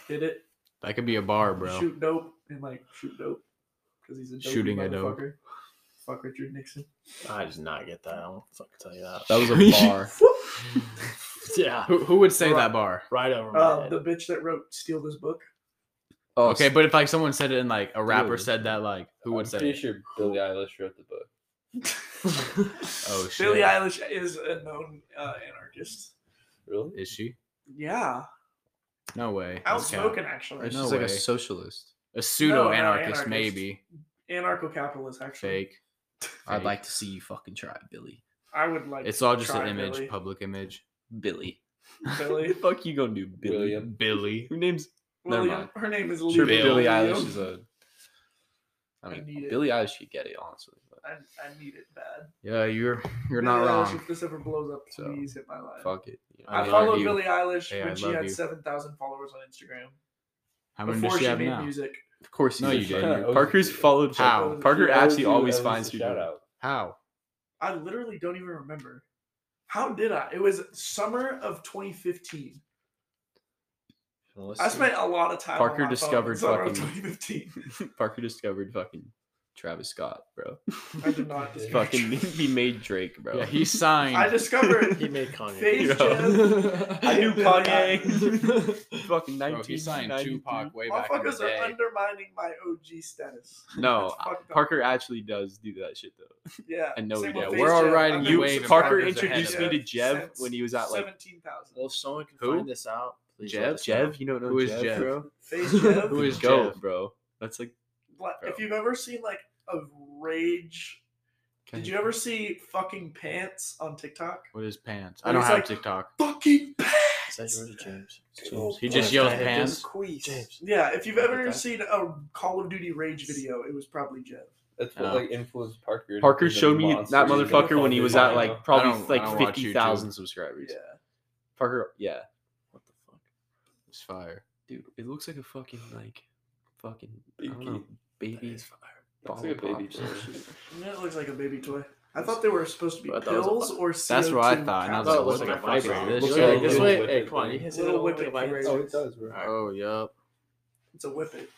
Speaker 3: Hit it.
Speaker 1: That could be a bar, bro.
Speaker 3: Shoot dope and like shoot dope. Because he's a dope
Speaker 1: Shooting a dope.
Speaker 3: motherfucker. Fuck Richard Nixon.
Speaker 6: I did not get that. I don't fucking tell you that.
Speaker 1: That was a bar.
Speaker 6: yeah,
Speaker 1: who, who would say that bar?
Speaker 6: right over my
Speaker 3: Uh,
Speaker 6: head.
Speaker 3: the bitch that wrote Steal This Book.
Speaker 7: Oh,
Speaker 1: Okay, but if like someone said it in like a rapper
Speaker 4: Dude.
Speaker 1: said that, like who would
Speaker 2: I'm
Speaker 1: say
Speaker 2: pretty
Speaker 1: it?
Speaker 2: sure Billie Eilish wrote the book.
Speaker 1: Oh shit.
Speaker 3: Billie Eilish is a known uh, anarchist.
Speaker 2: Really?
Speaker 1: Is she?
Speaker 3: Yeah,
Speaker 1: No way.
Speaker 3: out
Speaker 1: That's cap.
Speaker 3: smoking actually.
Speaker 1: It's
Speaker 7: she's
Speaker 1: no
Speaker 7: like
Speaker 1: way.
Speaker 7: a socialist.
Speaker 1: A pseudo anarchist,
Speaker 3: anarchist.
Speaker 1: maybe.
Speaker 3: Anarcho capitalist actually.
Speaker 1: Fake.
Speaker 7: I'd
Speaker 1: Fake.
Speaker 7: like to see you fucking try, it, Billy.
Speaker 3: I would like.
Speaker 1: It's all just an
Speaker 3: try
Speaker 1: image,
Speaker 3: Billy.
Speaker 1: public image.
Speaker 7: Billy.
Speaker 3: Billy.
Speaker 6: fuck you gonna do, Billy?
Speaker 2: William.
Speaker 1: Billy.
Speaker 6: Who names?
Speaker 7: Never
Speaker 3: William.
Speaker 7: mind.
Speaker 3: Her name is
Speaker 7: Sure,
Speaker 3: Lily.
Speaker 7: Billie
Speaker 3: William.
Speaker 7: Eilish is a. I
Speaker 3: I need
Speaker 7: mean,
Speaker 3: it.
Speaker 7: Billie Eilish could get it honestly. But
Speaker 3: I, I need it bad.
Speaker 1: Yeah, you're you're
Speaker 3: Billie
Speaker 1: not
Speaker 3: Eilish,
Speaker 1: wrong.
Speaker 3: If this ever blows up,
Speaker 7: So,
Speaker 3: please hit my line.
Speaker 7: fuck it. you know.
Speaker 1: I
Speaker 3: I,
Speaker 1: love
Speaker 3: followed
Speaker 1: you.
Speaker 3: Billie Eilish
Speaker 1: Hey, I
Speaker 3: when she
Speaker 1: love
Speaker 3: had
Speaker 1: you.
Speaker 3: seven thousand followers on Instagram
Speaker 1: How many does
Speaker 3: before
Speaker 1: she,
Speaker 3: she,
Speaker 1: have
Speaker 3: made
Speaker 1: now?
Speaker 3: music.
Speaker 6: Of course,
Speaker 1: No,
Speaker 6: you
Speaker 1: you
Speaker 6: did.
Speaker 2: didn't.
Speaker 6: Parker's followed.
Speaker 1: How?
Speaker 6: Parker
Speaker 2: He owes
Speaker 6: actually
Speaker 2: you
Speaker 6: always
Speaker 2: at least
Speaker 6: finds
Speaker 2: a
Speaker 6: people.
Speaker 2: Shout out.
Speaker 1: How?
Speaker 3: I literally don't even remember. How did I? It was summer of 2015. I spent a lot of time.
Speaker 4: Parker
Speaker 3: on my
Speaker 4: discovered
Speaker 3: phone in summer of
Speaker 4: fucking-
Speaker 3: 2015.
Speaker 4: Parker discovered fucking Travis Scott, bro.
Speaker 3: I did not. discover-
Speaker 4: fucking he made Drake, bro.
Speaker 1: Yeah, he
Speaker 3: I
Speaker 1: signed.
Speaker 3: discovered
Speaker 6: He made Kanye.
Speaker 3: Face
Speaker 6: Yo.
Speaker 3: Jam.
Speaker 6: I knew
Speaker 3: Did
Speaker 6: Kanye. fucking
Speaker 1: Bro, he
Speaker 6: nineteen
Speaker 1: signed
Speaker 6: ninety-two.
Speaker 1: Tupac way back in the
Speaker 3: Motherfuckers
Speaker 1: day. Oh,
Speaker 3: are undermining my OG status.
Speaker 4: No,
Speaker 3: That's fucked up.
Speaker 4: Parker actually does do that shit though.
Speaker 3: Yeah,
Speaker 4: I know
Speaker 3: same
Speaker 4: he
Speaker 3: with
Speaker 4: did.
Speaker 3: Face
Speaker 1: We're all
Speaker 3: Jam.
Speaker 1: riding
Speaker 3: I've
Speaker 1: the
Speaker 3: been
Speaker 1: wave
Speaker 3: with
Speaker 1: of
Speaker 4: Parker
Speaker 1: Parker's ahead
Speaker 4: introduced
Speaker 1: of
Speaker 4: me
Speaker 1: us.
Speaker 4: to Jeb
Speaker 3: Since
Speaker 4: when he was at like
Speaker 3: Seventeen thousand.
Speaker 6: Well, if someone can
Speaker 1: Who?
Speaker 6: find this out, please
Speaker 1: Jev?
Speaker 6: let us
Speaker 4: Jev.
Speaker 6: know.
Speaker 4: You don't know
Speaker 1: Who is
Speaker 4: Jev,
Speaker 1: Jeff?
Speaker 4: bro?
Speaker 3: Face Jam.
Speaker 1: Who is
Speaker 4: Go,
Speaker 1: Jeff?
Speaker 4: bro? That's like
Speaker 3: Like,
Speaker 4: Bro.
Speaker 3: If you've ever seen like a rage,
Speaker 4: Can
Speaker 3: did you ever see fucking pants on TikTok?
Speaker 1: What is pants?
Speaker 3: It
Speaker 1: I don't
Speaker 3: was
Speaker 1: have
Speaker 3: like-
Speaker 1: TikTok.
Speaker 3: Fucking
Speaker 6: Is that
Speaker 3: pants.
Speaker 6: yours, James?
Speaker 3: Oh,
Speaker 1: He just yells pants.
Speaker 6: Queef. James.
Speaker 3: Yeah, if you've
Speaker 6: Like
Speaker 3: ever
Speaker 6: that?
Speaker 3: seen a Call of Duty rage video, it was probably Jeff.
Speaker 2: That's what
Speaker 1: No.
Speaker 2: like influenced Parker.
Speaker 4: Parker
Speaker 2: He's a
Speaker 4: showed me
Speaker 2: monster.
Speaker 4: that
Speaker 2: He's gonna
Speaker 4: motherfucker when he
Speaker 2: fucking
Speaker 4: was
Speaker 2: die,
Speaker 4: at
Speaker 2: bro.
Speaker 4: like
Speaker 1: I don't-
Speaker 4: probably
Speaker 1: I
Speaker 4: like
Speaker 1: don't watch
Speaker 4: fifty thousand subscribers.
Speaker 3: Yeah.
Speaker 4: Parker, yeah,
Speaker 6: What the fuck?
Speaker 1: It's fire.
Speaker 4: dude, it looks like a fucking like fucking I
Speaker 2: Big
Speaker 4: don't know,
Speaker 2: key.
Speaker 4: baby.
Speaker 2: Looks like a
Speaker 4: bottle
Speaker 2: baby
Speaker 4: pops or some
Speaker 2: bird.
Speaker 4: shit.
Speaker 3: Yeah, it looks like a baby toy. I thought they were supposed to be
Speaker 6: I thought it was a
Speaker 3: pills
Speaker 6: bu-
Speaker 3: or CO2
Speaker 1: That's what I thought, and I was
Speaker 6: Oh,
Speaker 1: like,
Speaker 6: it
Speaker 1: "What's like
Speaker 6: looks
Speaker 1: a
Speaker 6: like a vibrator.
Speaker 1: vibrator?" This
Speaker 2: Looks like a
Speaker 1: shit-
Speaker 2: little
Speaker 6: way?
Speaker 2: whippet
Speaker 6: come on, you
Speaker 2: thing.
Speaker 6: hit it
Speaker 3: Little
Speaker 6: all
Speaker 3: whippet
Speaker 6: with a vibrator.
Speaker 2: Oh, it does, bro.
Speaker 6: Alright.
Speaker 1: Oh, yup.
Speaker 3: It's a whippet.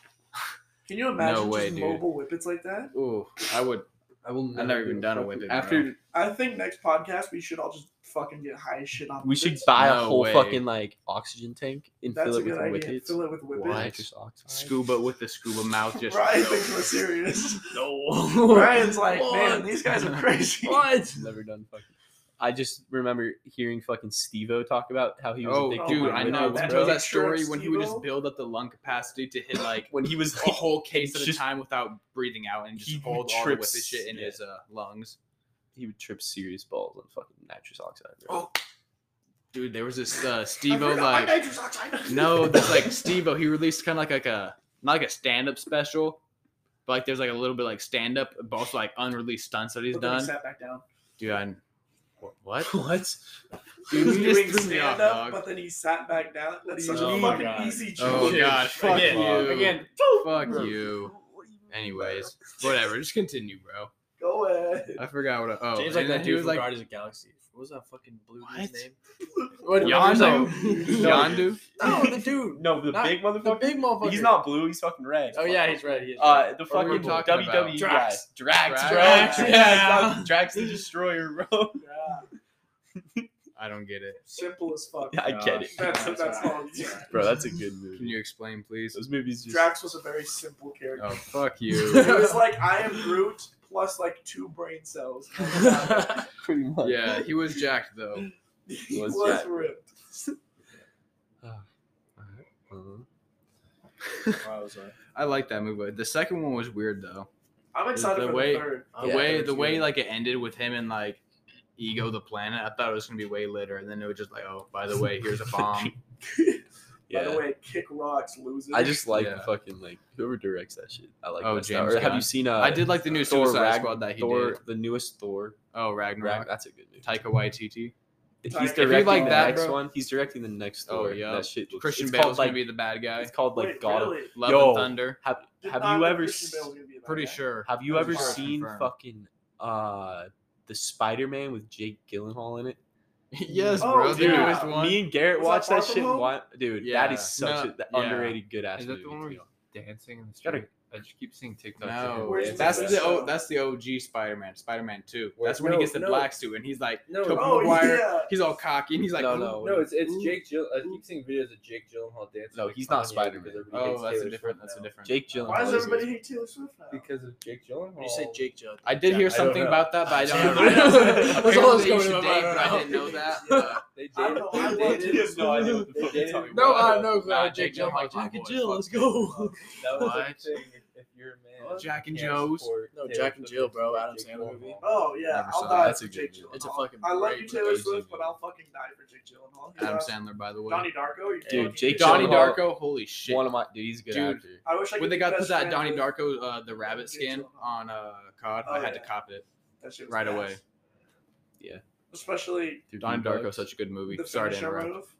Speaker 3: Can you imagine
Speaker 1: way,
Speaker 3: just
Speaker 1: dude.
Speaker 3: mobile whippets like that?
Speaker 1: Ooh, I would.
Speaker 7: I will.
Speaker 1: I've never even done a whippet.
Speaker 7: After
Speaker 1: bro.
Speaker 3: I think next podcast we should all just fucking get high as shit on.
Speaker 4: We should
Speaker 3: whippets.
Speaker 4: buy a
Speaker 1: No
Speaker 4: whole
Speaker 1: way.
Speaker 4: fucking like oxygen tank and
Speaker 3: That's
Speaker 4: fill
Speaker 3: a
Speaker 4: it with
Speaker 3: good idea.
Speaker 4: wickets.
Speaker 3: Fill it with whippets.
Speaker 1: What?
Speaker 4: Nitrous oxide.
Speaker 1: scuba with the scuba mouth, just
Speaker 3: Ryan thinks we're serious.
Speaker 4: No.
Speaker 3: Ryan's like, man, these guys are crazy.
Speaker 4: What? Never done fucking. I just remember hearing fucking Steve-O talk about how he was
Speaker 1: Oh,
Speaker 4: addicted
Speaker 1: dude,
Speaker 4: to
Speaker 1: I
Speaker 3: my
Speaker 4: whippets,
Speaker 1: know.
Speaker 3: God,
Speaker 1: Did you know
Speaker 3: that
Speaker 4: bro.
Speaker 3: was-
Speaker 1: that story when he would
Speaker 3: Steve-O?
Speaker 1: just build up the lung capacity to hit like
Speaker 4: when he was
Speaker 1: a whole case at a
Speaker 4: Just-
Speaker 1: time without breathing out and
Speaker 4: He
Speaker 1: just hold all the
Speaker 4: trips-
Speaker 1: whippet shit in
Speaker 4: yeah.
Speaker 1: his uh, lungs.
Speaker 4: he would trip serious balls on fucking nitrous oxide.
Speaker 1: Oh, Dude, there was this uh,
Speaker 3: I
Speaker 1: Steve-O
Speaker 3: forgot my
Speaker 1: like
Speaker 3: nitrous oxide.
Speaker 1: no, there's like Steve-O. He released kind of like like a not like a stand-up special, but like there's like a little bit like stand-up, but also like unreleased stunts that he's
Speaker 3: But then he
Speaker 1: done.
Speaker 3: Sat back down.
Speaker 1: Dude, I, what?
Speaker 4: what?
Speaker 3: He was
Speaker 1: you just
Speaker 3: doing
Speaker 1: threw me off,
Speaker 3: stand up,
Speaker 1: dog.
Speaker 3: but then he sat back down. That's such
Speaker 1: Oh
Speaker 3: a
Speaker 1: my
Speaker 3: fucking
Speaker 6: God.
Speaker 3: easy joke.
Speaker 1: Oh god, fuck
Speaker 2: Again,
Speaker 1: you.
Speaker 2: again.
Speaker 1: Fuck you. Anyways, whatever. Just continue, bro.
Speaker 3: Go ahead.
Speaker 1: I forgot what. I, oh,
Speaker 6: James
Speaker 1: and
Speaker 6: like
Speaker 1: then
Speaker 6: that
Speaker 1: he
Speaker 6: dude
Speaker 1: was
Speaker 6: from
Speaker 1: like,
Speaker 6: Guardians of the Galaxy. What was that fucking blue dude's
Speaker 1: What?
Speaker 6: name?
Speaker 1: what?
Speaker 6: Remember
Speaker 1: Yondu?
Speaker 6: he was like-
Speaker 1: Yondu?
Speaker 6: No, the dude. No, the big motherfucker. The big motherfucker. He's not blue. He's fucking red. Oh yeah, he's red. He is uh, the
Speaker 1: What were we
Speaker 6: fucking
Speaker 1: talking about?
Speaker 6: WWE
Speaker 1: Drax.
Speaker 6: guy. Drax.
Speaker 1: Drax.
Speaker 6: Drax.
Speaker 3: Drax,
Speaker 6: Yeah, it's not- Drax the Destroyer, bro.
Speaker 3: Yeah,
Speaker 1: I don't get it.
Speaker 3: simple as fuck.
Speaker 6: I get it,
Speaker 3: That's that's all.
Speaker 6: bro. That's a good
Speaker 1: Can
Speaker 6: movie.
Speaker 1: you explain, please?
Speaker 6: Those movies just.
Speaker 3: Drax was a very simple character.
Speaker 1: Oh, fuck you.
Speaker 3: It was like I am Groot. plus like two brain cells.
Speaker 8: Pretty much.
Speaker 1: Yeah, he was jacked though.
Speaker 3: he
Speaker 2: Was
Speaker 3: was,
Speaker 2: jacked.
Speaker 3: ripped.
Speaker 2: Mm-hmm.
Speaker 1: I like that movie. The second one was weird though.
Speaker 3: I'm excited
Speaker 1: The
Speaker 3: for
Speaker 1: way-
Speaker 3: the third.
Speaker 1: The
Speaker 7: Yeah,
Speaker 1: way
Speaker 7: that's
Speaker 1: the way
Speaker 7: good.
Speaker 1: like it ended with him and like ego the planet. I thought it was gonna be way later, and then it was just like, oh, by the way, here's a bomb.
Speaker 7: Yeah.
Speaker 3: By the way, kick rocks, losers.
Speaker 7: I just like
Speaker 1: Yeah.
Speaker 7: the fucking like whoever directs that shit. I like.
Speaker 1: Oh,
Speaker 7: that stuff.
Speaker 1: James
Speaker 7: Or have
Speaker 1: Gunn.
Speaker 7: you seen? Uh,
Speaker 1: I did like the new
Speaker 7: Thor
Speaker 1: Suicide
Speaker 7: Rag-
Speaker 1: Squad that he
Speaker 7: Thor,
Speaker 1: did.
Speaker 7: the newest Thor.
Speaker 1: Oh, Ragnarok.
Speaker 7: Rag- that's a good movie.
Speaker 1: Taika Waititi.
Speaker 7: He's
Speaker 3: If you
Speaker 7: directing
Speaker 1: like
Speaker 7: the
Speaker 1: that,
Speaker 7: next
Speaker 1: bro-
Speaker 7: one. He's directing the next
Speaker 1: Oh,
Speaker 7: Thor.
Speaker 1: yeah.
Speaker 7: That shit. Looks,
Speaker 1: Christian
Speaker 7: it's
Speaker 1: Bale's
Speaker 7: called, like,
Speaker 1: gonna be the bad guy.
Speaker 7: It's called like
Speaker 3: Wait,
Speaker 7: God.
Speaker 3: really?
Speaker 7: Of,
Speaker 1: Love
Speaker 7: Yo,
Speaker 1: and Thunder.
Speaker 7: have
Speaker 3: Did
Speaker 7: have
Speaker 3: not
Speaker 7: you
Speaker 3: know
Speaker 7: ever
Speaker 3: Christian Bale
Speaker 7: s-
Speaker 3: was gonna be in that
Speaker 1: Pretty
Speaker 3: guy.
Speaker 1: sure.
Speaker 7: have you
Speaker 3: That
Speaker 7: ever
Speaker 3: was hard to
Speaker 7: seen
Speaker 1: confirm.
Speaker 7: fucking uh the Spider Man with Jake Gyllenhaal in it?
Speaker 1: yes,
Speaker 3: Oh,
Speaker 1: bro. The
Speaker 3: yeah.
Speaker 1: newest one.
Speaker 7: Me and Garrett
Speaker 3: Was that
Speaker 7: watched
Speaker 3: Far
Speaker 7: that,
Speaker 3: From
Speaker 7: shit.
Speaker 3: Home?
Speaker 7: And wa- dude, that
Speaker 1: Yeah.
Speaker 7: is such
Speaker 1: No,
Speaker 7: a, that
Speaker 1: yeah.
Speaker 7: underrated good ass
Speaker 9: Is that
Speaker 7: movie.
Speaker 9: the one where
Speaker 7: to be
Speaker 9: he's
Speaker 7: honest.
Speaker 9: dancing in the
Speaker 7: Gotta-
Speaker 9: street? I just keep seeing TikToks. of him
Speaker 1: No,
Speaker 3: Where's
Speaker 9: dancing.
Speaker 1: that's
Speaker 3: the-
Speaker 1: the o, that's the OG Spider-Man, Spider-Man Two.
Speaker 2: Where-
Speaker 1: that's when
Speaker 2: no,
Speaker 1: he gets the
Speaker 2: no.
Speaker 1: black suit and he's like
Speaker 2: No,
Speaker 1: Tobey
Speaker 2: no,
Speaker 3: Oh
Speaker 1: Maguire.
Speaker 3: yeah.
Speaker 1: He's all cocky and he's like,
Speaker 7: no,
Speaker 1: "Ooh."
Speaker 7: no,
Speaker 2: no, it's it's
Speaker 1: Ooh.
Speaker 2: Jake Gill. I keep seeing videos of Jake Gyllenhaal dancing.
Speaker 7: No,
Speaker 2: with
Speaker 7: he's not
Speaker 2: Kanye
Speaker 7: Spider-Man.
Speaker 2: because everybody
Speaker 1: Oh,
Speaker 2: hates
Speaker 1: that's a
Speaker 2: Taylor
Speaker 1: different.
Speaker 2: Swift
Speaker 1: That's a
Speaker 2: now.
Speaker 1: different.
Speaker 7: Jake
Speaker 3: Why does
Speaker 7: Gyllenhaal is
Speaker 3: everybody hate Taylor Swift now?
Speaker 2: Because of Jake Gyllenhaal.
Speaker 6: You said Jake Judd.
Speaker 1: I did
Speaker 6: Yeah,
Speaker 1: hear
Speaker 2: I don't
Speaker 1: something
Speaker 2: know.
Speaker 1: about that, but I don't.
Speaker 3: I don't know. That's all
Speaker 1: Apparently
Speaker 3: that's
Speaker 1: you
Speaker 3: going
Speaker 1: should
Speaker 3: on,
Speaker 1: date,
Speaker 3: I don't
Speaker 1: but I
Speaker 3: know.
Speaker 1: didn't know that.
Speaker 2: Yeah, they
Speaker 3: I
Speaker 2: dated.
Speaker 3: don't know, I
Speaker 2: they
Speaker 3: love
Speaker 2: dated-
Speaker 3: Jake
Speaker 2: no, I know.
Speaker 3: Gyllenhaal.
Speaker 2: They dated-
Speaker 1: No, I
Speaker 2: that
Speaker 1: know. Nah, Jake Jake Gyllenhaal. Gyllenhaal. Jack and Jill.
Speaker 6: let's go.
Speaker 2: was a
Speaker 1: What?
Speaker 2: thing. If, if you're a man,
Speaker 1: Jack and
Speaker 2: you can't
Speaker 1: Joe's.
Speaker 2: support
Speaker 6: No,
Speaker 2: Taylor
Speaker 6: Jack and
Speaker 2: Swift
Speaker 6: Jill, bro,
Speaker 2: Jake
Speaker 6: Adam Sandler movie.
Speaker 2: Gyllenhaal.
Speaker 3: Oh yeah,
Speaker 1: Never saw
Speaker 3: I'll
Speaker 1: that.
Speaker 3: die
Speaker 7: That's
Speaker 3: for
Speaker 7: a good
Speaker 3: Jake
Speaker 7: movie.
Speaker 3: Gyllenhaal.
Speaker 6: It's a fucking.
Speaker 3: I love
Speaker 6: great
Speaker 3: you,
Speaker 6: movie.
Speaker 3: Taylor
Speaker 7: amazing
Speaker 3: Swift, but
Speaker 7: movie.
Speaker 3: I'll fucking die for Jake Gyllenhaal. You know,
Speaker 1: Adam Sandler, by the way.
Speaker 3: Donnie Darko. Are you
Speaker 7: Dude,
Speaker 3: fucking
Speaker 7: Jake
Speaker 3: kidding
Speaker 1: Donnie
Speaker 3: me?
Speaker 7: Gyllenhaal-
Speaker 1: Darko. Holy shit.
Speaker 7: One of my dude, he's a good
Speaker 1: Dude.
Speaker 7: actor.
Speaker 3: I wish I could
Speaker 1: when they
Speaker 3: be
Speaker 1: got
Speaker 3: best
Speaker 1: put that
Speaker 3: friends
Speaker 1: Donnie
Speaker 3: with-
Speaker 1: Darko, uh, the rabbit
Speaker 3: Jake
Speaker 1: skin
Speaker 3: Gyllenhaal.
Speaker 1: on uh, COD,
Speaker 3: Oh,
Speaker 1: I had
Speaker 3: yeah.
Speaker 1: to cop it
Speaker 3: That shit was
Speaker 1: right
Speaker 3: badass.
Speaker 1: away.
Speaker 3: Especially
Speaker 7: Dude,
Speaker 1: Donnie
Speaker 7: Blue
Speaker 1: Darko,
Speaker 7: Bloods.
Speaker 1: such a good movie.
Speaker 3: the
Speaker 1: Sorry to
Speaker 3: finisher
Speaker 1: interrupt.
Speaker 3: move.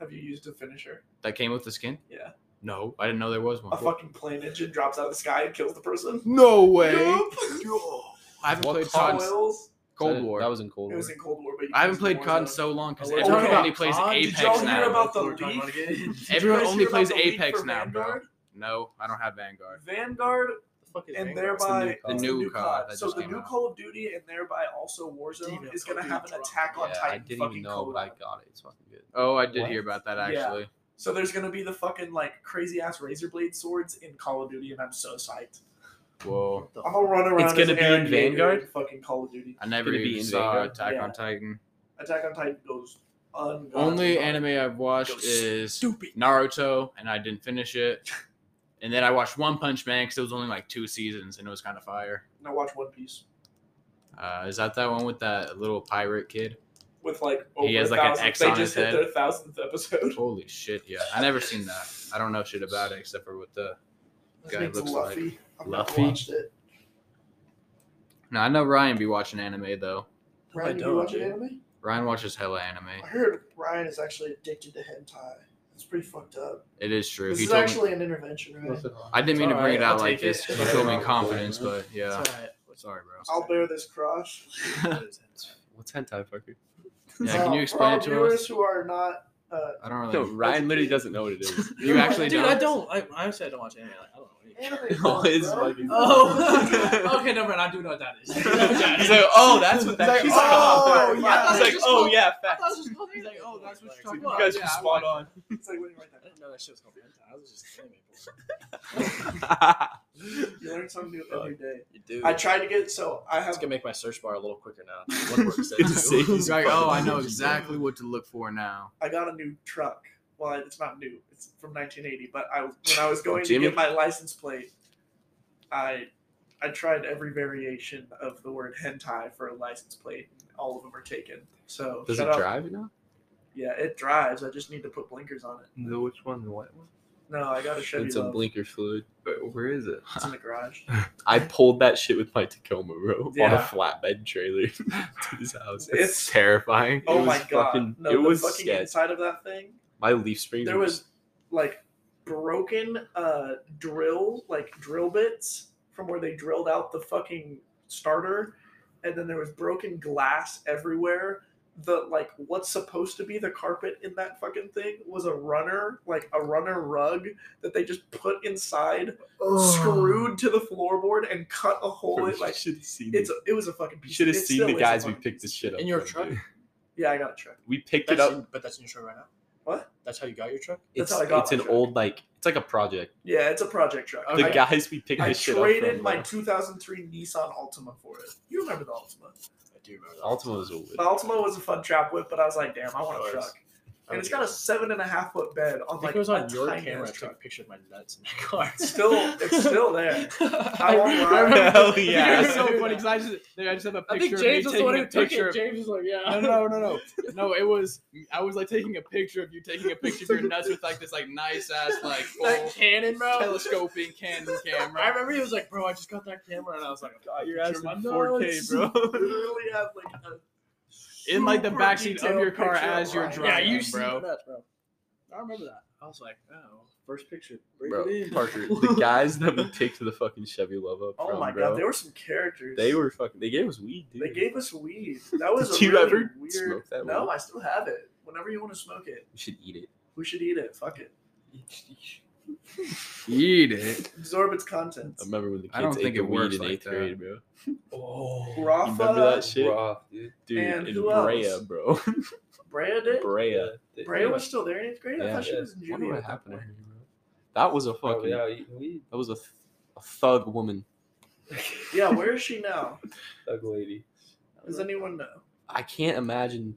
Speaker 3: Have you used a finisher?
Speaker 1: That came with the skin?
Speaker 3: Yeah.
Speaker 1: No, I didn't know there was one.
Speaker 3: A fucking plane engine drops out of the sky and kills the person.
Speaker 1: no way.
Speaker 3: Yup.
Speaker 1: I haven't
Speaker 7: What
Speaker 1: played
Speaker 7: COD?
Speaker 1: COD.
Speaker 3: Coils.
Speaker 1: Cold
Speaker 7: That-
Speaker 1: War.
Speaker 7: That was in Cold
Speaker 3: It
Speaker 7: War.
Speaker 3: was in Cold War, but you
Speaker 1: I haven't
Speaker 3: can use
Speaker 1: played
Speaker 3: Warzone.
Speaker 1: COD in so long because
Speaker 3: Oh, we're
Speaker 1: everyone
Speaker 3: talking
Speaker 1: only
Speaker 3: about
Speaker 1: plays
Speaker 3: COD? Did
Speaker 1: Apex
Speaker 3: y'all hear
Speaker 1: now.
Speaker 3: about the
Speaker 1: We're talking
Speaker 3: leak?
Speaker 1: about it.
Speaker 3: Did you
Speaker 1: Everyone
Speaker 3: guys hear
Speaker 1: only
Speaker 3: about
Speaker 1: plays
Speaker 3: the leak
Speaker 1: Apex
Speaker 3: for
Speaker 1: now, bro.
Speaker 3: Vanguard?
Speaker 1: No, I don't have Vanguard.
Speaker 3: Vanguard and thereby
Speaker 1: The
Speaker 3: it's
Speaker 1: new COD that
Speaker 3: So
Speaker 1: just
Speaker 3: the
Speaker 1: came
Speaker 3: new
Speaker 1: out.
Speaker 3: Call of Duty and thereby also Warzone
Speaker 6: Demon
Speaker 3: is going to
Speaker 6: Call
Speaker 3: have
Speaker 6: of
Speaker 3: an
Speaker 6: Duty
Speaker 3: Attack on
Speaker 7: yeah, I
Speaker 3: Titan
Speaker 7: didn't even
Speaker 3: fucking
Speaker 7: know, but I
Speaker 3: collab.
Speaker 7: got it. It's fucking good.
Speaker 1: Oh, I did
Speaker 3: What?
Speaker 1: hear about that
Speaker 3: Yeah.
Speaker 1: actually.
Speaker 3: So there's going to be the fucking like crazy ass razor blade swords in Call of Duty, and I'm so psyched.
Speaker 1: Whoa.
Speaker 3: I'm gonna run around.
Speaker 7: It's gonna
Speaker 3: as
Speaker 7: be
Speaker 3: Aaron
Speaker 7: in
Speaker 3: Yeager
Speaker 7: Vanguard?
Speaker 3: in Fucking Call of Duty.
Speaker 1: I never
Speaker 7: Gonna be
Speaker 1: even
Speaker 7: in
Speaker 1: saw
Speaker 7: Vanguard?
Speaker 1: Attack on
Speaker 3: Yeah.
Speaker 1: Titan.
Speaker 3: Attack on Titan goes ungodly.
Speaker 1: Only
Speaker 3: hard.
Speaker 1: anime I've watched
Speaker 3: Go
Speaker 1: is
Speaker 3: Stupid.
Speaker 1: Naruto, and I didn't finish it. And then I watched One Punch Man because it was only like two seasons, and it was kind of fire.
Speaker 3: Now watch One Piece
Speaker 1: Uh, is that that one with that little pirate kid?
Speaker 3: with like
Speaker 1: He
Speaker 3: over
Speaker 1: has,
Speaker 3: a
Speaker 1: like, an
Speaker 3: thousand.
Speaker 1: X
Speaker 3: they
Speaker 1: on his
Speaker 3: just hit
Speaker 1: head.
Speaker 3: their thousandth episode.
Speaker 1: Holy shit! Yeah, I never seen that. I don't know shit about it except for what the guy
Speaker 3: His name's
Speaker 1: looks like.
Speaker 3: Luffy. I've never
Speaker 1: Luffy?
Speaker 3: watched it.
Speaker 1: No, I know Ryan be watching anime though.
Speaker 3: Ryan, do you watch anime?
Speaker 1: Ryan watches hella anime.
Speaker 3: I heard Ryan is actually addicted to hentai. It's pretty fucked up.
Speaker 1: It is true.
Speaker 3: This
Speaker 1: he
Speaker 3: is
Speaker 1: told me.
Speaker 3: actually an intervention, right?
Speaker 1: I didn't mean to bring
Speaker 6: Alright,
Speaker 1: it out
Speaker 6: I'll
Speaker 1: like
Speaker 6: take it.
Speaker 1: this. He told me in confidence, but yeah.
Speaker 6: It's alright.
Speaker 1: Sorry, bro.
Speaker 3: I'll bear this cross.
Speaker 7: What's hentai, fucker?
Speaker 1: Yeah, can
Speaker 3: Uh,
Speaker 1: you explain it
Speaker 3: for
Speaker 1: to
Speaker 3: all
Speaker 1: us?
Speaker 3: viewers who are not, uh,
Speaker 1: I don't
Speaker 7: No,
Speaker 1: really.
Speaker 7: Ryan literally doesn't know what it is.
Speaker 1: You actually
Speaker 6: Dude,
Speaker 1: don't.
Speaker 6: I don't. I, I honestly, I don't watch anime. Like, I don't know. What you-
Speaker 3: anime
Speaker 7: Oh,
Speaker 3: fans,
Speaker 7: it's
Speaker 3: bro.
Speaker 7: fucking-
Speaker 6: oh, okay, never mind. I do know what that is.
Speaker 7: He's like, oh, that's what that.
Speaker 3: He's like, oh,
Speaker 7: He's
Speaker 3: yeah.
Speaker 7: like, oh yeah, facts.
Speaker 6: He's like, oh, that's what you're talking
Speaker 7: You
Speaker 6: about.
Speaker 7: guys were spot on.
Speaker 3: It's like when you write
Speaker 6: I
Speaker 3: that.
Speaker 6: didn't know that shit was called hentai. I was just anime. boy.
Speaker 3: You learn something new every day.
Speaker 6: You do.
Speaker 3: I tried to get so I
Speaker 6: It's
Speaker 3: have
Speaker 6: gonna make my search bar a little quicker now. One word instead
Speaker 7: It's
Speaker 6: of
Speaker 7: safe.
Speaker 6: two.
Speaker 1: He's like, oh, I know exactly what to look for now.
Speaker 3: I got a new truck. Well, it's not new. It's from 1980. But I when I was going
Speaker 7: Oh, Jimmy?
Speaker 3: to get my license plate, I I tried every variation of the word hentai for a license plate. and All of them are taken. So
Speaker 7: Does it
Speaker 3: shut up.
Speaker 7: drive now?
Speaker 3: Yeah, it drives. I just need to put blinkers on it.
Speaker 9: The which one? The white one?
Speaker 3: No, I got a Chevy.
Speaker 7: It's a
Speaker 3: Love.
Speaker 7: blinker fluid.
Speaker 9: But where is it?
Speaker 3: It's in the garage.
Speaker 7: I pulled that shit with my Tacoma, bro, on a
Speaker 3: Yeah.
Speaker 7: flatbed trailer to his house.
Speaker 3: It's-
Speaker 7: terrifying.
Speaker 3: Oh
Speaker 7: It
Speaker 3: my
Speaker 7: was
Speaker 3: god!
Speaker 7: fucking-
Speaker 3: no,
Speaker 7: it
Speaker 3: the
Speaker 7: was
Speaker 3: fucking
Speaker 7: sketch.
Speaker 3: inside of that thing.
Speaker 7: My leaf springs.
Speaker 3: There
Speaker 7: were
Speaker 3: was like broken uh drill like drill bits from where they drilled out the fucking starter and then there was broken glass everywhere the like what's supposed to be the carpet in that fucking thing was a runner like a runner rug that they just put inside
Speaker 4: Oh.
Speaker 3: screwed to the floorboard and cut a hole in like
Speaker 7: should have seen.
Speaker 3: it's a, it was a fucking
Speaker 7: you
Speaker 3: piece
Speaker 7: should have
Speaker 3: it
Speaker 7: seen
Speaker 3: still
Speaker 7: the
Speaker 3: is a
Speaker 7: guys we
Speaker 3: fucking
Speaker 7: picked this
Speaker 3: piece.
Speaker 7: shit up.
Speaker 6: In your
Speaker 7: from,
Speaker 6: truck?
Speaker 7: dude.
Speaker 3: yeah i got a truck
Speaker 7: We picked
Speaker 6: That's
Speaker 7: it up.
Speaker 6: in- but that's in your show right now.
Speaker 3: What?
Speaker 8: That's how you got your truck?
Speaker 3: That's
Speaker 4: It's,
Speaker 3: how I got
Speaker 4: it's
Speaker 3: my
Speaker 4: an
Speaker 3: truck.
Speaker 4: old like it's like a project.
Speaker 3: Yeah, it's a project truck.
Speaker 4: The
Speaker 3: I,
Speaker 4: guys we picked
Speaker 3: I
Speaker 4: this shit up
Speaker 3: traded
Speaker 4: from.
Speaker 3: my
Speaker 4: uh,
Speaker 3: 2003 Nissan Altima for it. You remember the Altima?
Speaker 8: I do remember
Speaker 4: Altima was old.
Speaker 3: The Altima was a fun trap whip, but I was like, damn, I want a
Speaker 8: Of course.
Speaker 3: truck. And it's got a seven and a half foot bed on
Speaker 8: I think
Speaker 3: like
Speaker 8: it was
Speaker 3: a
Speaker 8: on your
Speaker 3: tiny
Speaker 8: camera. I
Speaker 3: ass
Speaker 8: took a
Speaker 3: truck.
Speaker 8: picture of my nuts in that car.
Speaker 3: It's still, it's still there. I won't lie.
Speaker 4: Hell yeah.
Speaker 1: It's so funny because I just, I just have a
Speaker 8: I think
Speaker 1: picture of
Speaker 8: James
Speaker 1: me
Speaker 8: was the
Speaker 1: taking
Speaker 8: one
Speaker 1: a
Speaker 8: who took
Speaker 1: picture.
Speaker 8: it.
Speaker 1: of-
Speaker 8: James was like, yeah.
Speaker 1: No, no, no, no, no. It was I was like taking a picture of you taking a picture of your nuts with like this like nice ass like full
Speaker 8: That cannon, bro.
Speaker 1: telescoping Canon
Speaker 8: I
Speaker 1: camera.
Speaker 8: remember he was like, bro, I just got that camera. And I was like,
Speaker 1: Got your
Speaker 8: ass
Speaker 1: in
Speaker 3: literally have like a
Speaker 1: In like the
Speaker 3: super
Speaker 1: backseat of
Speaker 3: detailed
Speaker 1: your car
Speaker 3: picture
Speaker 1: as you're
Speaker 3: of my-
Speaker 1: driving,
Speaker 8: yeah, you
Speaker 1: bro.
Speaker 8: bro. Nuts, bro. I remember that. I was like, oh, first picture. Bring
Speaker 4: Bro,
Speaker 8: it in.
Speaker 4: Parker, the guys that we picked to the fucking Chevy Love Up
Speaker 3: Oh
Speaker 4: from,
Speaker 3: my
Speaker 4: bro,
Speaker 3: god, there were some characters.
Speaker 4: they were fucking. They gave us weed, dude.
Speaker 3: They gave us weed. That was
Speaker 4: Did
Speaker 3: a
Speaker 4: you
Speaker 3: really
Speaker 4: ever
Speaker 3: weird.
Speaker 4: smoke that
Speaker 3: no,
Speaker 4: weed?
Speaker 3: I still have it. Whenever you want to smoke it,
Speaker 4: we should eat it.
Speaker 3: we should eat it. Fuck it.
Speaker 9: Eat it.
Speaker 3: Absorb its contents.
Speaker 4: I remember when the kids
Speaker 9: I don't
Speaker 4: ate
Speaker 9: think
Speaker 4: the
Speaker 9: it
Speaker 4: weed
Speaker 9: works
Speaker 4: in
Speaker 9: like
Speaker 4: eighth
Speaker 9: that.
Speaker 4: grade, bro.
Speaker 3: Rafa,
Speaker 4: remember that shit,
Speaker 2: Raw, dude.
Speaker 4: dude?
Speaker 3: And
Speaker 4: in
Speaker 3: who
Speaker 4: Brea,
Speaker 3: else?
Speaker 4: bro.
Speaker 3: Brad did.
Speaker 4: Brea.
Speaker 2: They-
Speaker 3: Brea was still there in eighth grade. I
Speaker 4: Yeah.
Speaker 3: thought she was in
Speaker 4: Wonder
Speaker 3: junior.
Speaker 4: what
Speaker 3: at that Oh,
Speaker 4: happened to
Speaker 3: point.
Speaker 4: her, bro. That was a fucking.
Speaker 2: Probably out eating weed.
Speaker 4: That was a, th- a thug woman.
Speaker 3: Yeah, where is she now?
Speaker 2: Thug lady.
Speaker 3: Does anyone know?
Speaker 4: I can't imagine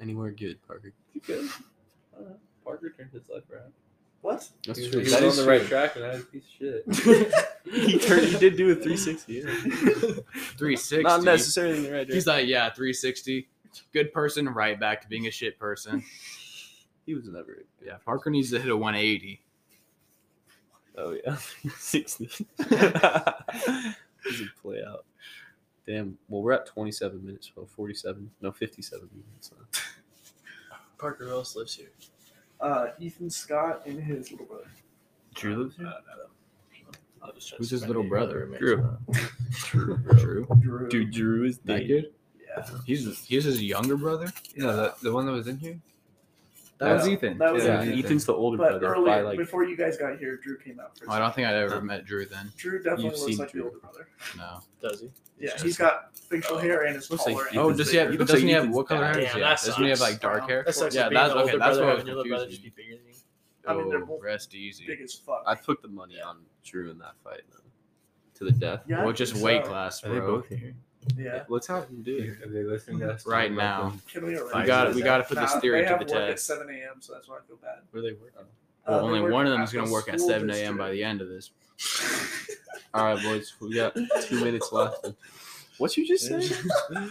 Speaker 4: anywhere good, Parker.
Speaker 2: You good? I don't know. Parker turned his life around.
Speaker 3: What?
Speaker 4: That's
Speaker 2: he was,
Speaker 4: true.
Speaker 2: he was
Speaker 4: That
Speaker 2: on
Speaker 4: is
Speaker 2: the
Speaker 4: true.
Speaker 2: right track, and I was a piece of shit.
Speaker 4: he turned. He did do a 360. Yeah.
Speaker 1: 360.
Speaker 4: Not necessarily in the right
Speaker 1: He's
Speaker 4: direction.
Speaker 1: like, yeah, 360. Good person, right back to being a shit person.
Speaker 4: He was never.
Speaker 1: Yeah, Parker needs to hit a 180.
Speaker 4: Oh yeah, sixty. Doesn't play out. Damn. Well, we're at twenty-seven minutes. Well, forty-seven. No, fifty-seven minutes. now.
Speaker 8: Parker Willis lives here.
Speaker 3: Uh, Ethan Scott and his little brother.
Speaker 4: Drew lives
Speaker 8: I
Speaker 4: here.
Speaker 8: don't know. I'll just try to
Speaker 4: Who's his
Speaker 8: spread
Speaker 4: little
Speaker 8: the
Speaker 4: brother?
Speaker 8: roommates
Speaker 4: Drew.
Speaker 8: around.
Speaker 4: Drew. Drew.
Speaker 3: Drew.
Speaker 4: Dude, Drew is
Speaker 1: That
Speaker 4: dead.
Speaker 1: kid?
Speaker 3: Yeah.
Speaker 1: He's he's his younger brother.
Speaker 9: Yeah, that, the one that was in here. That
Speaker 4: Yeah.
Speaker 9: was Ethan.
Speaker 3: That was
Speaker 4: Yeah,
Speaker 3: Ethan.
Speaker 4: Ethan's the older brother.
Speaker 3: But
Speaker 4: by,
Speaker 3: earlier,
Speaker 4: like,
Speaker 3: before you guys got here, Drew came out first.
Speaker 1: Oh, I don't think I'd ever met Drew then.
Speaker 3: Drew definitely
Speaker 4: You've
Speaker 3: looks
Speaker 4: seen
Speaker 3: like the
Speaker 4: Drew.
Speaker 3: older brother.
Speaker 1: No.
Speaker 8: Does he?
Speaker 3: Yeah, he's got facial hair and is
Speaker 4: Looks like
Speaker 3: taller.
Speaker 4: Ethan.
Speaker 1: Oh, does he have?
Speaker 4: He looks
Speaker 1: doesn't
Speaker 4: like
Speaker 1: he have
Speaker 4: Ethan's
Speaker 1: what color
Speaker 4: dad.
Speaker 1: hair?
Speaker 8: Damn,
Speaker 1: yeah,
Speaker 8: that
Speaker 1: doesn't he have
Speaker 8: sucks.
Speaker 1: like dark hair?
Speaker 8: That sucks.
Speaker 1: Yeah,
Speaker 8: Yeah, being
Speaker 1: that's-
Speaker 8: the older
Speaker 1: okay, that's
Speaker 8: brother
Speaker 1: what I
Speaker 8: having your
Speaker 1: was
Speaker 8: little brother just be
Speaker 1: confused.
Speaker 8: bigger than you.
Speaker 3: I mean, they're
Speaker 1: Oh,
Speaker 3: both
Speaker 1: rest easy.
Speaker 3: big as fuck.
Speaker 4: I put the money on Drew in that fight though, to the death.
Speaker 3: yeah, I
Speaker 1: well, just
Speaker 3: think
Speaker 1: weight
Speaker 3: so.
Speaker 1: class,
Speaker 9: Are they
Speaker 1: bro.
Speaker 9: both here?
Speaker 3: Yeah.
Speaker 4: Let's have him do it.
Speaker 2: Are they listening to us?
Speaker 1: Right
Speaker 2: talk
Speaker 1: now.
Speaker 2: about them?
Speaker 3: Can we arrange
Speaker 1: We got
Speaker 3: this?
Speaker 1: we got to put
Speaker 3: Nah,
Speaker 1: this theory
Speaker 3: they
Speaker 1: to
Speaker 3: have
Speaker 1: the
Speaker 3: work
Speaker 1: test.
Speaker 3: at 7 a.m., so that's why I feel bad.
Speaker 4: Where they work.
Speaker 1: Well,
Speaker 3: Uh, they
Speaker 1: only
Speaker 3: work
Speaker 1: one of
Speaker 3: at
Speaker 1: them is going
Speaker 3: the
Speaker 1: to work at
Speaker 3: school
Speaker 1: 7 a.m. by
Speaker 3: district.
Speaker 1: the end of this.
Speaker 4: All right, boys. We got two minutes left. What you just said?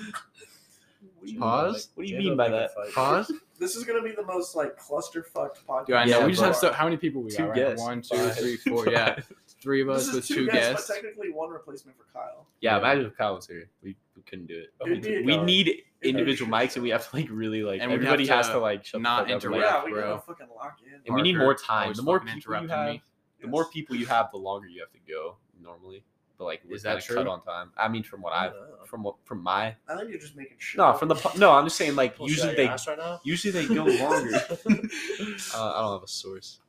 Speaker 1: Pause?
Speaker 4: What do you mean by that? Pause.
Speaker 3: This is gonna be the most like cluster fucked podcast.
Speaker 1: Dude, I know.
Speaker 4: Yeah,
Speaker 1: we just
Speaker 4: but-
Speaker 1: have so how many people we
Speaker 4: Two
Speaker 1: got? Right?
Speaker 4: guests.
Speaker 1: One, two,
Speaker 4: Five.
Speaker 1: three, four. Yeah, three of
Speaker 3: This
Speaker 1: us
Speaker 3: is
Speaker 1: with
Speaker 3: two,
Speaker 1: two
Speaker 3: guests,
Speaker 1: guests.
Speaker 3: but technically one replacement for Kyle.
Speaker 4: Yeah, imagine if Kyle was here. We, we couldn't do it.
Speaker 3: It'd be-
Speaker 4: We need
Speaker 3: be
Speaker 4: individual
Speaker 3: shit
Speaker 4: mics, and we have to like really like.
Speaker 1: And we'd have
Speaker 4: everybody
Speaker 1: to
Speaker 4: has to like shut the
Speaker 1: not
Speaker 4: fuck up and, like,
Speaker 1: interrupt,
Speaker 3: yeah, we
Speaker 1: bro.
Speaker 3: gotta fucking lock in.
Speaker 4: And we need more
Speaker 1: Parker
Speaker 4: time.
Speaker 1: always
Speaker 4: The more
Speaker 1: fucking
Speaker 4: people you
Speaker 1: interrupting
Speaker 4: have,
Speaker 1: me.
Speaker 4: the more
Speaker 3: Yes.
Speaker 4: people you have, the longer you have to go normally. But like, we're
Speaker 1: Is that
Speaker 4: kinda cut
Speaker 1: true?
Speaker 4: on time. I mean, from what
Speaker 8: I
Speaker 4: I've
Speaker 8: don't know.
Speaker 4: from what from my
Speaker 3: I think you're just making shit.
Speaker 4: no
Speaker 3: up.
Speaker 4: from the po- no, I'm just saying like
Speaker 8: Pull shit
Speaker 4: usually
Speaker 8: out your
Speaker 4: they
Speaker 8: ass right now.
Speaker 4: usually they go longer. uh, I don't have a source,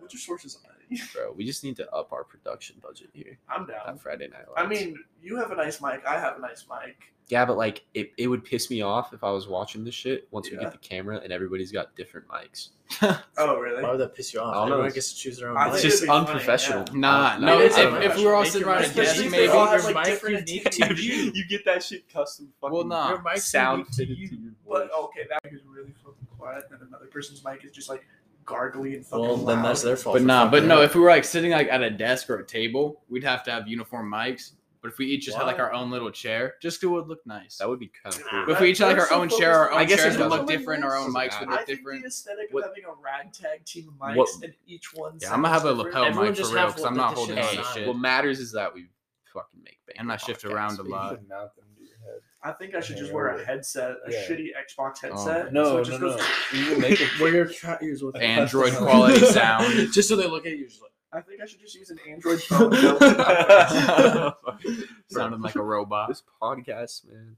Speaker 3: What's your sources on that?
Speaker 4: bro. We just need to up our production budget here
Speaker 3: I'm down.
Speaker 4: at Friday Night.
Speaker 3: I
Speaker 4: Lights.
Speaker 3: mean, you have a nice mic. I have a nice mic.
Speaker 4: yeah, but like it, it would piss me off if I was watching this shit once we
Speaker 3: Yeah.
Speaker 4: get the camera and everybody's got different mics.
Speaker 3: Oh,
Speaker 8: Why
Speaker 3: really?
Speaker 8: would that piss you off?
Speaker 4: I don't know.
Speaker 8: Everyone gets to choose their own.
Speaker 3: I
Speaker 8: mic.
Speaker 4: It's
Speaker 3: think
Speaker 4: just
Speaker 3: it'd be funny,
Speaker 4: unprofessional.
Speaker 3: yeah.
Speaker 1: Nah,
Speaker 4: I-
Speaker 1: no.
Speaker 3: It is
Speaker 1: If, if
Speaker 3: unprofessional.
Speaker 1: we were all sitting around a
Speaker 3: Especially
Speaker 1: guest,
Speaker 3: if they
Speaker 1: maybe
Speaker 3: all have,
Speaker 8: your
Speaker 3: like,
Speaker 8: mic
Speaker 3: different
Speaker 8: unique
Speaker 3: attention.
Speaker 8: to you.
Speaker 4: you get that shit custom fucking
Speaker 1: well, nah.
Speaker 8: Your mic's
Speaker 4: sound
Speaker 8: unique to
Speaker 4: fitted
Speaker 8: you.
Speaker 4: to your
Speaker 3: But
Speaker 4: voice.
Speaker 3: okay, that mic is really fucking quiet, and another person's mic is just like gargly and fucking
Speaker 8: Well,
Speaker 3: loud.
Speaker 8: then that's their fault.
Speaker 1: But
Speaker 8: for
Speaker 1: nah, but
Speaker 8: fucking
Speaker 1: no.
Speaker 8: up.
Speaker 1: If we were like sitting like at a desk or a table, we'd have to have uniform mics. But if we each just had like
Speaker 8: Why?
Speaker 1: our own little chair, just it would look nice.
Speaker 4: That would be kind of cool.
Speaker 1: But if we each had like our
Speaker 3: That's so
Speaker 1: own chair, our
Speaker 3: focused. I
Speaker 1: own
Speaker 4: guess it
Speaker 1: chairs would
Speaker 4: doesn't
Speaker 1: look
Speaker 4: really
Speaker 1: different. Our own
Speaker 4: matter.
Speaker 1: mics would
Speaker 3: I
Speaker 1: look
Speaker 3: think
Speaker 1: different.
Speaker 3: the aesthetic
Speaker 4: What-
Speaker 3: of having a ragtag team of mics
Speaker 4: What-
Speaker 3: and each one.
Speaker 1: Yeah, I'm gonna have a
Speaker 3: sounds
Speaker 1: lapel
Speaker 8: Everyone
Speaker 1: mic for
Speaker 8: just
Speaker 1: real
Speaker 8: have
Speaker 1: because
Speaker 8: one
Speaker 1: I'm
Speaker 8: that
Speaker 1: not
Speaker 8: the
Speaker 1: holding
Speaker 8: shit
Speaker 1: on
Speaker 8: is
Speaker 1: to
Speaker 8: on.
Speaker 1: shit.
Speaker 4: What matters is that we fucking make bank.
Speaker 1: And I shift around a
Speaker 4: podcasts,
Speaker 1: lot.
Speaker 2: You should mount them to your head.
Speaker 3: I think I should just wear a headset, a
Speaker 2: Yeah.
Speaker 3: shitty Xbox
Speaker 4: Oh,
Speaker 3: headset.
Speaker 2: No,
Speaker 3: so it
Speaker 2: no,
Speaker 3: just
Speaker 2: no.
Speaker 3: goes-
Speaker 2: You can make a
Speaker 8: Wear your cat ears with it.
Speaker 1: Android quality sound.
Speaker 8: just so they look at you. Just like,
Speaker 3: I think I should just use an Android phone. That
Speaker 1: Sounded like a robot.
Speaker 4: This podcast, man,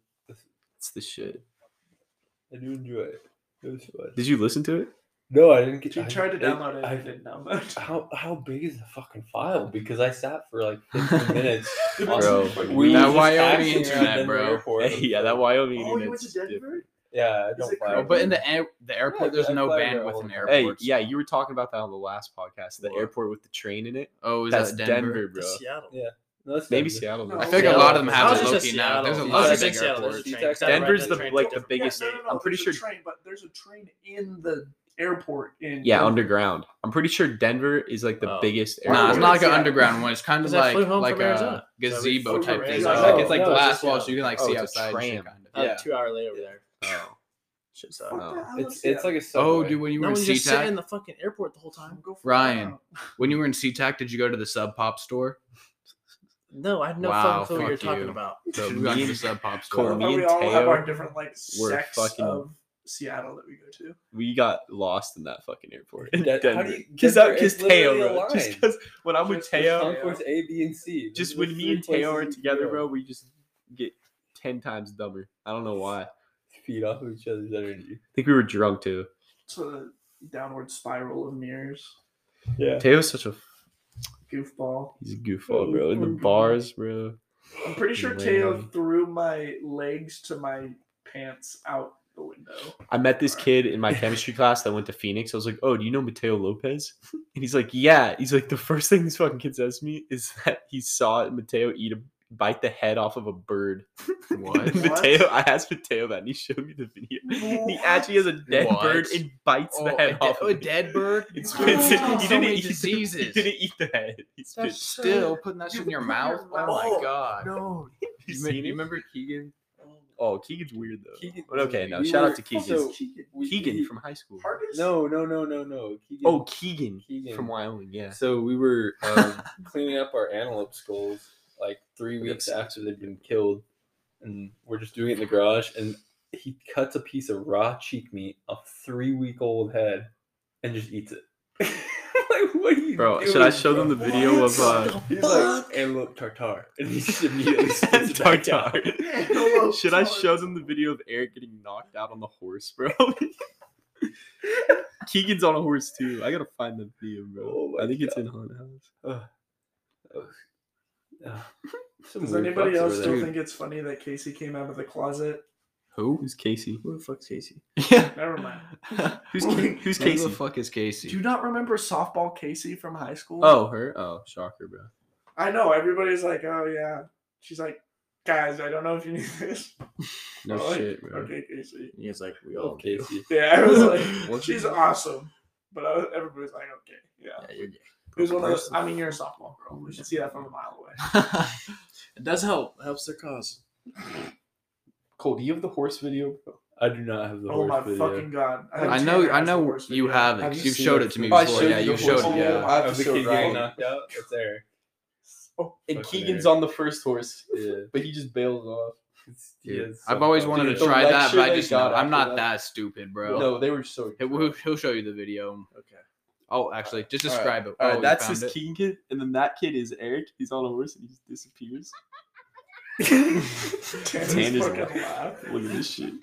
Speaker 4: it's the shit.
Speaker 2: I do enjoy it. It was fun.
Speaker 4: Did you listen to it?
Speaker 2: No, I didn't
Speaker 3: would-
Speaker 2: get.
Speaker 3: you
Speaker 2: I-
Speaker 3: tried to
Speaker 2: I-
Speaker 3: download it.
Speaker 2: I-
Speaker 3: I didn't download.
Speaker 2: how how big is the fucking file? Because I sat for like 15 minutes.
Speaker 4: Bro,
Speaker 2: We were
Speaker 1: that
Speaker 2: just
Speaker 1: Wyoming
Speaker 2: actually in
Speaker 1: internet,
Speaker 2: Denver
Speaker 1: bro.
Speaker 2: Airport.
Speaker 4: yeah, that Wyoming
Speaker 3: Oh, you went
Speaker 4: internet's
Speaker 3: to Denver?
Speaker 4: different.
Speaker 2: Yeah, I
Speaker 3: Is it
Speaker 2: don't fly.
Speaker 1: Oh,
Speaker 2: over
Speaker 1: but
Speaker 2: there.
Speaker 1: in the air, the airport,
Speaker 2: Yeah,
Speaker 1: there's
Speaker 2: I
Speaker 1: no
Speaker 2: fly
Speaker 1: band
Speaker 2: around
Speaker 1: with
Speaker 2: all
Speaker 1: an
Speaker 2: the
Speaker 1: airport.
Speaker 4: Hey, yeah, you were talking about that on the last podcast. The airport with the train in it.
Speaker 1: Oh, is
Speaker 4: That's
Speaker 1: that
Speaker 4: Denver,
Speaker 1: Denver?
Speaker 4: bro.
Speaker 5: Seattle.
Speaker 2: No, that's
Speaker 4: Maybe
Speaker 2: Denver.
Speaker 4: Seattle.
Speaker 3: No.
Speaker 4: though.
Speaker 1: I feel like a lot of them
Speaker 3: Seattle.
Speaker 1: have
Speaker 5: was just
Speaker 1: it low key
Speaker 5: in
Speaker 1: now.
Speaker 5: Seattle.
Speaker 1: There's a
Speaker 5: I was
Speaker 1: lot of
Speaker 5: just in
Speaker 1: big
Speaker 5: Seattle. There's a
Speaker 1: airports.
Speaker 5: train.
Speaker 2: Denver's
Speaker 5: Gotta ride
Speaker 4: the,
Speaker 5: that train to
Speaker 4: like, the
Speaker 5: different-
Speaker 4: biggest-
Speaker 3: Yeah, no, no, no,
Speaker 4: I'm pretty
Speaker 3: there's a
Speaker 4: sure-
Speaker 3: train, but there's a train in the airport in.
Speaker 4: Yeah, underground. I'm pretty sure Denver is like the
Speaker 5: Oh.
Speaker 4: biggest.
Speaker 1: Nah, it's
Speaker 4: airport.
Speaker 1: not like an
Speaker 3: Yeah.
Speaker 1: underground one. It's kind of
Speaker 5: Because I
Speaker 1: like
Speaker 5: flew home
Speaker 1: like
Speaker 5: from
Speaker 1: a
Speaker 5: Arizona.
Speaker 1: gazebo
Speaker 3: So we flew
Speaker 1: type
Speaker 3: from
Speaker 1: thing.
Speaker 3: Arizona.
Speaker 1: Like it's like
Speaker 2: No, it's
Speaker 1: glass
Speaker 2: just-
Speaker 1: walls, so you can like
Speaker 4: Oh,
Speaker 1: see
Speaker 4: it's a
Speaker 1: outside. and shit,
Speaker 4: tram.
Speaker 1: kinda.
Speaker 5: I was
Speaker 2: Yeah.
Speaker 5: two hour late over there.
Speaker 4: Oh.
Speaker 5: Shit
Speaker 3: Fuck
Speaker 5: sucked.
Speaker 3: that, I love
Speaker 2: It's it's
Speaker 3: Seattle.
Speaker 2: like a subway.
Speaker 1: Oh, dude, when you were
Speaker 5: No,
Speaker 1: in
Speaker 5: you just sit in
Speaker 1: SeaTac,
Speaker 5: the fucking airport the whole time.
Speaker 3: Go for
Speaker 1: Ryan.
Speaker 3: it.
Speaker 1: when you were in SeaTac, did you go to the Sub Pop store?
Speaker 5: No, I had no
Speaker 1: Wow,
Speaker 5: fucking clue what you're
Speaker 1: fuck
Speaker 5: talking
Speaker 1: you.
Speaker 5: about.
Speaker 1: So
Speaker 4: Me
Speaker 1: we got to
Speaker 4: and-
Speaker 1: the Sub Pop
Speaker 3: I love
Speaker 1: store.
Speaker 4: Cool.
Speaker 3: how
Speaker 4: me
Speaker 3: we
Speaker 4: and
Speaker 3: all have
Speaker 4: Teo
Speaker 3: our different like
Speaker 4: were
Speaker 3: sects
Speaker 4: fucking-
Speaker 3: of Seattle that we go to.
Speaker 4: We got lost in that fucking airport. In
Speaker 2: That- how do
Speaker 4: Denver.
Speaker 2: you-
Speaker 4: Cause
Speaker 2: Denver
Speaker 4: that- cause
Speaker 2: is literally
Speaker 4: Teo,
Speaker 2: a
Speaker 4: bro. Just
Speaker 2: line.
Speaker 4: because when I'm with
Speaker 3: Just the
Speaker 4: Teo,
Speaker 2: Concourse A, B, and C. Those
Speaker 4: just
Speaker 2: are the
Speaker 4: when me and
Speaker 2: three
Speaker 4: Teo are
Speaker 2: places you
Speaker 4: together,
Speaker 2: go.
Speaker 4: bro, we just get ten times dumber. I don't know why. I
Speaker 2: feed off of each other's energy.
Speaker 4: think we were drunk too.
Speaker 3: It's a downward spiral of mirrors.
Speaker 2: Yeah.
Speaker 4: Teo's such a
Speaker 3: Goofball.
Speaker 4: he's a goofball, bro. In the bars, bro.
Speaker 3: I'm pretty sure Teo
Speaker 4: Lame.
Speaker 3: threw my legs to my pants out the window.
Speaker 4: I met this kid in my chemistry class that went to Phoenix. I was like, "Oh, do you know Mateo Lopez?" And he's like, "Yeah." He's like, "The first thing this fucking kid says to me is that he saw Mateo eat a bite the head off of a bird."
Speaker 1: What?
Speaker 4: Mateo, I asked Mateo that, and he showed me the video. He actually has a dead
Speaker 1: What?
Speaker 4: bird and bites
Speaker 1: Oh,
Speaker 4: the
Speaker 1: a,
Speaker 4: head
Speaker 1: de-
Speaker 4: off.
Speaker 1: a dead bird.
Speaker 4: It
Speaker 1: Oh,
Speaker 4: spits it. He
Speaker 1: so
Speaker 4: didn't
Speaker 1: many
Speaker 4: eat the-
Speaker 1: diseases.
Speaker 4: He didn't eat the head. He spit.
Speaker 1: Still putting that shit in your mouth. Oh my god.
Speaker 3: No.
Speaker 4: You,
Speaker 1: You,
Speaker 4: seen
Speaker 1: me- you
Speaker 4: him?
Speaker 1: remember Keegan?
Speaker 4: Oh, Keegan's weird though.
Speaker 2: Keegan-
Speaker 4: but okay, no.
Speaker 2: we
Speaker 4: shout
Speaker 2: were-
Speaker 4: out to Keegan.
Speaker 2: so- We-
Speaker 4: Keegan
Speaker 2: we-
Speaker 4: from high school.
Speaker 3: Hardest?
Speaker 2: No, no, no, no, no. Keegan.
Speaker 4: Oh, Keegan,
Speaker 2: Keegan.
Speaker 4: from Wyoming. Yeah.
Speaker 2: So we were um, cleaning up our antelope skulls like three weeks after they'd been killed, and we're just doing it in the garage. And he cuts a piece of raw cheek meat off three week old head and just eats it. like, what are you
Speaker 4: Bro,
Speaker 2: doing,
Speaker 4: should I show them
Speaker 2: bro?
Speaker 4: the video of uh,
Speaker 2: He's like antelope tartar, and he just immediately spits it back out.
Speaker 4: Tartar. Should I show them the video of Eric getting knocked out on the horse, bro? Keegan's on a horse too. I gotta find the video, bro.
Speaker 2: Oh my
Speaker 4: I think it's in Haunted House.
Speaker 2: Ugh. Some
Speaker 3: Does
Speaker 2: weird fucks
Speaker 3: anybody
Speaker 2: over
Speaker 3: else still
Speaker 2: there.
Speaker 3: think it's funny that Casey came out of the closet?
Speaker 1: Who?
Speaker 4: Who's Casey?
Speaker 5: Who the fuck's Casey?
Speaker 4: Yeah.
Speaker 3: Never mind.
Speaker 4: Who's Ca- who's
Speaker 1: Who the
Speaker 4: Casey?
Speaker 1: fuck is
Speaker 3: Do
Speaker 1: Casey?
Speaker 3: you not remember softball Casey from high school?
Speaker 4: Oh, her. Oh, shocker, bro.
Speaker 3: I know. Everybody's like, oh, yeah. She's like, guys, I don't know if you knew this.
Speaker 4: No
Speaker 3: I'm like,
Speaker 4: shit, bro.
Speaker 3: Okay, Casey.
Speaker 5: And he was like, we all
Speaker 2: Oh, Casey.
Speaker 3: Yeah, I was like,
Speaker 4: What's
Speaker 3: she's awesome. But I was, everybody's like, okay, yeah.
Speaker 5: Yeah, you're gay.
Speaker 3: It was one of those. I mean, you're a softball girl. We should see that from a mile away.
Speaker 5: It does help. It helps their cause.
Speaker 4: Cole, do you have the horse video?
Speaker 2: I do not have the
Speaker 3: Oh
Speaker 2: horse
Speaker 3: my
Speaker 2: video.
Speaker 3: fucking god! think
Speaker 1: I know,
Speaker 3: Tanner
Speaker 1: I
Speaker 3: has the
Speaker 1: know
Speaker 3: worst
Speaker 1: you
Speaker 3: video.
Speaker 1: have it.
Speaker 2: Have
Speaker 1: 'cause
Speaker 2: you
Speaker 1: You've
Speaker 2: seen
Speaker 1: showed
Speaker 2: it?
Speaker 1: it to me
Speaker 2: Oh, I
Speaker 1: before.
Speaker 2: showed
Speaker 1: Yeah,
Speaker 2: you
Speaker 1: you
Speaker 2: the
Speaker 1: showed
Speaker 2: horse Oh,
Speaker 1: it.
Speaker 2: video.
Speaker 1: Yeah.
Speaker 9: I
Speaker 2: Of the kid getting knocked out. It's there.
Speaker 3: Oh,
Speaker 4: And
Speaker 2: Fucking
Speaker 4: Keegan's
Speaker 2: Eric.
Speaker 4: on the first horse,
Speaker 2: Yeah.
Speaker 4: but he just bails off.
Speaker 2: It's-
Speaker 1: Dude,
Speaker 2: yeah, it's
Speaker 1: I've
Speaker 2: so
Speaker 1: always
Speaker 2: funny.
Speaker 1: wanted
Speaker 4: Dude,
Speaker 1: to
Speaker 4: the
Speaker 1: try that, but I
Speaker 4: lecture they
Speaker 1: just
Speaker 4: got
Speaker 1: I'm
Speaker 4: after
Speaker 1: not
Speaker 4: that-
Speaker 1: that, stupid, bro.
Speaker 4: No, they were so.
Speaker 1: He- He'll, he'll show you the video.
Speaker 5: Okay.
Speaker 1: Oh, actually, just
Speaker 4: All right.
Speaker 1: describe it.
Speaker 4: All
Speaker 1: Oh,
Speaker 4: right,
Speaker 1: you
Speaker 4: that's
Speaker 1: found
Speaker 4: this
Speaker 1: it?
Speaker 4: Keegan kid, and then that kid is Eric. He's on a horse and he just disappears.
Speaker 3: Tanner's
Speaker 4: Tanner's
Speaker 3: fucking
Speaker 4: alive.
Speaker 3: laugh.
Speaker 4: Look at this shit.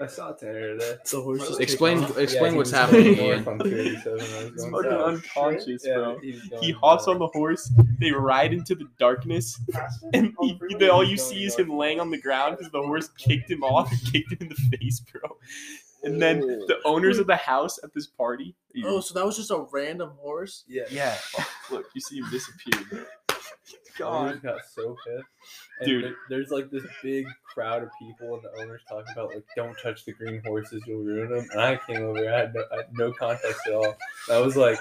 Speaker 2: I saw Tanner today.
Speaker 5: So horse just take
Speaker 1: Explain,
Speaker 5: off.
Speaker 1: explain
Speaker 2: Yeah,
Speaker 1: what's
Speaker 2: he was
Speaker 1: happening.
Speaker 2: going
Speaker 1: Ian.
Speaker 2: north on 37 when I was
Speaker 4: He's
Speaker 2: going
Speaker 4: fucking
Speaker 2: south.
Speaker 4: unconscious,
Speaker 2: Yeah,
Speaker 4: bro.
Speaker 2: he's going
Speaker 4: He hops
Speaker 2: north.
Speaker 4: on the horse. They ride into the darkness, and
Speaker 3: Oh,
Speaker 4: he,
Speaker 3: really?
Speaker 4: they, all you see is him laying on the ground because the horse kicked him off and kicked him in the face, bro. And then the owners of the house at this party.
Speaker 5: Oh, so that was just a random horse?
Speaker 2: Yeah.
Speaker 4: yeah. Look, you see him disappear. Bro.
Speaker 2: Owners
Speaker 4: God.
Speaker 2: got so pissed. And
Speaker 4: Dude.
Speaker 2: there- there's like this big crowd of people, and the owners talking about like, "Don't touch the green horses, you'll ruin them." And I came over, I had no, I had no context at all. And I was like,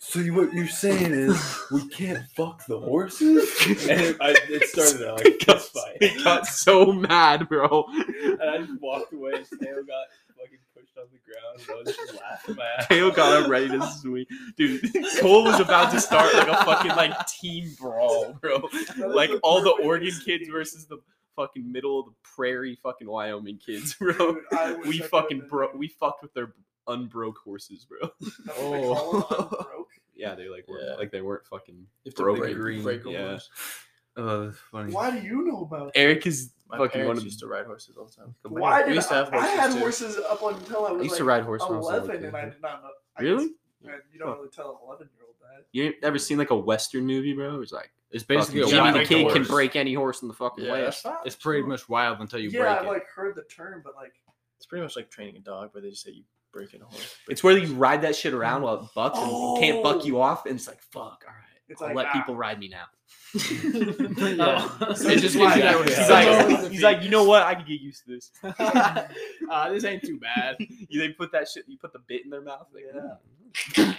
Speaker 2: "So you, what you're saying is we can't fuck the horses?" And it, I, it started a, like
Speaker 4: They got,
Speaker 2: fist fight,
Speaker 4: they got so mad, bro.
Speaker 2: and I just walked away. And Taylor got fucking pushed on the ground, and I was just laughing my ass.
Speaker 4: Kale got up ready to swing. Dude, Cole was about to start like a fucking like team brawl, bro. Like all the Oregon kids versus the fucking middle of the prairie fucking Wyoming kids, bro.
Speaker 3: Dude, I wish I
Speaker 4: We
Speaker 3: could've
Speaker 4: fucking
Speaker 3: been
Speaker 4: bro
Speaker 3: there.
Speaker 4: we fucked with their unbroke horses, bro.
Speaker 3: That's what they call them, I'm broke.
Speaker 4: Yeah, they like were
Speaker 5: Yeah.
Speaker 4: like they weren't fucking
Speaker 5: If
Speaker 4: Bro,
Speaker 5: big
Speaker 4: right.
Speaker 5: green break a
Speaker 4: Yeah.
Speaker 5: horse.
Speaker 9: Oh, that's funny.
Speaker 3: Why do you know about? It?
Speaker 4: Eric is
Speaker 5: My
Speaker 4: fucking
Speaker 5: parents
Speaker 4: one of
Speaker 5: used
Speaker 4: the
Speaker 5: to ride horses all the time.
Speaker 3: Why did
Speaker 5: used to
Speaker 3: I,
Speaker 5: have
Speaker 3: I
Speaker 5: horses,
Speaker 3: had
Speaker 5: too.
Speaker 3: horses up until I
Speaker 4: I
Speaker 3: was
Speaker 4: used
Speaker 3: like
Speaker 4: to ride horse when I was a
Speaker 3: eleven,
Speaker 4: little
Speaker 3: and I
Speaker 4: kid.
Speaker 3: did not know. I guess-
Speaker 4: Really?
Speaker 3: Man, you don't really tell an eleven-year-old that.
Speaker 4: You ain't ever seen like a western movie, bro? It's like
Speaker 1: It's basically a
Speaker 5: Jimmy
Speaker 4: Jimmy
Speaker 1: wild
Speaker 4: the
Speaker 5: Break the
Speaker 4: Kid can
Speaker 5: Horse.
Speaker 4: break any horse in the fucking
Speaker 5: Yeah,
Speaker 4: way.
Speaker 5: that's
Speaker 1: It's pretty much wild until you
Speaker 3: yeah, I've
Speaker 1: break it.
Speaker 3: like heard the term, but like
Speaker 6: It's pretty much like training a dog, but they just say you break it a hole.
Speaker 4: It's where you ride that shit around while it bucks and can't buck you off, and it's like, fuck, all right.
Speaker 3: Oh! It's
Speaker 4: I'll
Speaker 3: like,
Speaker 4: let
Speaker 3: ah.
Speaker 4: people ride me now.
Speaker 6: Oh.
Speaker 1: It just gives you that-
Speaker 4: He's
Speaker 1: Yeah.
Speaker 4: like, he's like, you know what? I can get used to this.
Speaker 6: uh, this ain't too bad.
Speaker 4: You they put that shit. You put the bit in their mouth. Like,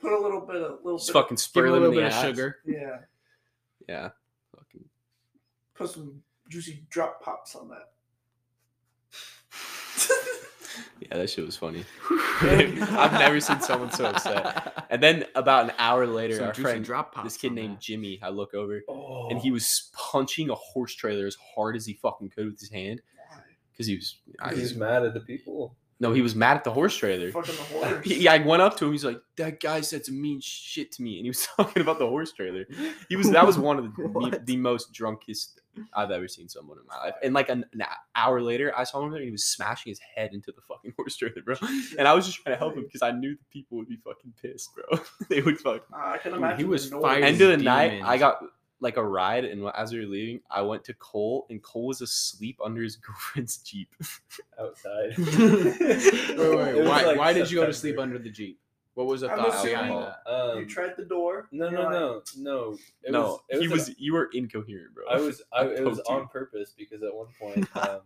Speaker 3: Put a little bit of little
Speaker 4: Just
Speaker 3: bit,
Speaker 4: fucking
Speaker 7: Give
Speaker 4: spur
Speaker 7: it a
Speaker 4: them in
Speaker 7: little
Speaker 4: the
Speaker 7: bit of
Speaker 4: ass.
Speaker 7: sugar.
Speaker 3: yeah.
Speaker 4: Yeah. Fucking.
Speaker 3: Put some juicy drop pops on that.
Speaker 4: Yeah, that shit was funny. I've never seen someone so upset. And then about an hour later,
Speaker 7: Some
Speaker 4: our
Speaker 7: juicy
Speaker 4: friend,
Speaker 7: drop pops
Speaker 4: this kid
Speaker 7: on
Speaker 4: named Jimmy, I look over
Speaker 3: Oh,
Speaker 4: and he was punching a horse trailer as hard as he fucking could with his hand because he was. I,
Speaker 2: He's mad at the people.
Speaker 4: no, he was mad at the horse trailer.
Speaker 3: fucking the horse.
Speaker 4: He, I went up to him. He's like, "That guy said some mean shit to me," and he was talking about the horse trailer. He was that was one of the the, the most drunkest I've ever seen someone in my life. And like an, an hour later, I saw him there, and he was smashing his head into the fucking horse trailer, bro. And I was just trying to help him because I knew the people would be fucking pissed, bro. they would fuck.
Speaker 3: Ah, I can imagine. the
Speaker 7: was
Speaker 3: noise.
Speaker 7: fired.
Speaker 4: End of the
Speaker 7: Demons.
Speaker 4: night, I got like a ride, and as we were leaving, I went to Cole, and Cole was asleep under his girlfriend's jeep.
Speaker 2: outside.
Speaker 7: Wait, wait,
Speaker 2: It was
Speaker 7: why,
Speaker 2: like
Speaker 7: why did you go to sleep
Speaker 2: September.
Speaker 7: under the jeep? What was the
Speaker 3: I'm
Speaker 7: thought
Speaker 3: assuming-
Speaker 7: behind that?
Speaker 3: You
Speaker 2: Um,
Speaker 3: tried the door.
Speaker 2: no,
Speaker 3: you're
Speaker 2: no,
Speaker 3: like,
Speaker 2: no, no. It
Speaker 4: no,
Speaker 2: was, it
Speaker 4: he
Speaker 2: was
Speaker 4: was. you were incoherent, bro.
Speaker 2: I was I, it was
Speaker 4: poked you.
Speaker 2: on purpose because at one point um,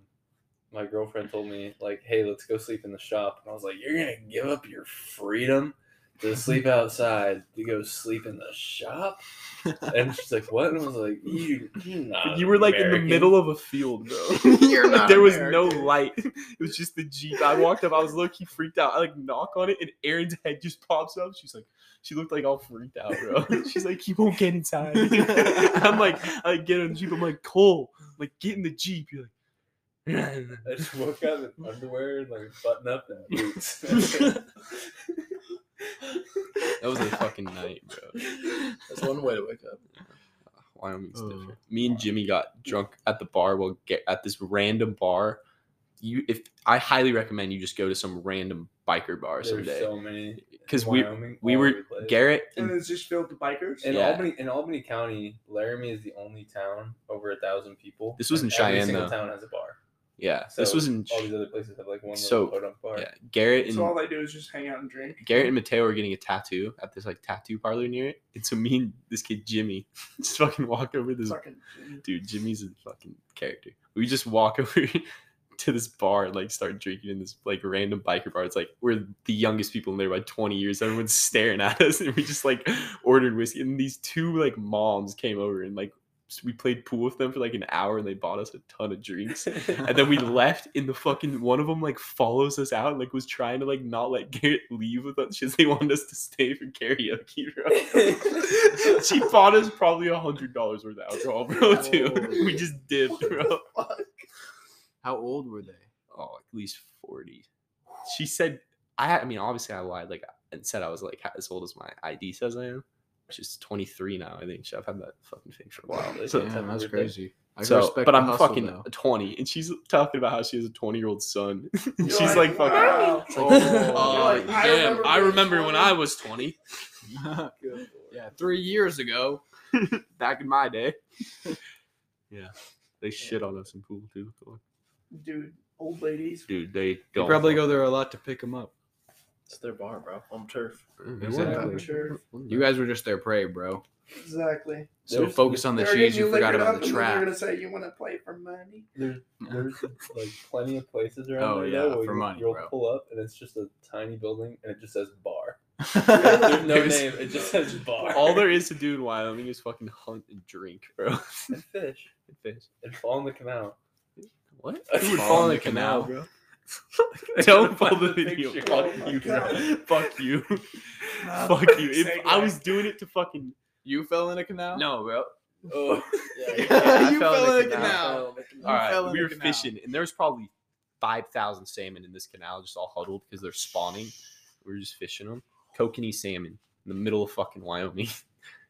Speaker 2: my girlfriend told me like, "Hey, let's go sleep in the shop," and I was like, "You're gonna give up your freedom to sleep outside to go sleep in the shop?" And she's like, "What?" And I was like, "You, you're not
Speaker 4: you were like in
Speaker 2: American."
Speaker 4: the middle of a field, bro.
Speaker 6: You're
Speaker 4: Like, there was no light. It was just the Jeep. I walked up. I was low key freaked out. I like knock on it, and Aaron's head just pops up. She's like, she looked like all freaked out, bro. She's like, you won't get inside. I'm like, I get in the Jeep. I'm like, Cole, like get in the Jeep. You're like,
Speaker 2: I just woke up in underwear and like button up and boots.
Speaker 4: that was a fucking night, bro.
Speaker 6: That's one way to wake up.
Speaker 4: Wyoming's
Speaker 7: Oh.
Speaker 4: different. Me and Jimmy got drunk at the bar. Well, get at this random bar. You, if I highly recommend you just go to some random biker bar
Speaker 2: There's
Speaker 4: someday.
Speaker 2: so many
Speaker 4: 'Cause we-
Speaker 2: Wyoming,
Speaker 4: we
Speaker 2: all
Speaker 4: were-
Speaker 2: over the place.
Speaker 4: Garrett
Speaker 3: And
Speaker 4: and
Speaker 3: it's just filled with bikers.
Speaker 2: In
Speaker 4: Yeah.
Speaker 2: Albany, in Albany County, Laramie is the only town over a thousand people.
Speaker 4: This was
Speaker 2: and
Speaker 4: in
Speaker 2: Every
Speaker 4: Cheyenne,
Speaker 2: single
Speaker 4: though.
Speaker 2: town has a bar.
Speaker 4: yeah,
Speaker 2: So,
Speaker 4: this was in
Speaker 2: All these other places have like one
Speaker 4: So,
Speaker 2: little quote bar.
Speaker 4: yeah, Garrett and
Speaker 3: So all they do is just hang out and drink.
Speaker 4: Garrett and Mateo were getting a tattoo at this like tattoo parlor near it. And so me and this kid Jimmy just fucking walk over this
Speaker 3: Fucking.
Speaker 4: dude. Jimmy's a fucking character. We just walk over to this bar and like start drinking in this like random biker bar. It's like we're the youngest people in there by 20 years. Everyone's staring at us and we just like ordered whiskey. And these two like moms came over and like s- we played pool with them for like an hour and they bought us a ton of drinks and then we left and the fucking one of them like follows us out and, like was trying to like not let garrett leave with us because they wanted us to stay for karaoke bro she bought us probably a hundred dollars worth of alcohol bro too we just dipped bro
Speaker 7: How old were they?
Speaker 4: oh at least 40 she said i i mean obviously i lied like and said i was like as old as my id says i am which is 23 now i think so i've had that fucking thing for a while so
Speaker 2: That's
Speaker 7: Damn, that's
Speaker 2: weird thing.
Speaker 7: crazy. I
Speaker 4: so,
Speaker 7: respect
Speaker 4: but
Speaker 7: the
Speaker 4: I'm
Speaker 7: hustle,
Speaker 4: fucking
Speaker 7: though.
Speaker 4: 20, and she's talking about how she has a 20 year old son.
Speaker 3: You're
Speaker 4: she's like, fucking.
Speaker 3: wow.
Speaker 7: Oh,
Speaker 3: You're like, I
Speaker 7: damn.
Speaker 3: remember
Speaker 7: I
Speaker 3: being
Speaker 7: remember when
Speaker 3: 20.
Speaker 7: I was 20. yeah, three years ago.
Speaker 4: back in my day. yeah, they shit on us in pool too.
Speaker 3: Dude, old ladies.
Speaker 4: Dude, they
Speaker 7: You
Speaker 4: don't
Speaker 7: probably go there a lot to pick them up.
Speaker 6: It's their bar, bro. Home turf.
Speaker 7: Exactly.
Speaker 3: Sure.
Speaker 7: You guys were just their prey, bro.
Speaker 3: Exactly.
Speaker 7: So
Speaker 2: There's-
Speaker 7: focus on the
Speaker 3: They're
Speaker 7: cheese.
Speaker 3: getting
Speaker 7: You forgot
Speaker 3: liquored up
Speaker 7: about the
Speaker 3: and then They're
Speaker 7: trap.
Speaker 3: gonna say you want to play for money.
Speaker 2: There's like plenty of places around
Speaker 7: Oh,
Speaker 2: there
Speaker 7: yeah,
Speaker 2: though, where
Speaker 7: for
Speaker 2: you,
Speaker 7: money,
Speaker 2: you'll
Speaker 7: bro.
Speaker 2: pull up and it's just a tiny building and it just says bar. There's no
Speaker 4: There's-
Speaker 2: name. It just says bar.
Speaker 4: All there is to do in Wyoming is fucking hunt and drink, bro.
Speaker 2: and fish
Speaker 4: And fish.
Speaker 2: and fall in the canal.
Speaker 4: What?
Speaker 2: Who would
Speaker 7: fall in the canal,
Speaker 4: bro? Don't pull the video.
Speaker 2: Picture. Oh
Speaker 4: Fuck
Speaker 2: my
Speaker 4: you, bro.
Speaker 3: God.
Speaker 4: Fuck you.
Speaker 3: Ah,
Speaker 4: Fuck you. If
Speaker 3: segue.
Speaker 4: I was doing it to fucking
Speaker 7: You fell in a canal?
Speaker 4: no, bro.
Speaker 2: Oh,
Speaker 4: I
Speaker 7: you
Speaker 4: fell in
Speaker 7: fell
Speaker 4: the
Speaker 7: in a canal.
Speaker 4: All
Speaker 7: fell
Speaker 4: right,
Speaker 7: in
Speaker 4: we
Speaker 7: the
Speaker 4: were
Speaker 7: canal.
Speaker 4: fishing, and there's probably five thousand salmon in this canal, just all huddled because they're spawning. We were just fishing them, kokanee salmon in the middle of fucking Wyoming.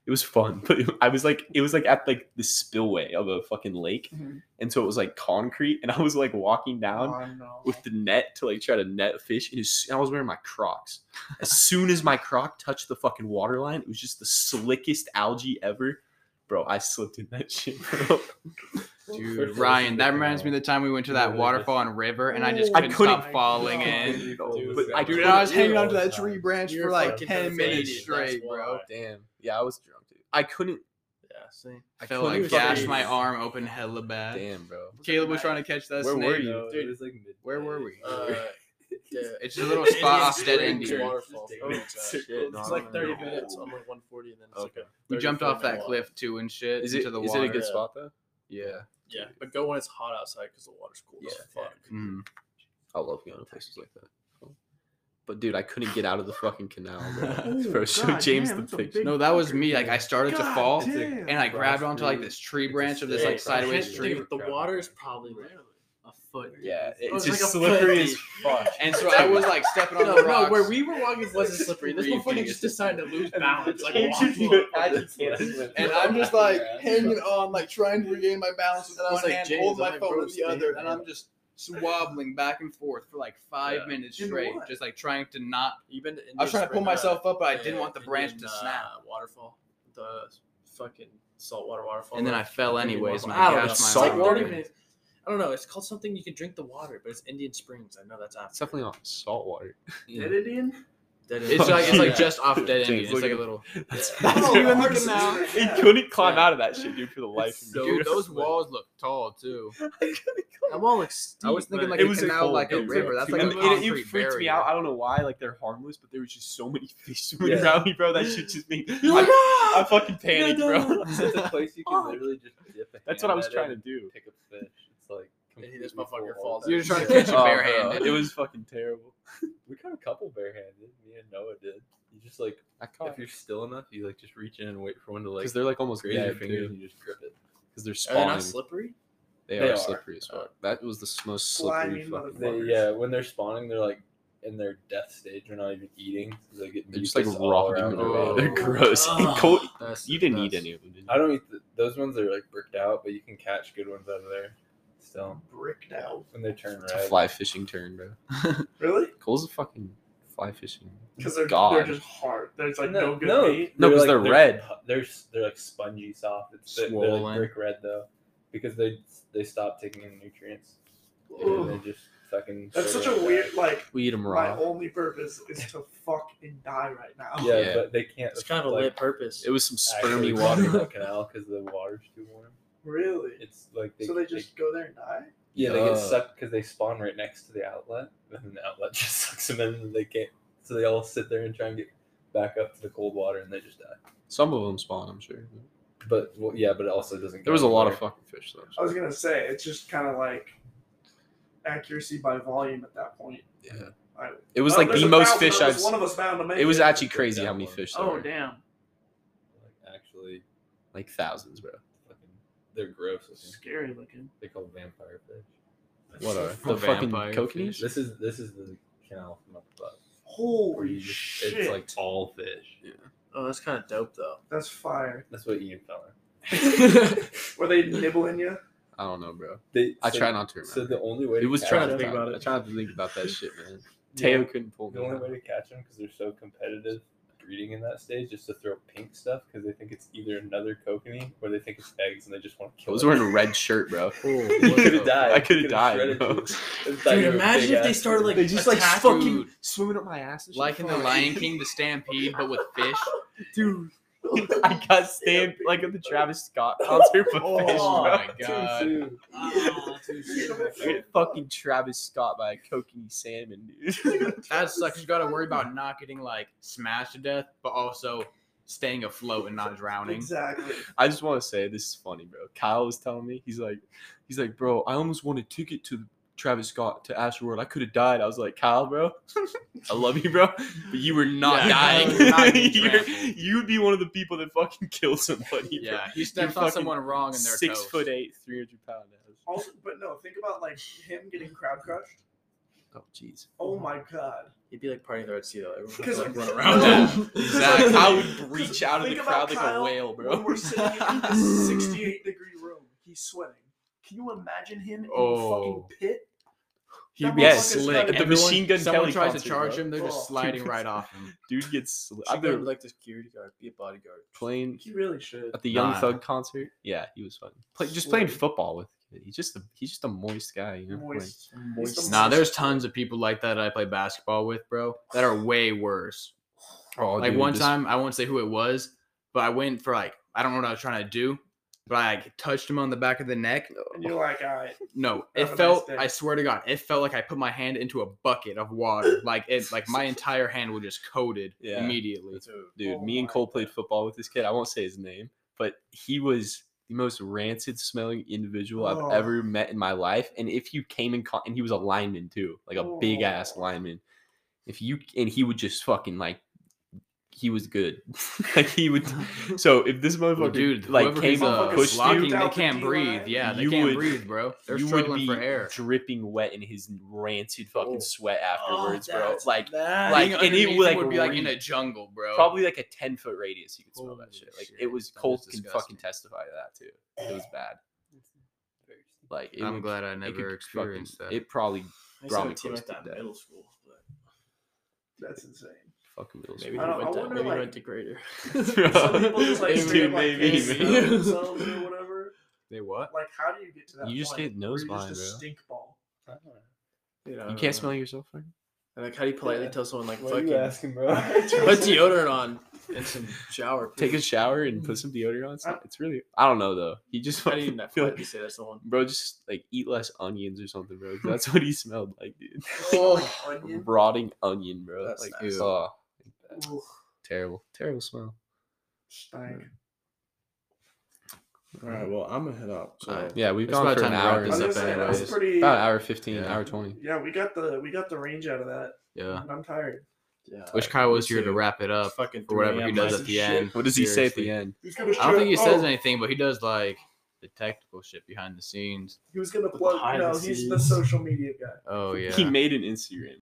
Speaker 4: It was fun, but it- I was like, it was like at like the spillway of a fucking lake,
Speaker 3: Mhm.
Speaker 4: and so it was like concrete, and I was like walking down
Speaker 3: Oh, no.
Speaker 4: with the net to like try to net fish, and, as, and I was wearing my Crocs. As soon as my Croc touched the fucking water line, it was just the slickest algae ever, bro. I slipped in that shit, bro.
Speaker 2: First
Speaker 1: Dude,
Speaker 2: of all,
Speaker 1: Ryan, that
Speaker 2: it's
Speaker 1: reminds me of the time we went to that
Speaker 2: Really
Speaker 1: waterfall and river, and I just
Speaker 3: Oh
Speaker 1: couldn't,
Speaker 4: I couldn't
Speaker 1: stop falling in.
Speaker 2: But
Speaker 4: I
Speaker 1: Dude,
Speaker 4: couldn't
Speaker 1: I was hanging
Speaker 4: do it
Speaker 1: onto
Speaker 2: all
Speaker 1: that
Speaker 2: the
Speaker 1: tree
Speaker 2: time.
Speaker 1: branch
Speaker 5: You're
Speaker 1: for like
Speaker 5: fucking
Speaker 1: ten minutes
Speaker 5: defeated,
Speaker 1: straight,
Speaker 5: that's
Speaker 1: bro.
Speaker 5: why.
Speaker 7: Damn. Yeah, I was drunk, dude.
Speaker 4: I couldn't.
Speaker 5: Yeah, see.
Speaker 1: I
Speaker 7: I
Speaker 1: felt
Speaker 7: couldn't
Speaker 1: like gashed
Speaker 7: fucking-
Speaker 1: my arm open hella bad.
Speaker 7: Damn, bro.
Speaker 1: Caleb was trying to catch that
Speaker 4: Where were
Speaker 1: snake.
Speaker 4: you?
Speaker 2: No, it
Speaker 5: Dude.
Speaker 2: was like midday.
Speaker 1: Where were we?
Speaker 5: Uh, yeah.
Speaker 1: It's a little spot off dead
Speaker 5: Indian
Speaker 1: Indian.
Speaker 5: Spring Waterfall.
Speaker 2: Just
Speaker 5: Oh,
Speaker 2: Indian
Speaker 5: gosh.
Speaker 4: Circles.
Speaker 5: It's
Speaker 9: No,
Speaker 5: like 30
Speaker 9: no.
Speaker 5: minutes, I'm like 140, and then it's like a
Speaker 1: We jumped
Speaker 5: 34
Speaker 1: off that
Speaker 5: minute walk.
Speaker 1: cliff too and shit
Speaker 4: Is it,
Speaker 1: into the
Speaker 4: is
Speaker 1: water.
Speaker 4: it a good
Speaker 5: Yeah.
Speaker 4: spot though?
Speaker 7: Yeah.
Speaker 5: Yeah, but go when it's hot outside because the water's cold as fuck.
Speaker 1: Mm.
Speaker 7: I love going to places like that. But dude, I couldn't get out of the fucking canal, bro. bro show James the picture.
Speaker 1: No, that was me. Like I started to fall,
Speaker 2: It's a
Speaker 1: and I grabbed onto like
Speaker 2: grassroots-
Speaker 1: this tree
Speaker 2: It's a
Speaker 1: branch of this like
Speaker 5: Hey,
Speaker 1: sideways
Speaker 5: dude,
Speaker 1: tree,
Speaker 5: The
Speaker 2: Crap.
Speaker 5: water is probably like a foot.
Speaker 4: Yeah,
Speaker 5: Oh,
Speaker 4: it's
Speaker 5: like
Speaker 4: just
Speaker 5: a
Speaker 4: slippery
Speaker 5: foot
Speaker 4: as
Speaker 5: deep.
Speaker 4: fuck.
Speaker 1: and so I was like stepping on
Speaker 5: No,
Speaker 1: the
Speaker 5: no,
Speaker 1: rocks.
Speaker 5: where we were walking wasn't slippery. This motherfucker just decided to lose balance. Like, walked up.
Speaker 1: And I'm just like hanging on, like trying to regain my balance with
Speaker 5: And I was
Speaker 1: one
Speaker 5: like,
Speaker 1: hand,
Speaker 5: James,
Speaker 1: hold
Speaker 5: I'm
Speaker 1: my
Speaker 5: like,
Speaker 1: phone
Speaker 5: bro,
Speaker 1: with the
Speaker 5: stand
Speaker 1: other,
Speaker 5: up.
Speaker 1: and I'm just wobbling back and forth for like five minutes
Speaker 3: In
Speaker 1: straight,
Speaker 3: what?
Speaker 1: just like trying to not.
Speaker 5: You've been. in
Speaker 1: I was
Speaker 5: the
Speaker 1: trying to pull
Speaker 5: spring,
Speaker 1: myself up, but
Speaker 5: uh,
Speaker 1: I didn't want the
Speaker 5: Indian,
Speaker 1: branch to
Speaker 5: uh,
Speaker 1: snap.
Speaker 5: waterfall, the fucking saltwater waterfall.
Speaker 1: And then
Speaker 5: the
Speaker 1: I fell
Speaker 5: Indian
Speaker 1: anyways, and
Speaker 5: waterfall.
Speaker 1: I
Speaker 5: don't know,
Speaker 1: gashed my
Speaker 5: it's
Speaker 4: Salt
Speaker 5: like
Speaker 1: arm.
Speaker 4: water?
Speaker 5: 30 minutes. I don't know. It's called something you can drink the water, but it's Indian Springs. I know that's
Speaker 7: It's
Speaker 5: after.
Speaker 7: definitely not salt water.
Speaker 3: Did it in?
Speaker 5: That is-
Speaker 1: It's like it's like
Speaker 5: Yeah.
Speaker 1: just off dead
Speaker 7: James,
Speaker 1: end. It's
Speaker 7: look
Speaker 1: like
Speaker 7: at-
Speaker 1: a little.
Speaker 3: Oh,
Speaker 1: You in the
Speaker 3: arses.
Speaker 1: canal?
Speaker 4: He
Speaker 3: Yeah.
Speaker 4: couldn't climb
Speaker 5: Yeah.
Speaker 4: out of that shit, dude, for the life of me.
Speaker 1: Dude, those walls look tall too.
Speaker 5: That wall looks steep.
Speaker 1: I was thinking
Speaker 5: but-
Speaker 1: like
Speaker 4: It
Speaker 1: it
Speaker 4: was
Speaker 1: was
Speaker 4: a
Speaker 1: canal,
Speaker 4: hole.
Speaker 1: like a
Speaker 4: It was
Speaker 1: river. That's like
Speaker 4: and
Speaker 1: a
Speaker 4: it, it
Speaker 1: concrete
Speaker 4: freaked me
Speaker 1: barrier.
Speaker 4: out. I don't know why. Like they're harmless, but there was just so many fish swimming
Speaker 2: Yeah.
Speaker 4: around me, bro. That shit just made.
Speaker 3: You're like,
Speaker 4: I, I fucking panicked, bro.
Speaker 2: It's a place you can literally just dip. a
Speaker 4: That's
Speaker 2: hand
Speaker 4: what I was
Speaker 2: at it
Speaker 4: trying to
Speaker 2: and
Speaker 4: do.
Speaker 2: Pick up fish. It's like
Speaker 5: Hey,
Speaker 2: completely
Speaker 5: this motherfucker
Speaker 2: full
Speaker 5: falls.
Speaker 2: all the
Speaker 1: You're
Speaker 2: time.
Speaker 1: just trying to catch it
Speaker 4: Oh, bro,
Speaker 1: barehanded.
Speaker 4: It was fucking terrible.
Speaker 2: We caught a couple barehanded. Me and Noah did. You just like
Speaker 7: I caught
Speaker 2: if you're still enough, you like just reach in and wait for one to like
Speaker 7: because they're like almost
Speaker 2: graze your
Speaker 7: dead,
Speaker 2: fingers
Speaker 7: dude.
Speaker 2: and you just grip it.
Speaker 7: Because they're
Speaker 5: Are they not
Speaker 7: spawning.
Speaker 5: slippery?
Speaker 7: They,
Speaker 2: They
Speaker 7: are,
Speaker 2: are.
Speaker 7: slippery as fuck. That was the s- most
Speaker 3: Slimy
Speaker 7: slippery. fucking-
Speaker 3: motherfucker.
Speaker 2: They, yeah, when they're spawning, they're like in their death stage. They're not even eating. so they get
Speaker 7: They're just like
Speaker 2: mucus all
Speaker 7: raw.
Speaker 2: around
Speaker 7: dude.
Speaker 2: their
Speaker 1: Oh.
Speaker 2: body.
Speaker 7: They're gross.
Speaker 5: Ugh.
Speaker 7: Cole,
Speaker 5: That's-
Speaker 7: you didn't eat
Speaker 5: that's-
Speaker 7: any of them, did you?
Speaker 2: I don't eat th those ones. Are like bricked out, but you can catch good ones out of there. Still,
Speaker 3: Bricked out.
Speaker 2: when they turn
Speaker 7: It's a
Speaker 2: red.
Speaker 7: fly fishing turn, bro.
Speaker 3: Really?
Speaker 7: Cole's a fucking fly fishing.
Speaker 3: Because they're
Speaker 7: God.
Speaker 3: they're just hard. There's like no, good bait.
Speaker 7: No, 'cause they're red.
Speaker 2: They're s- they're like spongy soft. It's they're, they're
Speaker 1: Swollen.
Speaker 2: like brick red though, because they they stop taking in nutrients. And
Speaker 3: Ugh.
Speaker 2: they just fucking.
Speaker 3: That's
Speaker 2: shrivel
Speaker 3: such a
Speaker 2: up.
Speaker 3: weird like.
Speaker 7: We eat them
Speaker 3: My
Speaker 7: raw.
Speaker 3: only purpose is to fuck and die right now.
Speaker 2: Yeah,
Speaker 7: Yeah.
Speaker 2: but they can't.
Speaker 5: It's kind of a
Speaker 2: like,
Speaker 5: lit purpose.
Speaker 7: It was some
Speaker 2: actually
Speaker 7: spermy
Speaker 2: go
Speaker 7: water.
Speaker 2: in the canal because the water's too warm.
Speaker 3: Really?
Speaker 2: It's like they,
Speaker 3: so they just go there and die?
Speaker 2: yeah they
Speaker 7: Uh.
Speaker 2: get sucked because they spawn right next to the outlet, and then the outlet just sucks them in, and they can't. So they all sit there and try and get back up to the cold water, and they just die.
Speaker 7: Some of them spawn, I'm sure.
Speaker 2: But well, yeah, but it also doesn't.
Speaker 7: There was a lot of fucking fish though.
Speaker 3: I was gonna say it's just kind of like accuracy by volume at that point.
Speaker 7: Yeah.
Speaker 3: I-
Speaker 7: It was
Speaker 3: Oh,
Speaker 7: like
Speaker 3: there's
Speaker 7: the
Speaker 3: a
Speaker 7: most
Speaker 3: thousand
Speaker 7: fish
Speaker 3: of
Speaker 7: I've.
Speaker 3: us, One of us bound to make
Speaker 7: It was
Speaker 3: it.
Speaker 7: actually crazy how many fish there
Speaker 3: Oh
Speaker 7: were.
Speaker 3: damn!
Speaker 2: Like, actually,
Speaker 7: Like thousands, bro.
Speaker 2: fucking, they're gross. Looking.
Speaker 3: Scary looking.
Speaker 2: They call vampire fish.
Speaker 7: What are
Speaker 1: The
Speaker 7: the fucking
Speaker 1: vampire
Speaker 7: kokanees?
Speaker 1: fish.
Speaker 2: This is this is the canal from up above. Where
Speaker 3: Holy
Speaker 2: you just,
Speaker 3: shit!
Speaker 2: it's like all fish.
Speaker 5: oh, that's kind of dope though.
Speaker 3: That's fire.
Speaker 2: That's what Ian found.
Speaker 3: Were they nibbling you?
Speaker 7: I don't know, bro.
Speaker 2: They,
Speaker 7: I
Speaker 2: so-
Speaker 7: try not to
Speaker 2: So
Speaker 7: remember.
Speaker 2: the only way
Speaker 7: It was
Speaker 2: catch
Speaker 7: trying to
Speaker 2: them-
Speaker 7: think about it. I tried to think about that shit, man. Teo couldn't pull
Speaker 2: The
Speaker 7: me.
Speaker 2: only
Speaker 7: out.
Speaker 2: way to catch them because they're so competitive breeding in that stage is to throw pink stuff because they think it's either another kokanee or they think it's eggs and they just want to kill
Speaker 7: I was
Speaker 2: it.
Speaker 7: wearing a red shirt, bro.
Speaker 2: You could have died.
Speaker 7: I could have
Speaker 2: Coulda
Speaker 7: died,
Speaker 2: shredded
Speaker 7: bro.
Speaker 2: you. It's like
Speaker 5: Dude,
Speaker 2: you're a
Speaker 5: imagine
Speaker 2: big
Speaker 5: if they
Speaker 2: ass
Speaker 5: started like
Speaker 2: bird.
Speaker 7: They just, like,
Speaker 5: attack-
Speaker 7: fucking-
Speaker 1: Dude,
Speaker 7: Swimming up my ass.
Speaker 1: like in the Lion King, the stampede, but with fish.
Speaker 4: Dude, I got stamped like at the Travis Scott concert for fish,
Speaker 1: Oh
Speaker 4: bro.
Speaker 1: my god.
Speaker 2: Too soon.
Speaker 4: I got fucking Travis Scott by a kokanee salmon, dude.
Speaker 1: That sucks. You gotta worry about not getting like smashed to death, but also staying afloat and not drowning.
Speaker 3: Exactly.
Speaker 4: I just want to say this is funny, bro. Kyle was telling me he's like, he's like, bro, I almost won a ticket to Travis Scott to Astro World. I could have died. I was like, Kyle, bro, I love you, bro, but you were not
Speaker 1: Yeah,
Speaker 4: dying.
Speaker 1: Kyle is not getting
Speaker 4: You're-
Speaker 1: trampled.
Speaker 4: you'd be one of the people that fucking kill somebody. bro.
Speaker 1: Yeah, he steps on
Speaker 4: fucking
Speaker 1: someone wrong and they're
Speaker 4: six
Speaker 1: toast.
Speaker 4: foot eight, three hundred pound. ass.
Speaker 3: Also, but no, think about like him getting crowd crushed.
Speaker 7: Oh, jeez.
Speaker 3: Oh my god!
Speaker 5: He'd be like partying the Red Sea though. Everyone
Speaker 3: Because
Speaker 5: would, like, run
Speaker 1: around
Speaker 3: no.
Speaker 1: Exactly.
Speaker 4: I would reach out of the
Speaker 3: Think
Speaker 4: crowd
Speaker 3: about
Speaker 4: like
Speaker 3: Kyle
Speaker 4: a whale,
Speaker 3: When
Speaker 4: bro.
Speaker 3: we're sitting in this 68 degree room, he's sweating. Can you imagine him in
Speaker 1: Oh.
Speaker 3: the fucking pit?
Speaker 1: He'd
Speaker 3: be
Speaker 1: yes,
Speaker 3: slick.
Speaker 1: slick.
Speaker 3: At the
Speaker 1: Everyone-
Speaker 4: Machine Gun
Speaker 1: someone
Speaker 4: Kelly
Speaker 1: tries
Speaker 4: concert,
Speaker 1: to charge
Speaker 4: bro.
Speaker 1: him, they're
Speaker 3: Oh.
Speaker 1: just sliding right off him.
Speaker 4: Dude gets.
Speaker 5: I've
Speaker 4: I've
Speaker 5: been
Speaker 4: been
Speaker 5: like the security guard, be a bodyguard.
Speaker 7: Playing
Speaker 3: He really should.
Speaker 7: at the Young
Speaker 1: Nah.
Speaker 7: Thug concert. Yeah, he was fun. Play, just playing
Speaker 3: Sweet.
Speaker 7: football with
Speaker 4: kid. He's just a he's just a moist guy, you know. like-
Speaker 3: Moist. Moist.
Speaker 1: Nah, there's tons of people like that, that I play basketball with, bro, that are way worse.
Speaker 4: Oh,
Speaker 1: like
Speaker 4: dude,
Speaker 1: one
Speaker 4: this-
Speaker 1: time, I won't say who it was, but I went for like I don't know what I was trying to do, but I like, touched him on the back of the neck.
Speaker 3: And you're like, all right.
Speaker 1: No,
Speaker 3: Have a
Speaker 1: it
Speaker 3: nice
Speaker 1: felt.
Speaker 3: day.
Speaker 1: I swear to God, it felt like I put my hand into a bucket of water. Like it, like my entire hand was just coated
Speaker 4: Yeah.
Speaker 1: immediately.
Speaker 4: dude,
Speaker 3: Oh
Speaker 4: me and
Speaker 3: my
Speaker 4: Cole played football with this kid. I won't say his name, but he was the most rancid smelling individual
Speaker 3: Oh.
Speaker 4: I've ever met in my life. And if you came in, con- and he was a lineman too, like a big ass
Speaker 3: Oh.
Speaker 4: lineman. If you and he would just fucking like, he was good. like he would. So if this motherfucker
Speaker 1: Well, dude,
Speaker 4: like
Speaker 1: whoever
Speaker 4: came
Speaker 1: he's, uh,
Speaker 4: and pushed
Speaker 1: blocking,
Speaker 4: you,
Speaker 1: they
Speaker 3: Out the
Speaker 1: can't breathe.
Speaker 3: D-line.
Speaker 1: Yeah, they
Speaker 4: You
Speaker 1: can't
Speaker 4: would-
Speaker 1: breathe, bro. They're
Speaker 4: you would
Speaker 1: struggling
Speaker 4: be
Speaker 1: for air.
Speaker 4: dripping wet in his rancid fucking
Speaker 3: Oh.
Speaker 4: sweat afterwards, bro.
Speaker 3: that's
Speaker 4: Like
Speaker 3: bad.
Speaker 4: like-
Speaker 1: Being
Speaker 4: and it
Speaker 1: underneath
Speaker 4: would,
Speaker 1: you
Speaker 4: like,
Speaker 1: would be like in a
Speaker 4: reek.
Speaker 1: jungle, bro.
Speaker 4: probably like a 10 foot radius you could smell
Speaker 1: Holy
Speaker 4: that shit like
Speaker 1: shit,
Speaker 4: it was
Speaker 1: that
Speaker 4: colt
Speaker 1: is
Speaker 4: can
Speaker 1: disgusting.
Speaker 4: fucking testify to that too it was bad like it
Speaker 1: I'm
Speaker 4: would-
Speaker 1: glad I
Speaker 4: it
Speaker 1: never
Speaker 4: could
Speaker 1: experienced
Speaker 4: fucking,
Speaker 1: that.
Speaker 4: it probably
Speaker 6: I used to
Speaker 4: Brought
Speaker 6: have
Speaker 4: me
Speaker 6: a team
Speaker 4: close
Speaker 6: like
Speaker 4: to
Speaker 6: that in
Speaker 4: death.
Speaker 6: middle school. But
Speaker 3: That's insane.
Speaker 4: fucking middle
Speaker 6: maybe
Speaker 4: school
Speaker 3: I don't-
Speaker 6: we
Speaker 3: I
Speaker 6: went, to,
Speaker 3: wonder,
Speaker 6: maybe we
Speaker 3: like-
Speaker 6: went to greater.
Speaker 3: Some people just like
Speaker 4: Dude,
Speaker 3: straight up, like,
Speaker 4: maybe,
Speaker 3: can't
Speaker 4: maybe.
Speaker 3: smell themselves or whatever.
Speaker 4: they what
Speaker 3: Like, how do you get to that?
Speaker 4: You just
Speaker 3: point
Speaker 4: get nose
Speaker 3: where you're
Speaker 4: blind,
Speaker 3: just a
Speaker 4: bro.
Speaker 3: Stink ball.
Speaker 6: You, know,
Speaker 4: you can't smell yourself right?
Speaker 6: Like, how do you politely tell someone like
Speaker 2: What are you
Speaker 6: fucking
Speaker 2: asking, bro?
Speaker 6: put deodorant on and some shower?
Speaker 4: take a
Speaker 6: please."
Speaker 4: shower and put some deodorant on it's, not- it's really i don't know though he just
Speaker 6: How do you
Speaker 4: fucking
Speaker 6: not
Speaker 4: feel
Speaker 6: politely
Speaker 4: like-
Speaker 6: say that's the one?
Speaker 4: bro just like eat less onions or something bro 'cause that's what he smelled like dude
Speaker 3: Like, onion.
Speaker 4: rotting onion bro
Speaker 6: That's
Speaker 4: like
Speaker 6: nasty.
Speaker 4: oh
Speaker 3: Ooh,
Speaker 4: terrible terrible smell
Speaker 3: stank.
Speaker 8: All right, well, I'm gonna head up. So
Speaker 4: Alright, yeah we've
Speaker 1: It's
Speaker 4: gone
Speaker 1: about
Speaker 4: for an
Speaker 1: time to wrap
Speaker 4: hour
Speaker 3: I
Speaker 1: this up
Speaker 3: was gonna say, that was
Speaker 1: anyways.
Speaker 3: pretty.
Speaker 4: about hour 15
Speaker 1: Yeah.
Speaker 4: hour 20
Speaker 3: Yeah, we got the we got the range out of that.
Speaker 1: yeah.
Speaker 3: I'm tired.
Speaker 6: Yeah.
Speaker 1: uh, Wish Kyle was here to
Speaker 6: too.
Speaker 1: wrap it up
Speaker 6: Fucking
Speaker 1: or whatever he
Speaker 6: 3
Speaker 1: does
Speaker 6: a.m.
Speaker 1: at the end.
Speaker 4: What does he say at
Speaker 1: Seriously.
Speaker 4: the end?
Speaker 3: He's gonna
Speaker 1: I don't think he says
Speaker 3: oh,
Speaker 1: anything, but he does like the technical shit behind the scenes.
Speaker 3: He was gonna
Speaker 6: the
Speaker 3: plug. You
Speaker 6: behind the
Speaker 3: know, he's the
Speaker 6: scenes.
Speaker 3: social media guy.
Speaker 1: Oh yeah.
Speaker 4: He made an Instagram